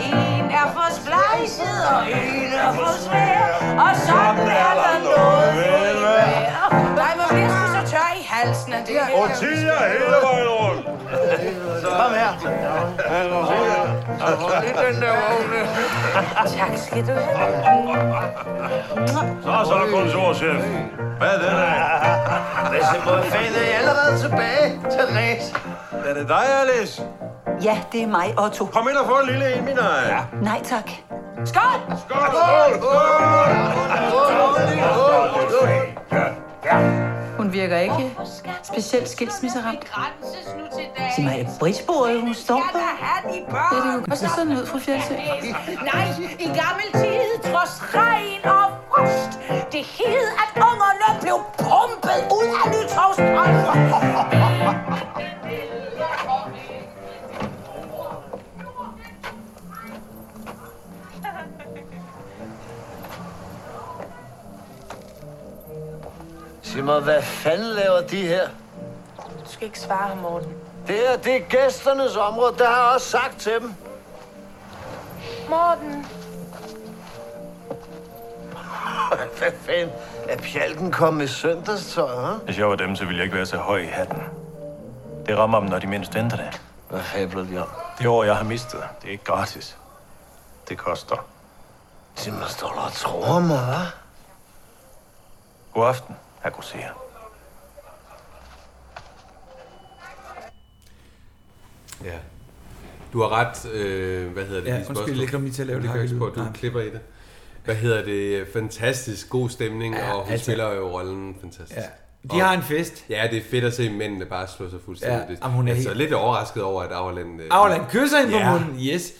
[SPEAKER 5] En er for splejset, og en er for svær. Og sådan er der noget for enhver. Nej, hvor bliver du så tør i halsen af det her?
[SPEAKER 8] Tiger hele vejen rundt.
[SPEAKER 5] Tak skal du have.
[SPEAKER 8] Så så er der kontorchef. Hvad er det der? Hvor fanden er I allerede tilbage, Therese? Er det dig, Alice?
[SPEAKER 7] Ja, det er mig, Otto.
[SPEAKER 8] Kom ind og få en lille en, min egen. Ja.
[SPEAKER 7] Nej tak.
[SPEAKER 5] Skål!
[SPEAKER 8] Skål! Skål!
[SPEAKER 6] Hun virker ikke specielt skilsmisseramt.
[SPEAKER 7] Sig mig, er det bridgebordet, hun står på?
[SPEAKER 6] Ja, det er jo også sådan ud, fru Fjerdsø.
[SPEAKER 5] Nej, i gammel tid, trods regn og frost, det hed, at ungerne blev pumpet ud af Nytorvspolver.
[SPEAKER 10] Sig mig, hvad fanden laver de her?
[SPEAKER 4] Du skal ikke svare ham, Morten.
[SPEAKER 10] Det her, det er gæsternes område. Det har jeg også sagt til dem.
[SPEAKER 4] Morten!
[SPEAKER 10] Hvad fanden? Er pjalten kommet i søndagstøj, hva'?
[SPEAKER 3] Hvis jeg var dem, så ville jeg ikke være så høj i hatten. Det rammer dem, når de mindst venter det.
[SPEAKER 10] Hvad fabler de om?
[SPEAKER 3] Det år, jeg har mistet, det er ikke gratis. Det koster.
[SPEAKER 10] Sig mig, står der og tror mig, hva'?
[SPEAKER 3] God aften, herr Grosser.
[SPEAKER 2] Ja. Du har ret, øh, hvad hedder det?
[SPEAKER 1] Ja,
[SPEAKER 2] Lise
[SPEAKER 1] undskyld,
[SPEAKER 2] Bostrup?
[SPEAKER 1] jeg kom lige til at lave
[SPEAKER 2] Du
[SPEAKER 1] det
[SPEAKER 2] har ikke
[SPEAKER 1] hakkelyd.
[SPEAKER 2] spurgt, du
[SPEAKER 1] Nej.
[SPEAKER 2] klipper i det. Hvad hedder det? Fantastisk god stemning, ja, og hun altså,
[SPEAKER 1] altså-
[SPEAKER 2] spiller jo rollen fantastisk.
[SPEAKER 1] Ja. De har en fest.
[SPEAKER 2] Ja, det er fedt at se mændene bare slå sig fuldstændig.
[SPEAKER 1] Ja,
[SPEAKER 2] Det-
[SPEAKER 1] jamen, hun er
[SPEAKER 2] altså,
[SPEAKER 1] helt-
[SPEAKER 2] lidt overrasket over, at Auerland... øh,
[SPEAKER 1] Auerland kysser hende
[SPEAKER 2] Ja.
[SPEAKER 1] på munden, yes.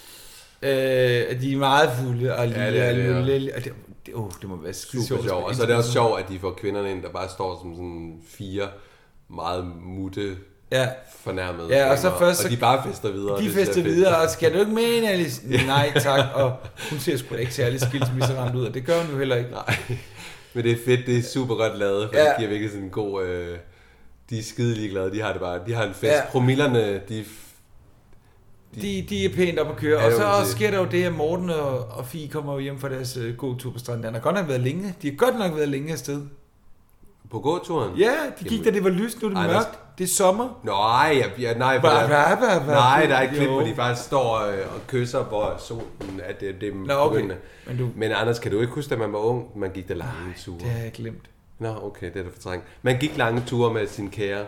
[SPEAKER 1] Øh, de er meget fulde og lille
[SPEAKER 2] Ja,
[SPEAKER 1] ja,
[SPEAKER 2] det er det, ja.
[SPEAKER 1] det, lille, og det, det, oh, det må være skide
[SPEAKER 2] Super
[SPEAKER 1] sjovt.
[SPEAKER 2] sjov. Og så er det også sjovt, at de får kvinderne ind, der bare står som sådan fire meget mutte
[SPEAKER 1] Ja.
[SPEAKER 2] fornærmede.
[SPEAKER 1] Ja, og så
[SPEAKER 2] damer,
[SPEAKER 1] først
[SPEAKER 2] Og
[SPEAKER 1] så-
[SPEAKER 2] de bare fester videre.
[SPEAKER 1] De
[SPEAKER 2] Det ser
[SPEAKER 1] fester
[SPEAKER 2] fedt.
[SPEAKER 1] videre, og skal du ikke med ind, Alice? Nej, tak. Og hun ser sgu da ikke særlig skilsmisseramt ud, og det gør hun jo heller ikke.
[SPEAKER 2] (laughs) Nej. Men det er fedt, det er super godt lavet, for ja.
[SPEAKER 1] Ja.
[SPEAKER 2] det giver virkelig sådan en god... Øh, de er skide ligeglade, de har det bare. De har en fest. Ja.
[SPEAKER 1] Ja.
[SPEAKER 2] Promillerne, de... f-
[SPEAKER 1] De, de er pænt op at køre,
[SPEAKER 2] Ja,
[SPEAKER 1] og
[SPEAKER 2] det må man
[SPEAKER 1] så
[SPEAKER 2] sige.
[SPEAKER 1] sker der jo det, at Morten og, og Fie kommer jo hjem fra deres øh, gode tur på stranden. Den har godt nok været længe. De har godt nok været længe afsted.
[SPEAKER 2] På gåturen?
[SPEAKER 1] Ja, de gik, da det var lyst, nu er det
[SPEAKER 2] Ej, der-
[SPEAKER 1] mørkt. Det er sommer.
[SPEAKER 2] Nej, jeg, jeg, nej, for
[SPEAKER 1] Ba,
[SPEAKER 2] der,
[SPEAKER 1] ba, ba, ba.
[SPEAKER 2] nej, der er et klip,
[SPEAKER 1] Jo.
[SPEAKER 2] hvor de faktisk står øh, og kysser, hvor solen er det, det er
[SPEAKER 1] Nå, okay.
[SPEAKER 2] begyndende.
[SPEAKER 1] Men du-
[SPEAKER 2] Men Anders, kan du ikke huske, da man var ung, man gik der lange
[SPEAKER 1] Det
[SPEAKER 2] ture?
[SPEAKER 1] har jeg glemt.
[SPEAKER 2] Nå, okay, det er da fortrængt. Man gik lange ture med sin kære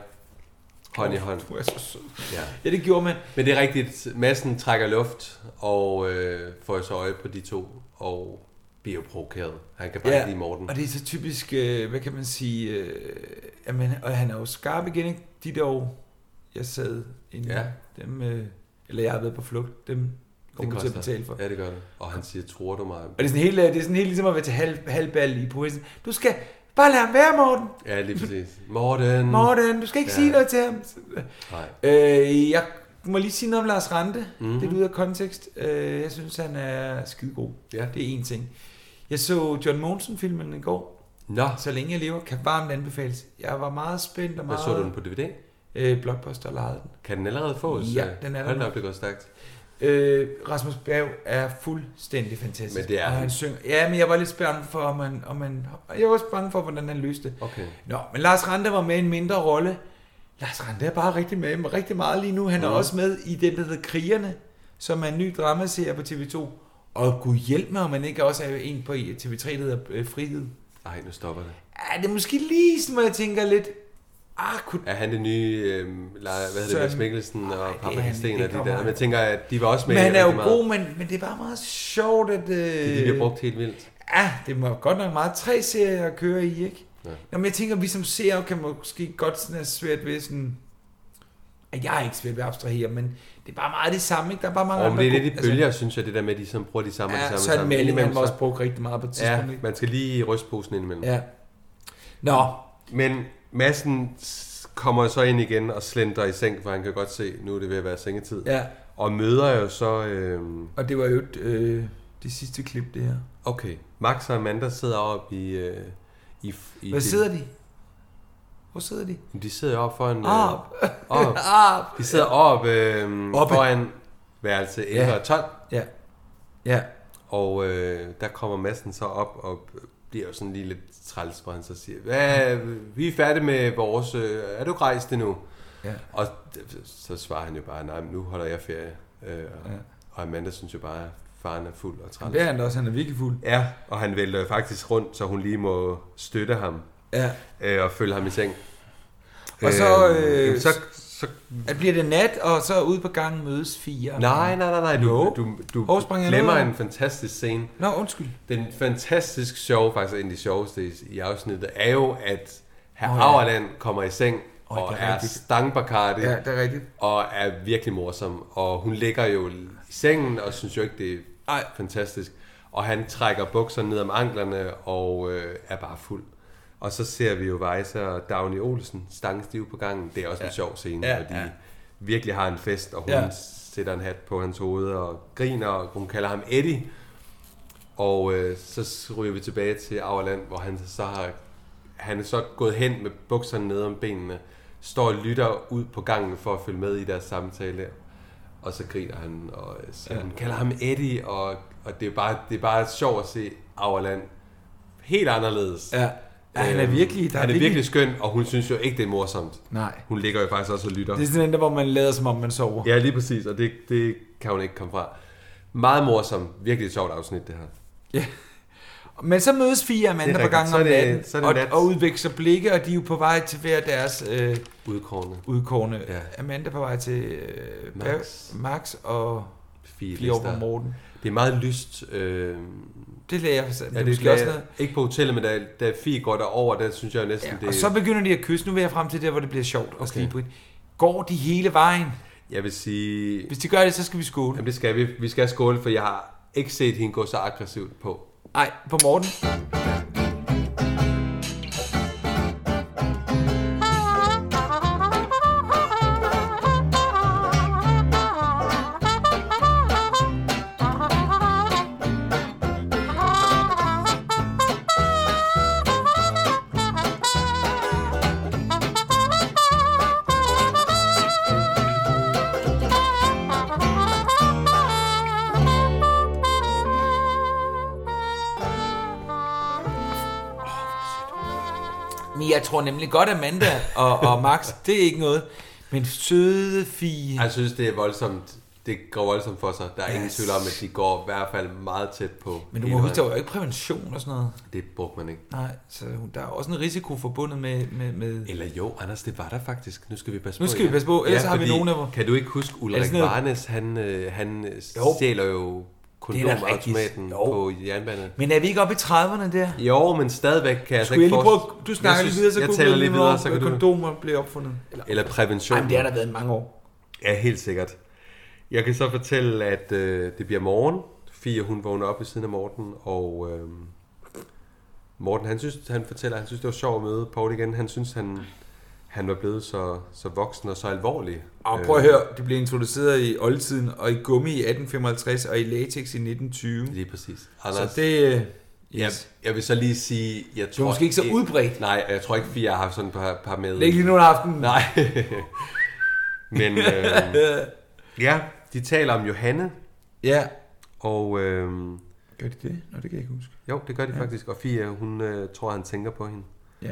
[SPEAKER 2] hånd i hånd.
[SPEAKER 1] Du er så sød.
[SPEAKER 2] Ja.
[SPEAKER 1] Ja, det gjorde man.
[SPEAKER 2] Men det er rigtigt, massen trækker luft og øh, får så øje på de to og bliver jo provokeret. Han kan bare ja. ikke lide Morten.
[SPEAKER 1] og det er så typisk, øh, hvad kan man sige, øh, jamen, og han er jo skarp igen, ikke? De der år, jeg sad inden,
[SPEAKER 2] Ja.
[SPEAKER 1] ja. dem, øh, eller jeg har været på flugt, dem kommer man til at
[SPEAKER 2] koster.
[SPEAKER 1] betale for.
[SPEAKER 2] Ja, det gør det. Og han siger, tror du mig?
[SPEAKER 1] Og det er sådan helt, det er sådan helt ligesom at være til halv, halvbal i poesen. Du skal bare lade ham være, Morten.
[SPEAKER 2] Ja, lige præcis. Morten!
[SPEAKER 1] Morten, du skal ikke
[SPEAKER 2] Mm. Ja.
[SPEAKER 1] ja. sige noget til ham.
[SPEAKER 2] Nej.
[SPEAKER 1] Øh, jeg må lige sige noget om Lars Rante.
[SPEAKER 2] Mhm.
[SPEAKER 1] Mm-hmm. Det er lidt ud af kontekst. Øh, jeg synes, han er skidegod.
[SPEAKER 2] Ja.
[SPEAKER 1] Det er én ting. Jeg så John Monsen-filmen i går.
[SPEAKER 2] Nå,
[SPEAKER 1] Så længe jeg lever, kan varmt anbefales. Jeg var meget spændt og
[SPEAKER 2] hvad
[SPEAKER 1] meget...
[SPEAKER 2] så du den på DVD?
[SPEAKER 1] Øh, Blockbuster lejede den.
[SPEAKER 2] Kan den allerede fås? Øh,
[SPEAKER 1] Ja, den er der
[SPEAKER 2] Hold da
[SPEAKER 1] nu.
[SPEAKER 2] op, det går stærkt.
[SPEAKER 1] Øh, Rasmus Berg er fuldstændig fantastisk.
[SPEAKER 2] Men det er
[SPEAKER 1] og
[SPEAKER 2] han.
[SPEAKER 1] han. Synger. Ja, men jeg var lidt spændt for, om han, om han, jeg var også bange for, hvordan han løste det.
[SPEAKER 2] Okay.
[SPEAKER 1] Nå, men Lars Rante var med i en mindre rolle. Lars Rante er bare rigtig med rigtig meget lige nu. Han er også med i den, der hedder Krigerne, som er en ny dramaserie på TV2. Og gud hjælp mig, om man ikke også er en på TV3, der hedder øh, Frihed.
[SPEAKER 2] Ej, nu stopper det.
[SPEAKER 1] Ja, det er måske lige sådan, hvor jeg tænker lidt, ah, kunne
[SPEAKER 2] Er han det nye, øh, hvad hedder det,
[SPEAKER 1] Søren-
[SPEAKER 2] Mads Mikkelsen og
[SPEAKER 1] det er
[SPEAKER 2] Papa
[SPEAKER 1] han.
[SPEAKER 2] Kasten
[SPEAKER 1] Det
[SPEAKER 2] og de
[SPEAKER 1] kommer
[SPEAKER 2] der?
[SPEAKER 1] han.
[SPEAKER 2] Men jeg tænker, at de var også med
[SPEAKER 1] men han er jo
[SPEAKER 2] rigtig
[SPEAKER 1] god, men, men det er bare meget sjovt, at... Øh,
[SPEAKER 2] De bliver brugt helt vildt.
[SPEAKER 1] Ja, det må godt nok meget tre serier at køre i, ikke?
[SPEAKER 2] Ja.
[SPEAKER 1] Ja. Nå, men jeg tænker, vi som seere kan måske godt sådan have svært ved sådan... At jeg er ikke svært ved at abstrahere, men det er bare meget det samme, ikke? Der er bare mange
[SPEAKER 2] Og men det er
[SPEAKER 1] gode- Altså,
[SPEAKER 2] lidt i bølger, synes jeg, det der med, at de sådan bruger de samme og de
[SPEAKER 1] Ja,
[SPEAKER 2] samme.
[SPEAKER 1] så er
[SPEAKER 2] samme.
[SPEAKER 1] Melling,
[SPEAKER 2] Indimellem
[SPEAKER 1] han var
[SPEAKER 2] så-
[SPEAKER 1] også brugt rigtig meget på et tidspunkt,
[SPEAKER 2] Ja,
[SPEAKER 1] ikke?
[SPEAKER 2] man skal lige ryste posen indimellem.
[SPEAKER 1] Ja. Nå,
[SPEAKER 2] Men massen kommer så ind igen og slender i seng, for han kan godt se, nu er det ved at være sengetid.
[SPEAKER 1] ja.
[SPEAKER 2] Og møder jo så... Øh,
[SPEAKER 1] Og det var jo øh, det sidste klip, det her.
[SPEAKER 2] okay, Max og Amanda sidder oppe i... Øh, i, i
[SPEAKER 1] Hvad
[SPEAKER 2] det-
[SPEAKER 1] sidder de? Hvor sidder de?
[SPEAKER 2] De sidder oppe foran... Øh,
[SPEAKER 1] Op. (laughs)
[SPEAKER 2] op.
[SPEAKER 1] Ah,
[SPEAKER 2] De sidder oppe øh,
[SPEAKER 1] Oppe.
[SPEAKER 2] foran værelse 11
[SPEAKER 1] Ja.
[SPEAKER 2] og 12.
[SPEAKER 1] ja. Ja.
[SPEAKER 2] Og øh, der kommer massen så op og bliver jo sådan lige lidt træls, hvor han så siger, Hvad, vi er færdige med vores, øh, er du ikke rejst endnu?
[SPEAKER 1] Ja.
[SPEAKER 2] Og d- så svarer han jo bare, nej, men nu holder jeg ferie. Øh, og, ja. og Amanda synes jo bare, at faren er fuld og træls.
[SPEAKER 1] Det er han da også, han er virkelig fuld.
[SPEAKER 2] Ja, og han vælter jo faktisk rundt, så hun lige må støtte ham
[SPEAKER 1] Ja.
[SPEAKER 2] øh, og følge ham i seng. Øhm,
[SPEAKER 1] Og så, øh,
[SPEAKER 2] jamen, så, så
[SPEAKER 1] At bliver det nat, og så ude på gangen mødes fire.
[SPEAKER 2] nej, nej, nej, nej, du,
[SPEAKER 1] Jo.
[SPEAKER 2] du, du
[SPEAKER 1] Hov, sprang jeg
[SPEAKER 2] glemmer
[SPEAKER 1] noget?
[SPEAKER 2] en fantastisk scene.
[SPEAKER 1] Nå, undskyld.
[SPEAKER 2] Den fantastisk sjove, faktisk en af de sjoveste i, i afsnittet, er jo, at herr oh,
[SPEAKER 1] Åh,
[SPEAKER 2] ja.
[SPEAKER 1] ja.
[SPEAKER 2] Auerland kommer i seng oh,
[SPEAKER 1] Åh,
[SPEAKER 2] og
[SPEAKER 1] det er
[SPEAKER 2] er
[SPEAKER 1] rigtigt.
[SPEAKER 2] stangbacardi
[SPEAKER 1] Ja, det er rigtigt.
[SPEAKER 2] og er virkelig morsom. Og hun ligger jo i sengen og synes jo ikke, det er Ej.
[SPEAKER 1] Ej.
[SPEAKER 2] fantastisk. Og han trækker bukserne ned om anklerne og øh, er bare fuld. Og så ser vi jo Weiser og Dagny Olsen stangestiv på gangen. Det er også ja. en sjov scene, ja,
[SPEAKER 1] Ja,
[SPEAKER 2] hvor de ja.
[SPEAKER 1] ja.
[SPEAKER 2] virkelig har en fest, og hun ja.
[SPEAKER 1] Ja.
[SPEAKER 2] sætter en hat på hans hoved og griner, og hun kalder ham Eddie. Og øh, så ryger vi tilbage til Auerland, hvor han så har han er så gået hen med bukserne ned om benene, står og lytter ud på gangen for at følge med i deres samtale, og så griner han, og øh, så ja. han kalder ham Eddie, og, og det, er bare, det er bare sjovt at se Auerland helt anderledes.
[SPEAKER 1] Ja. ja han er
[SPEAKER 2] Øhm,
[SPEAKER 1] virkelig... Der
[SPEAKER 2] han er virkelig skøn, og hun synes jo ikke, det er morsomt.
[SPEAKER 1] Nej.
[SPEAKER 2] Hun ligger jo faktisk også og lytter.
[SPEAKER 1] Det er sådan en, der, hvor man lader, som om man sover.
[SPEAKER 2] Ja, lige præcis, og det, det kan hun ikke komme fra. Meget morsom, virkelig et sjovt afsnit, det her.
[SPEAKER 1] Men så mødes fire
[SPEAKER 2] Det
[SPEAKER 1] Amanda
[SPEAKER 2] er
[SPEAKER 1] på gangen
[SPEAKER 2] rigtigt. Så er
[SPEAKER 1] om
[SPEAKER 2] det-
[SPEAKER 1] natten,
[SPEAKER 2] så er det nat.
[SPEAKER 1] og, og udveksler blikke, og de er jo på vej til hver deres øh,
[SPEAKER 2] Udkårende.
[SPEAKER 1] udkårne.
[SPEAKER 2] Ja.
[SPEAKER 1] Ja. Amanda på vej til øh,
[SPEAKER 2] Max.
[SPEAKER 1] Max. Max og
[SPEAKER 2] Fie
[SPEAKER 1] Fie Aarhus
[SPEAKER 2] Vester.
[SPEAKER 1] Morten.
[SPEAKER 2] Det er meget lyst. Øh,
[SPEAKER 1] det lagde jeg for sig.
[SPEAKER 2] Ja, det, det også noget. Ikke på hotellet, men da, da Fie går derover, der synes jeg jo næsten, ja, det
[SPEAKER 1] Og så begynder de at kysse. Nu vil jeg frem til der, hvor det bliver sjovt okay. og slibrigt. Går de hele vejen?
[SPEAKER 2] Jeg vil sige...
[SPEAKER 1] Hvis de gør det, så skal vi skåle.
[SPEAKER 2] Jamen det skal vi. Vi skal skåle, for jeg har ikke set hende gå så aggressivt på.
[SPEAKER 1] Nej, på Morten. Men jeg tror nemlig godt, at Amanda og, og Max, det er ikke noget. Men søde Fie.
[SPEAKER 2] Jeg synes, det er voldsomt. Det går voldsomt for sig. Der er yes. ingen
[SPEAKER 1] Yes.
[SPEAKER 2] tvivl om, at de går i hvert fald meget tæt på.
[SPEAKER 1] Men du
[SPEAKER 2] hele
[SPEAKER 1] må huske, der var
[SPEAKER 2] vejen.
[SPEAKER 1] jo ikke prævention og sådan noget.
[SPEAKER 2] Det brugte man ikke.
[SPEAKER 1] Nej, så hun- der er også en risiko forbundet med... med, med
[SPEAKER 2] Eller jo, Anders, det var der faktisk. Nu skal vi passe
[SPEAKER 1] Nu
[SPEAKER 2] på.
[SPEAKER 1] skal vi passe på, ellers har vi
[SPEAKER 2] fordi
[SPEAKER 1] nogen af vor-
[SPEAKER 2] Kan du ikke huske,
[SPEAKER 1] Er det
[SPEAKER 2] Ulrik
[SPEAKER 1] sådan noget-
[SPEAKER 2] Varnes, han, øh, han øh,
[SPEAKER 1] Jo.
[SPEAKER 2] stjæler jo kondomautomaten
[SPEAKER 1] rigtigt. Jo.
[SPEAKER 2] på jernbanen.
[SPEAKER 1] Men er vi ikke oppe i 30'erne der?
[SPEAKER 2] Jo, men stadigvæk kan jeg altså
[SPEAKER 1] Skulle jeg
[SPEAKER 2] ikke
[SPEAKER 1] lige prøve,
[SPEAKER 2] forestille-
[SPEAKER 1] du snakker
[SPEAKER 2] Jeg
[SPEAKER 1] lige
[SPEAKER 2] synes-
[SPEAKER 1] videre, så
[SPEAKER 2] jeg
[SPEAKER 1] googler
[SPEAKER 2] taler
[SPEAKER 1] lige,
[SPEAKER 2] lidt videre,
[SPEAKER 1] hvornår
[SPEAKER 2] så kan du...
[SPEAKER 1] kondomer blev opfundet. Eller,
[SPEAKER 2] Eller prævention.
[SPEAKER 1] Ej, men det har der været i mange år.
[SPEAKER 2] Ja, helt sikkert. Jeg kan så fortælle, at øh, det bliver morgen. Fie, hun vågner op ved siden af Morten, og øh, Morten, han, synes, han fortæller, at han synes, det var sjovt at møde Paul igen. Han synes, han, han var blevet så, så voksen og så alvorlig. Øh,
[SPEAKER 1] Og prøv at høre, det blev introduceret i oldtiden, og i gummi i 1855, og i latex i 1920.
[SPEAKER 2] Lige præcis.
[SPEAKER 1] Anders, så det... øh,
[SPEAKER 2] Jeg,
[SPEAKER 1] Yes.
[SPEAKER 2] jeg vil så lige sige, jeg tror... Det
[SPEAKER 1] måske ikke så udbredt.
[SPEAKER 2] Nej, og jeg tror ikke, Fie har haft sådan et par, par med.
[SPEAKER 1] Det er ikke lige nogen aften.
[SPEAKER 2] Nej. (laughs) Men øh,
[SPEAKER 1] (laughs)
[SPEAKER 2] ja, de taler om Johanne,
[SPEAKER 1] Ja.
[SPEAKER 2] og øh,
[SPEAKER 1] Gør de det? Nå, det kan jeg ikke huske.
[SPEAKER 2] jo, det gør de
[SPEAKER 1] Ja.
[SPEAKER 2] ja. faktisk. Og Fie, hun øh, tror, han tænker på hende.
[SPEAKER 1] Ja.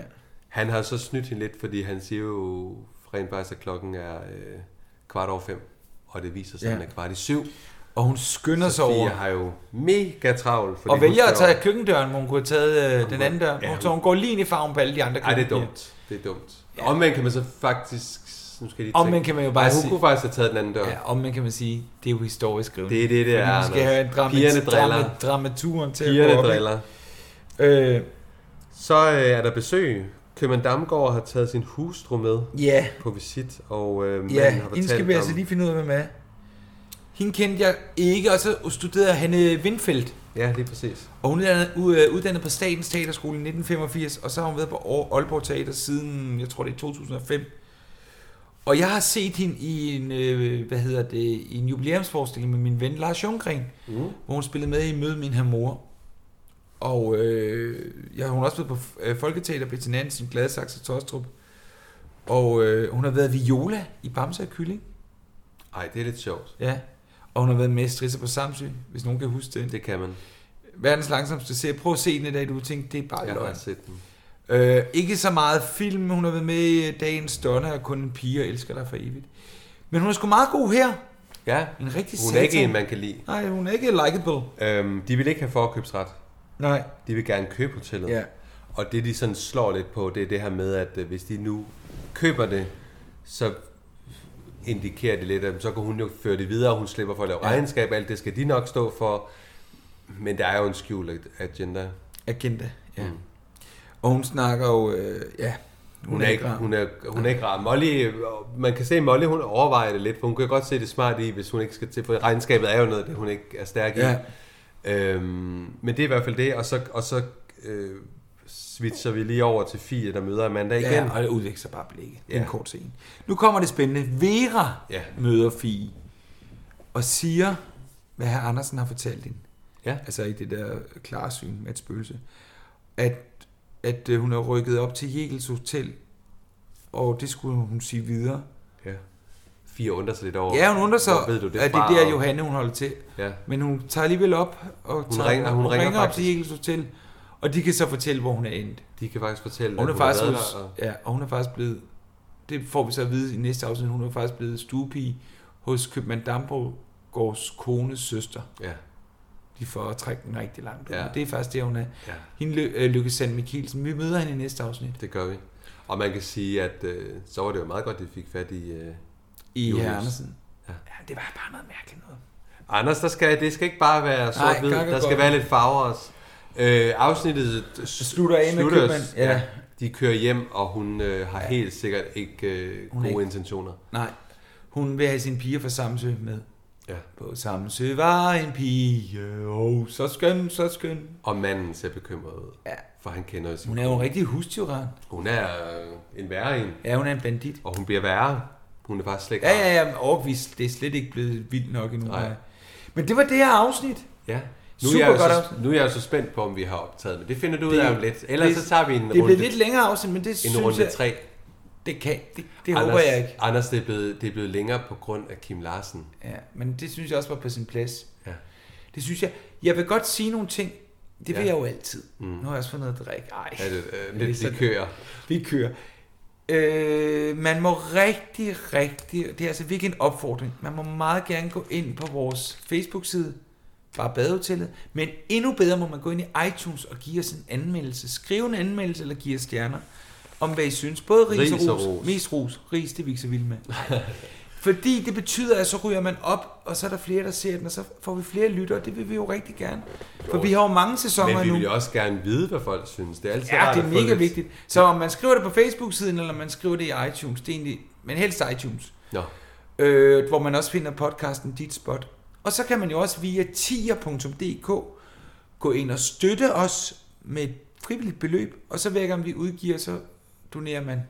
[SPEAKER 2] Han har så snydt hende lidt, fordi han siger jo rent faktisk, at klokken er øh, kvart over fem, og det viser sig,
[SPEAKER 1] Ja.
[SPEAKER 2] at den er kvart i syv.
[SPEAKER 1] Og hun skynder sig
[SPEAKER 2] Fie
[SPEAKER 1] over.
[SPEAKER 2] har jo mega travlt.
[SPEAKER 1] Og vælger at tage køkkendøren, hvor hun kunne have taget øh, den anden dør.
[SPEAKER 2] Ja,
[SPEAKER 1] så hun går lige ind i farven på alle de andre
[SPEAKER 2] Nej, det er
[SPEAKER 1] køkkenpiger.
[SPEAKER 2] dumt. Det er dumt. Ja. Omvendt kan man så faktisk... Nu skal jeg lige
[SPEAKER 1] Omvendt
[SPEAKER 2] tænke.
[SPEAKER 1] kan man jo bare
[SPEAKER 2] Ej, hun
[SPEAKER 1] sige-
[SPEAKER 2] kunne faktisk have taget den anden dør.
[SPEAKER 1] Ja, og man kan man sige, det er jo historisk skrevet.
[SPEAKER 2] Det er det, det er,
[SPEAKER 1] Vi skal
[SPEAKER 2] Anders.
[SPEAKER 1] have en
[SPEAKER 2] Pigerne
[SPEAKER 1] dramat-
[SPEAKER 2] driller.
[SPEAKER 1] dramat- dramaturen til
[SPEAKER 2] Pigerne
[SPEAKER 1] at gå op.
[SPEAKER 2] driller.
[SPEAKER 1] Øh,
[SPEAKER 2] Så øh, er der besøg. Købmann Damgaard har taget sin hustru med
[SPEAKER 1] Ja.
[SPEAKER 2] på visit, og øh, manden
[SPEAKER 1] ja,
[SPEAKER 2] har
[SPEAKER 1] hende
[SPEAKER 2] fortalt
[SPEAKER 1] skal vi
[SPEAKER 2] om...
[SPEAKER 1] altså lige finde ud af, hvem er. Hende kendte jeg ikke, og så studerede jeg Hanne Windfeldt.
[SPEAKER 2] Ja, lige præcis.
[SPEAKER 1] Og hun er u- øh, uddannet på Statens Teaterskole i 1985, og så har hun været på Aar- Aalborg Teater siden, jeg tror det er 2005. Og jeg har set hende i en, øh, hvad hedder det, i en jubilæumsforestilling med min ven Lars Ljunggren, mm.
[SPEAKER 2] Mm.
[SPEAKER 1] hvor hun spillede med i Mød min her mor. Og øh, jeg, hun har også været på øh, Folketeater, Bettina Hansen, Gladsaxe og Tostrup. Og øh, hun har været Viola i Bamse og Kylling.
[SPEAKER 2] Ej, det er lidt sjovt.
[SPEAKER 1] Ja, og hun har været med i Strisse på Samsø, hvis nogen kan huske det.
[SPEAKER 2] Det kan man.
[SPEAKER 1] Verdens langsomste serie. Prøv at se den i dag, du tænkte, det er bare
[SPEAKER 2] Jeg har
[SPEAKER 1] løgn.
[SPEAKER 2] set den.
[SPEAKER 1] Øh, ikke så meget film, hun har været med i øh, Dagens Donna og Kun en pige og elsker dig for evigt. Men hun er sgu meget god her.
[SPEAKER 2] Ja,
[SPEAKER 1] En rigtig
[SPEAKER 2] hun er ikke
[SPEAKER 1] satan.
[SPEAKER 2] en, man kan lide.
[SPEAKER 1] Nej, hun er ikke likable.
[SPEAKER 2] Øhm, de vil ikke have forkøbsret.
[SPEAKER 1] Nej.
[SPEAKER 2] De vil gerne købe hotellet.
[SPEAKER 1] Ja.
[SPEAKER 2] Og det, de sådan slår lidt på, det er det her med, at øh, hvis de nu køber det, så indikerer det lidt, at så kan hun jo føre det videre, og hun slipper for at lave
[SPEAKER 1] Ja.
[SPEAKER 2] ja. regnskab, alt det skal de nok stå for. Men der er jo en skjult agenda.
[SPEAKER 1] Agenda, ja.
[SPEAKER 2] Mm.
[SPEAKER 1] Og hun snakker jo, øh, ja.
[SPEAKER 2] Hun er, ikke,
[SPEAKER 1] rar.
[SPEAKER 2] hun, er, hun er ikke rar. Molly, øh, man kan se, at Molly hun overvejer det lidt, for hun kan godt se det smart i, hvis hun ikke skal til, for regnskabet er jo noget, af det hun ikke er stærk i.
[SPEAKER 1] Ja.
[SPEAKER 2] Øhm, men det er i hvert fald det, og så, og så øh, switcher vi lige over til Fie, der møder Amanda igen.
[SPEAKER 1] Ja, og det udveksler bare blikke. Det er en
[SPEAKER 2] Ja.
[SPEAKER 1] kort scene. Nu kommer det spændende. Vera
[SPEAKER 2] Ja.
[SPEAKER 1] møder Fie og siger, hvad herr Andersen har fortalt hende.
[SPEAKER 2] Ja.
[SPEAKER 1] Altså i det der klare syn med et spøgelse. At, at øh, hun er rykket op til Jekels Hotel, og det skulle hun sige videre.
[SPEAKER 2] Ja. Fie undrer sig lidt over.
[SPEAKER 1] Ja, hun undrer sig,
[SPEAKER 2] hvor ved du det
[SPEAKER 1] at det
[SPEAKER 2] fra,
[SPEAKER 1] er der,
[SPEAKER 2] og-
[SPEAKER 1] Johanne hun holder til.
[SPEAKER 2] Ja.
[SPEAKER 1] Men hun tager alligevel op og tager,
[SPEAKER 2] ringer- hun ringer
[SPEAKER 1] ringer op til
[SPEAKER 2] faktisk.
[SPEAKER 1] Jekels Hotel, og de kan så fortælle, hvor hun er endt.
[SPEAKER 2] De kan faktisk fortælle,
[SPEAKER 1] Og hun
[SPEAKER 2] at
[SPEAKER 1] er faktisk,
[SPEAKER 2] været
[SPEAKER 1] hos,
[SPEAKER 2] der, og-
[SPEAKER 1] ja, og hun er faktisk blevet, det får vi så at vide i næste afsnit, hun er faktisk blevet stuepige hos købmand Dambrogårds kones søster.
[SPEAKER 2] Ja.
[SPEAKER 1] De får at trække den rigtig langt. Ja.
[SPEAKER 2] Ja.
[SPEAKER 1] Det er faktisk det, hun er.
[SPEAKER 2] Ja.
[SPEAKER 1] Hende Lø- øh, Lykke Sand Mikkelsen, vi møder hende i næste afsnit.
[SPEAKER 2] Det gør vi. Og man kan sige, at øh, så var det jo meget godt, at de fik fat i øh,
[SPEAKER 1] I
[SPEAKER 2] Julius.
[SPEAKER 1] Herr Andersen.
[SPEAKER 2] Ja.
[SPEAKER 1] Ja, det var bare noget mærkeligt noget.
[SPEAKER 2] Anders, der skal, det skal ikke bare være
[SPEAKER 1] Nej,
[SPEAKER 2] sort-hvid.
[SPEAKER 1] Kaka
[SPEAKER 2] Der skal
[SPEAKER 1] går-
[SPEAKER 2] være lidt farver også. Øh, afsnittet s-
[SPEAKER 1] slutter af med
[SPEAKER 2] slutter-
[SPEAKER 1] købmand, ja.
[SPEAKER 2] De kører hjem, og hun øh, har helt sikkert ikke øh,
[SPEAKER 1] Hun er ikke-
[SPEAKER 2] gode intentioner.
[SPEAKER 1] Nej. Hun vil have sine piger fra Samsø med.
[SPEAKER 2] Ja.
[SPEAKER 1] På Samsø var en pige, oh, så skøn, så skøn.
[SPEAKER 2] Og manden ser bekymret ud.
[SPEAKER 1] Ja.
[SPEAKER 2] For han kender jo sin
[SPEAKER 1] Hun er jo en rigtig hustyran.
[SPEAKER 2] Hun er øh, en værre en.
[SPEAKER 1] Ja, hun er en bandit.
[SPEAKER 2] Og hun bliver værre. Hun er faktisk slet ikke
[SPEAKER 1] Ja, ja, ja, men overbevist, det er slet ikke blevet vildt nok endnu.
[SPEAKER 2] Nej.
[SPEAKER 1] Men det var det her afsnit.
[SPEAKER 2] Ja. Nu er,
[SPEAKER 1] Super
[SPEAKER 2] jeg jo
[SPEAKER 1] godt
[SPEAKER 2] så,
[SPEAKER 1] afsnit.
[SPEAKER 2] nu er jeg jo så spændt på, om vi har optaget, men det finder du ud
[SPEAKER 1] Det-
[SPEAKER 2] af om lidt. Ellers
[SPEAKER 1] det-
[SPEAKER 2] så tager vi en
[SPEAKER 1] Det
[SPEAKER 2] runde,
[SPEAKER 1] blev lidt længere afsnit, men det en synes
[SPEAKER 2] en runde
[SPEAKER 1] jeg,
[SPEAKER 2] tre.
[SPEAKER 1] det kan, det, det
[SPEAKER 2] Anders,
[SPEAKER 1] håber jeg ikke.
[SPEAKER 2] Anders, det er, blevet, det er blevet længere på grund af Kim Larsen.
[SPEAKER 1] Ja, men det synes jeg også var på sin plads.
[SPEAKER 2] Ja.
[SPEAKER 1] Det synes jeg, jeg vil godt sige nogle ting, det vil
[SPEAKER 2] Ja.
[SPEAKER 1] jeg jo altid. Mm. Nu har jeg også fået noget at drikke. Ej.
[SPEAKER 2] Ja, det, øh,
[SPEAKER 1] er
[SPEAKER 2] lidt
[SPEAKER 1] sådan-
[SPEAKER 2] de kører.
[SPEAKER 1] Vi kører. Øh, man må rigtig, rigtig, det er altså virkelig en opfordring, man må meget gerne gå ind på vores Facebook-side, bare badehotellet, men endnu bedre må man gå ind i iTunes og give os en anmeldelse. Skriv en anmeldelse eller give os stjerner, om hvad I synes. Både ris,
[SPEAKER 2] Ris og
[SPEAKER 1] og ros.
[SPEAKER 2] ros.
[SPEAKER 1] Mest ros. Ris, det er vi ikke så vilde med. (laughs) Fordi det betyder, at så ryger man op, og så er der flere, der ser den, og så får vi flere lyttere. Det vil vi jo rigtig gerne. For vi har jo mange sæsoner
[SPEAKER 2] Men vi
[SPEAKER 1] nu.
[SPEAKER 2] vil jo også gerne vide, hvad folk synes. Det er altid
[SPEAKER 1] Ja,
[SPEAKER 2] rart
[SPEAKER 1] det
[SPEAKER 2] at
[SPEAKER 1] er
[SPEAKER 2] få
[SPEAKER 1] mega
[SPEAKER 2] lidt-
[SPEAKER 1] vigtigt. Så om man skriver det på Facebook-siden, eller man skriver det i iTunes, det er egentlig, men helst iTunes,
[SPEAKER 2] Nå,
[SPEAKER 1] øh, hvor man også finder podcasten Dit Spot. Og så kan man jo også via tier.dk gå ind og støtte os med et frivilligt beløb, og så hver gang vi udgiver, så donerer man.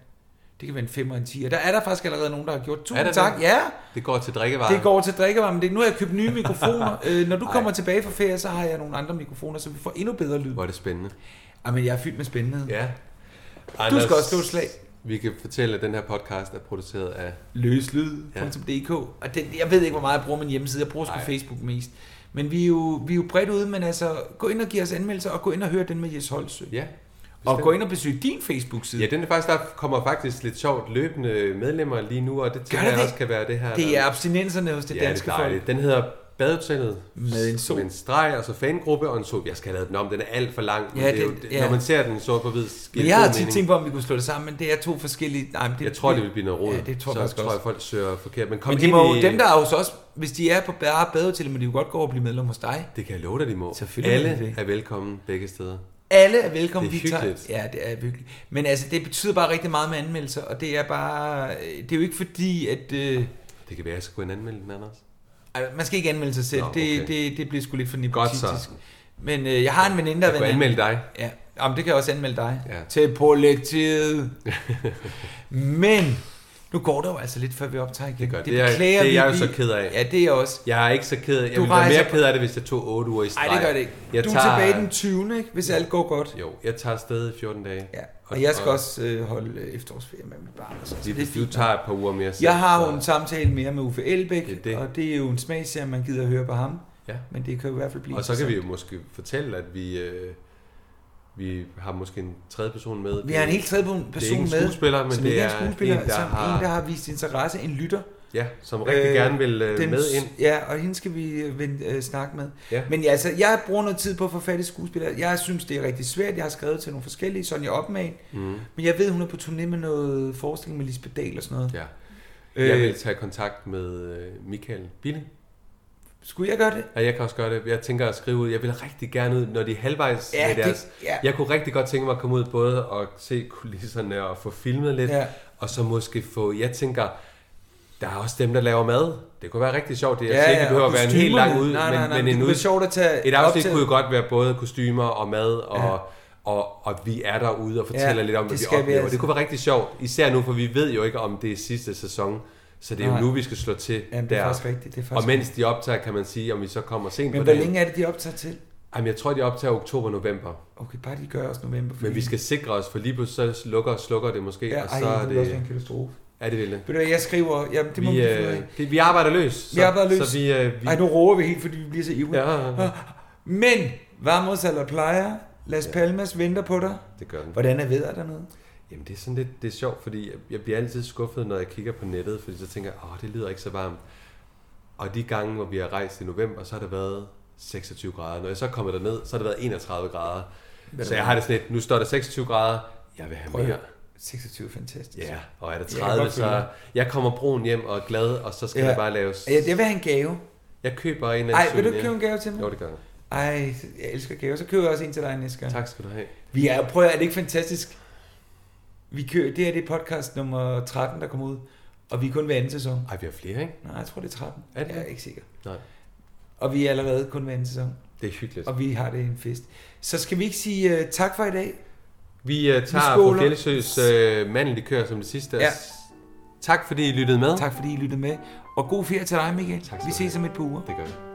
[SPEAKER 1] Det kan være en 5 og en 10. Der er der faktisk allerede nogen, der har gjort.
[SPEAKER 2] Er
[SPEAKER 1] Tusind
[SPEAKER 2] der
[SPEAKER 1] tak.
[SPEAKER 2] det?
[SPEAKER 1] Ja,
[SPEAKER 2] det går til drikkevarer.
[SPEAKER 1] det går til drikkevarer, men det, nu har jeg købt nye
[SPEAKER 2] (laughs)
[SPEAKER 1] mikrofoner. øh, når du kommer tilbage fra ferie, så har jeg nogle andre mikrofoner, så vi får endnu bedre lyd.
[SPEAKER 2] Hvor er det spændende.
[SPEAKER 1] Ej, men jeg er fyldt med spændende.
[SPEAKER 2] Ja.
[SPEAKER 1] Du skal også slå et slag.
[SPEAKER 2] Vi kan fortælle, at den her podcast er produceret af...
[SPEAKER 1] løslyd.dk. Og det, jeg ved ikke, hvor meget jeg bruger min hjemmeside. Jeg bruger på
[SPEAKER 2] Nej.
[SPEAKER 1] Facebook mest. Men vi er, jo, vi er jo bredt ude, men altså, gå ind og giv os anmeldelser, og gå ind og hør den med Jes Holsø.
[SPEAKER 2] Ja.
[SPEAKER 1] og gå ind og besøg din Facebook-side.
[SPEAKER 2] Ja, den er faktisk, der kommer faktisk lidt sjovt løbende medlemmer lige nu, og det tænker
[SPEAKER 1] der
[SPEAKER 2] jeg
[SPEAKER 1] det?
[SPEAKER 2] også kan være det her.
[SPEAKER 1] det
[SPEAKER 2] der-
[SPEAKER 1] er abstinenserne hos det
[SPEAKER 2] ja,
[SPEAKER 1] danske
[SPEAKER 2] det er dejligt.
[SPEAKER 1] folk.
[SPEAKER 2] Den hedder Badehotellet.
[SPEAKER 1] Med en sol.
[SPEAKER 2] Med en streg, og så fangruppe og en sol. Jeg skal have lavet den om, den er alt for lang. men
[SPEAKER 1] Ja,
[SPEAKER 2] det er jo,
[SPEAKER 1] den- ja.
[SPEAKER 2] Når man ser den sort på hvid, giver
[SPEAKER 1] Men
[SPEAKER 2] det
[SPEAKER 1] jeg
[SPEAKER 2] god
[SPEAKER 1] har tit
[SPEAKER 2] mening.
[SPEAKER 1] tænkt på, om vi kunne slå det sammen, men det er to forskellige... Nej, men det,
[SPEAKER 2] Jeg tror, det vil blive noget råd.
[SPEAKER 1] Ja, det tror jeg faktisk
[SPEAKER 2] så tror
[SPEAKER 1] også.
[SPEAKER 2] jeg, folk søger forkert. Men, kom
[SPEAKER 1] Men de
[SPEAKER 2] ind
[SPEAKER 1] må,
[SPEAKER 2] i,
[SPEAKER 1] jo- dem, der er hos os, hvis de er på bare badehotellet, må de jo godt gå over og blive medlem hos dig.
[SPEAKER 2] Det kan jeg love dig, de må.
[SPEAKER 1] Selvfølgelig
[SPEAKER 2] Alle
[SPEAKER 1] må de det.
[SPEAKER 2] er velkommen begge steder.
[SPEAKER 1] Alle er velkommen.
[SPEAKER 2] Det er
[SPEAKER 1] Vi tager-
[SPEAKER 2] hyggeligt.
[SPEAKER 1] Ja, det er hyggeligt. Men altså, det betyder bare rigtig meget med anmeldelser, og det er bare... øh, Det er jo ikke fordi, at... Øh,
[SPEAKER 2] Det kan være, jeg skal gå ind og anmelde den, Anders.
[SPEAKER 1] Ej, man skal ikke anmelde sig selv.
[SPEAKER 2] Nå,
[SPEAKER 1] Nå, okay. det,
[SPEAKER 2] okay.
[SPEAKER 1] det, det bliver sgu lidt for
[SPEAKER 2] Godt så.
[SPEAKER 1] nepotistisk. Men øh, jeg har en veninde, der
[SPEAKER 2] Jeg kunne anmelde dig.
[SPEAKER 1] Ja, jamen, det kan jeg også anmelde dig.
[SPEAKER 2] Ja.
[SPEAKER 1] Til
[SPEAKER 2] (laughs)
[SPEAKER 1] politiet. Men nu går der jo altså lidt, før vi optager igen.
[SPEAKER 2] Det gør det. Det er-
[SPEAKER 1] beklager
[SPEAKER 2] det er
[SPEAKER 1] vi
[SPEAKER 2] jeg jo
[SPEAKER 1] lige.
[SPEAKER 2] så ked af.
[SPEAKER 1] Ja, det er jeg også.
[SPEAKER 2] Jeg er ikke så ked af Jeg
[SPEAKER 1] Du
[SPEAKER 2] ville være
[SPEAKER 1] rejser
[SPEAKER 2] mere
[SPEAKER 1] på-
[SPEAKER 2] ked af det, hvis jeg tog 8 uger i streg.
[SPEAKER 1] Nej, det gør det ikke.
[SPEAKER 2] Jeg
[SPEAKER 1] du er
[SPEAKER 2] tager...
[SPEAKER 1] tilbage den 20. Ikke? Hvis alt går godt.
[SPEAKER 2] Jo, jeg tager afsted i 14 dage.
[SPEAKER 1] Ja. Og jeg skal også øh, holde øh, efterårsferie med mit barn. Og så. Så
[SPEAKER 2] Det,
[SPEAKER 1] det er
[SPEAKER 2] du
[SPEAKER 1] fint.
[SPEAKER 2] tager et par uger mere selv,
[SPEAKER 1] Jeg har
[SPEAKER 2] så-
[SPEAKER 1] jo en samtale mere med Uffe Elbæk,
[SPEAKER 2] Det er det.
[SPEAKER 1] og det er jo en smagsserie, man gider at høre på ham.
[SPEAKER 2] Ja.
[SPEAKER 1] Men det kan jo i hvert fald blive
[SPEAKER 2] Og så kan vi jo måske fortælle, at vi, øh, vi har måske en tredje person med.
[SPEAKER 1] Vi har en helt tredje person
[SPEAKER 2] Det er ikke en
[SPEAKER 1] med,
[SPEAKER 2] skuespiller, men
[SPEAKER 1] som
[SPEAKER 2] det
[SPEAKER 1] ikke
[SPEAKER 2] er
[SPEAKER 1] en skuespiller,
[SPEAKER 2] en, der
[SPEAKER 1] som
[SPEAKER 2] har-
[SPEAKER 1] en, der har vist interesse, en lytter.
[SPEAKER 2] Ja, som rigtig øh, gerne vil øh,
[SPEAKER 1] den-
[SPEAKER 2] med ind.
[SPEAKER 1] Ja, og hende skal vi øh, vende, øh, snakke med.
[SPEAKER 2] Ja.
[SPEAKER 1] Men ja, altså, jeg bruger noget tid på at få fat i skuespillere. Jeg synes, det er rigtig svært. Jeg har skrevet til nogle forskellige, Sonja Opman. Mm. Men jeg ved, hun er på turné med noget forestilling med Lisbeth Dahl og sådan noget.
[SPEAKER 2] Ja. Jeg
[SPEAKER 1] Øh,
[SPEAKER 2] vil tage kontakt med øh, Michael Bille.
[SPEAKER 1] Skulle jeg gøre det?
[SPEAKER 2] Og jeg kan også gøre det. Jeg tænker at skrive ud. Jeg vil rigtig gerne ud, når de er halvvejs
[SPEAKER 1] Ja,
[SPEAKER 2] med
[SPEAKER 1] det-
[SPEAKER 2] deres...
[SPEAKER 1] ja.
[SPEAKER 2] Jeg kunne rigtig godt tænke mig at komme ud både og se kulisserne og få filmet lidt.
[SPEAKER 1] Ja.
[SPEAKER 2] Og så måske få... Jeg tænker, der er også dem, der laver mad. Det kunne være rigtig sjovt. Det, jeg
[SPEAKER 1] Ja,
[SPEAKER 2] siger ikke,
[SPEAKER 1] ja,
[SPEAKER 2] det behøver
[SPEAKER 1] og
[SPEAKER 2] at være en helt lang
[SPEAKER 1] kostumerne.
[SPEAKER 2] ud,
[SPEAKER 1] Nej, nej, nej,
[SPEAKER 2] men,
[SPEAKER 1] det
[SPEAKER 2] men en
[SPEAKER 1] kunne
[SPEAKER 2] ud...
[SPEAKER 1] være sjovt at tage
[SPEAKER 2] et afsnit
[SPEAKER 1] optaget.
[SPEAKER 2] kunne jo godt være både kostymer og mad og... Ja. Og, og vi er derude og fortæller
[SPEAKER 1] Ja,
[SPEAKER 2] lidt om, hvad
[SPEAKER 1] det
[SPEAKER 2] vi
[SPEAKER 1] skal vi
[SPEAKER 2] oplever.
[SPEAKER 1] altså.
[SPEAKER 2] Det kunne være rigtig sjovt, især nu, for vi ved jo ikke, om det er sidste sæson. Så det er jo
[SPEAKER 1] Nej.
[SPEAKER 2] nu, vi skal slå til
[SPEAKER 1] Jamen, det
[SPEAKER 2] der.
[SPEAKER 1] er faktisk rigtigt. Det er
[SPEAKER 2] Og
[SPEAKER 1] faktisk
[SPEAKER 2] mens de optager, kan man sige, om vi så kommer
[SPEAKER 1] Men
[SPEAKER 2] sent på
[SPEAKER 1] hvor
[SPEAKER 2] dagen.
[SPEAKER 1] længe er det, de optager til?
[SPEAKER 2] Jamen, jeg tror, de optager oktober-november.
[SPEAKER 1] Okay, bare de gør os november.
[SPEAKER 2] Men vi skal sikre os, for lige pludselig så lukker og slukker det måske,
[SPEAKER 1] Mm. Ja,
[SPEAKER 2] og
[SPEAKER 1] ej,
[SPEAKER 2] så er
[SPEAKER 1] det er også være en
[SPEAKER 2] det...
[SPEAKER 1] katastrofe.
[SPEAKER 2] Er det vildt?
[SPEAKER 1] Ved du hvad, jeg skriver... Jamen, det må vi,
[SPEAKER 2] Vi,
[SPEAKER 1] vi finde ud af.
[SPEAKER 2] øh, det, vi arbejder løs. Så,
[SPEAKER 1] Vi arbejder løs.
[SPEAKER 2] Så vi, øh, vi,
[SPEAKER 1] Ej, nu råber vi helt, fordi vi bliver så ivrige. Ah,
[SPEAKER 2] Ja.
[SPEAKER 1] Men, Vamos a la playa, Las Palmas venter på dig.
[SPEAKER 2] det gør den.
[SPEAKER 1] Hvordan er vejret dernede?
[SPEAKER 2] Jamen, det er sådan lidt det er sjovt, fordi jeg- jeg bliver altid skuffet, når jeg kigger på nettet, fordi så tænker jeg, åh, det lyder ikke så varmt. Og de gange, hvor vi har rejst i november, så har det været 26 grader. Når jeg så er kommet derned, så har det været 31 grader. Så jeg har det sådan lidt, nu står der 26 grader, jeg vil have
[SPEAKER 1] Prøv at
[SPEAKER 2] mere.
[SPEAKER 1] høre. 26 er fantastisk.
[SPEAKER 2] Ja, og er der
[SPEAKER 1] Jeg kan godt
[SPEAKER 2] 30,
[SPEAKER 1] følge
[SPEAKER 2] så jeg kommer brun hjem og er glad, og så skal
[SPEAKER 1] Ja.
[SPEAKER 2] der bare laves...
[SPEAKER 1] Ja, det vil have en gave.
[SPEAKER 2] Jeg køber en af
[SPEAKER 1] Ej,
[SPEAKER 2] de
[SPEAKER 1] vil du
[SPEAKER 2] souvenirer.
[SPEAKER 1] ikke købe en gave til mig?
[SPEAKER 2] Jo, det gør jeg.
[SPEAKER 1] Ej, jeg elsker gaver. Så køber jeg også en til dig næste gang.
[SPEAKER 2] Tak skal du have.
[SPEAKER 1] Vi er, prøv at, høre, er det ikke fantastisk? Vi kører, det her det er podcast nummer 13, der kommer ud. Og vi er kun ved anden sæson.
[SPEAKER 2] Ej, vi har flere, ikke?
[SPEAKER 1] Nej, jeg tror, det er 13.
[SPEAKER 2] Er det
[SPEAKER 1] jeg er
[SPEAKER 2] det?
[SPEAKER 1] ikke sikker.
[SPEAKER 2] Nej,
[SPEAKER 1] Og vi er allerede kun ved anden sæson.
[SPEAKER 2] det er hyggeligt.
[SPEAKER 1] Og vi har det en fest. Så skal vi ikke sige uh, tak for i dag?
[SPEAKER 2] Vi uh, tager
[SPEAKER 1] skåler.
[SPEAKER 2] på Fjellsøs uh, mandel i kør som det sidste.
[SPEAKER 1] Ja.
[SPEAKER 2] Tak fordi I lyttede med.
[SPEAKER 1] Tak fordi I lyttede med. Og god ferie til dig, Michael.
[SPEAKER 2] Tak skal
[SPEAKER 1] vi
[SPEAKER 2] du
[SPEAKER 1] ses om et par uger.
[SPEAKER 2] Det gør vi.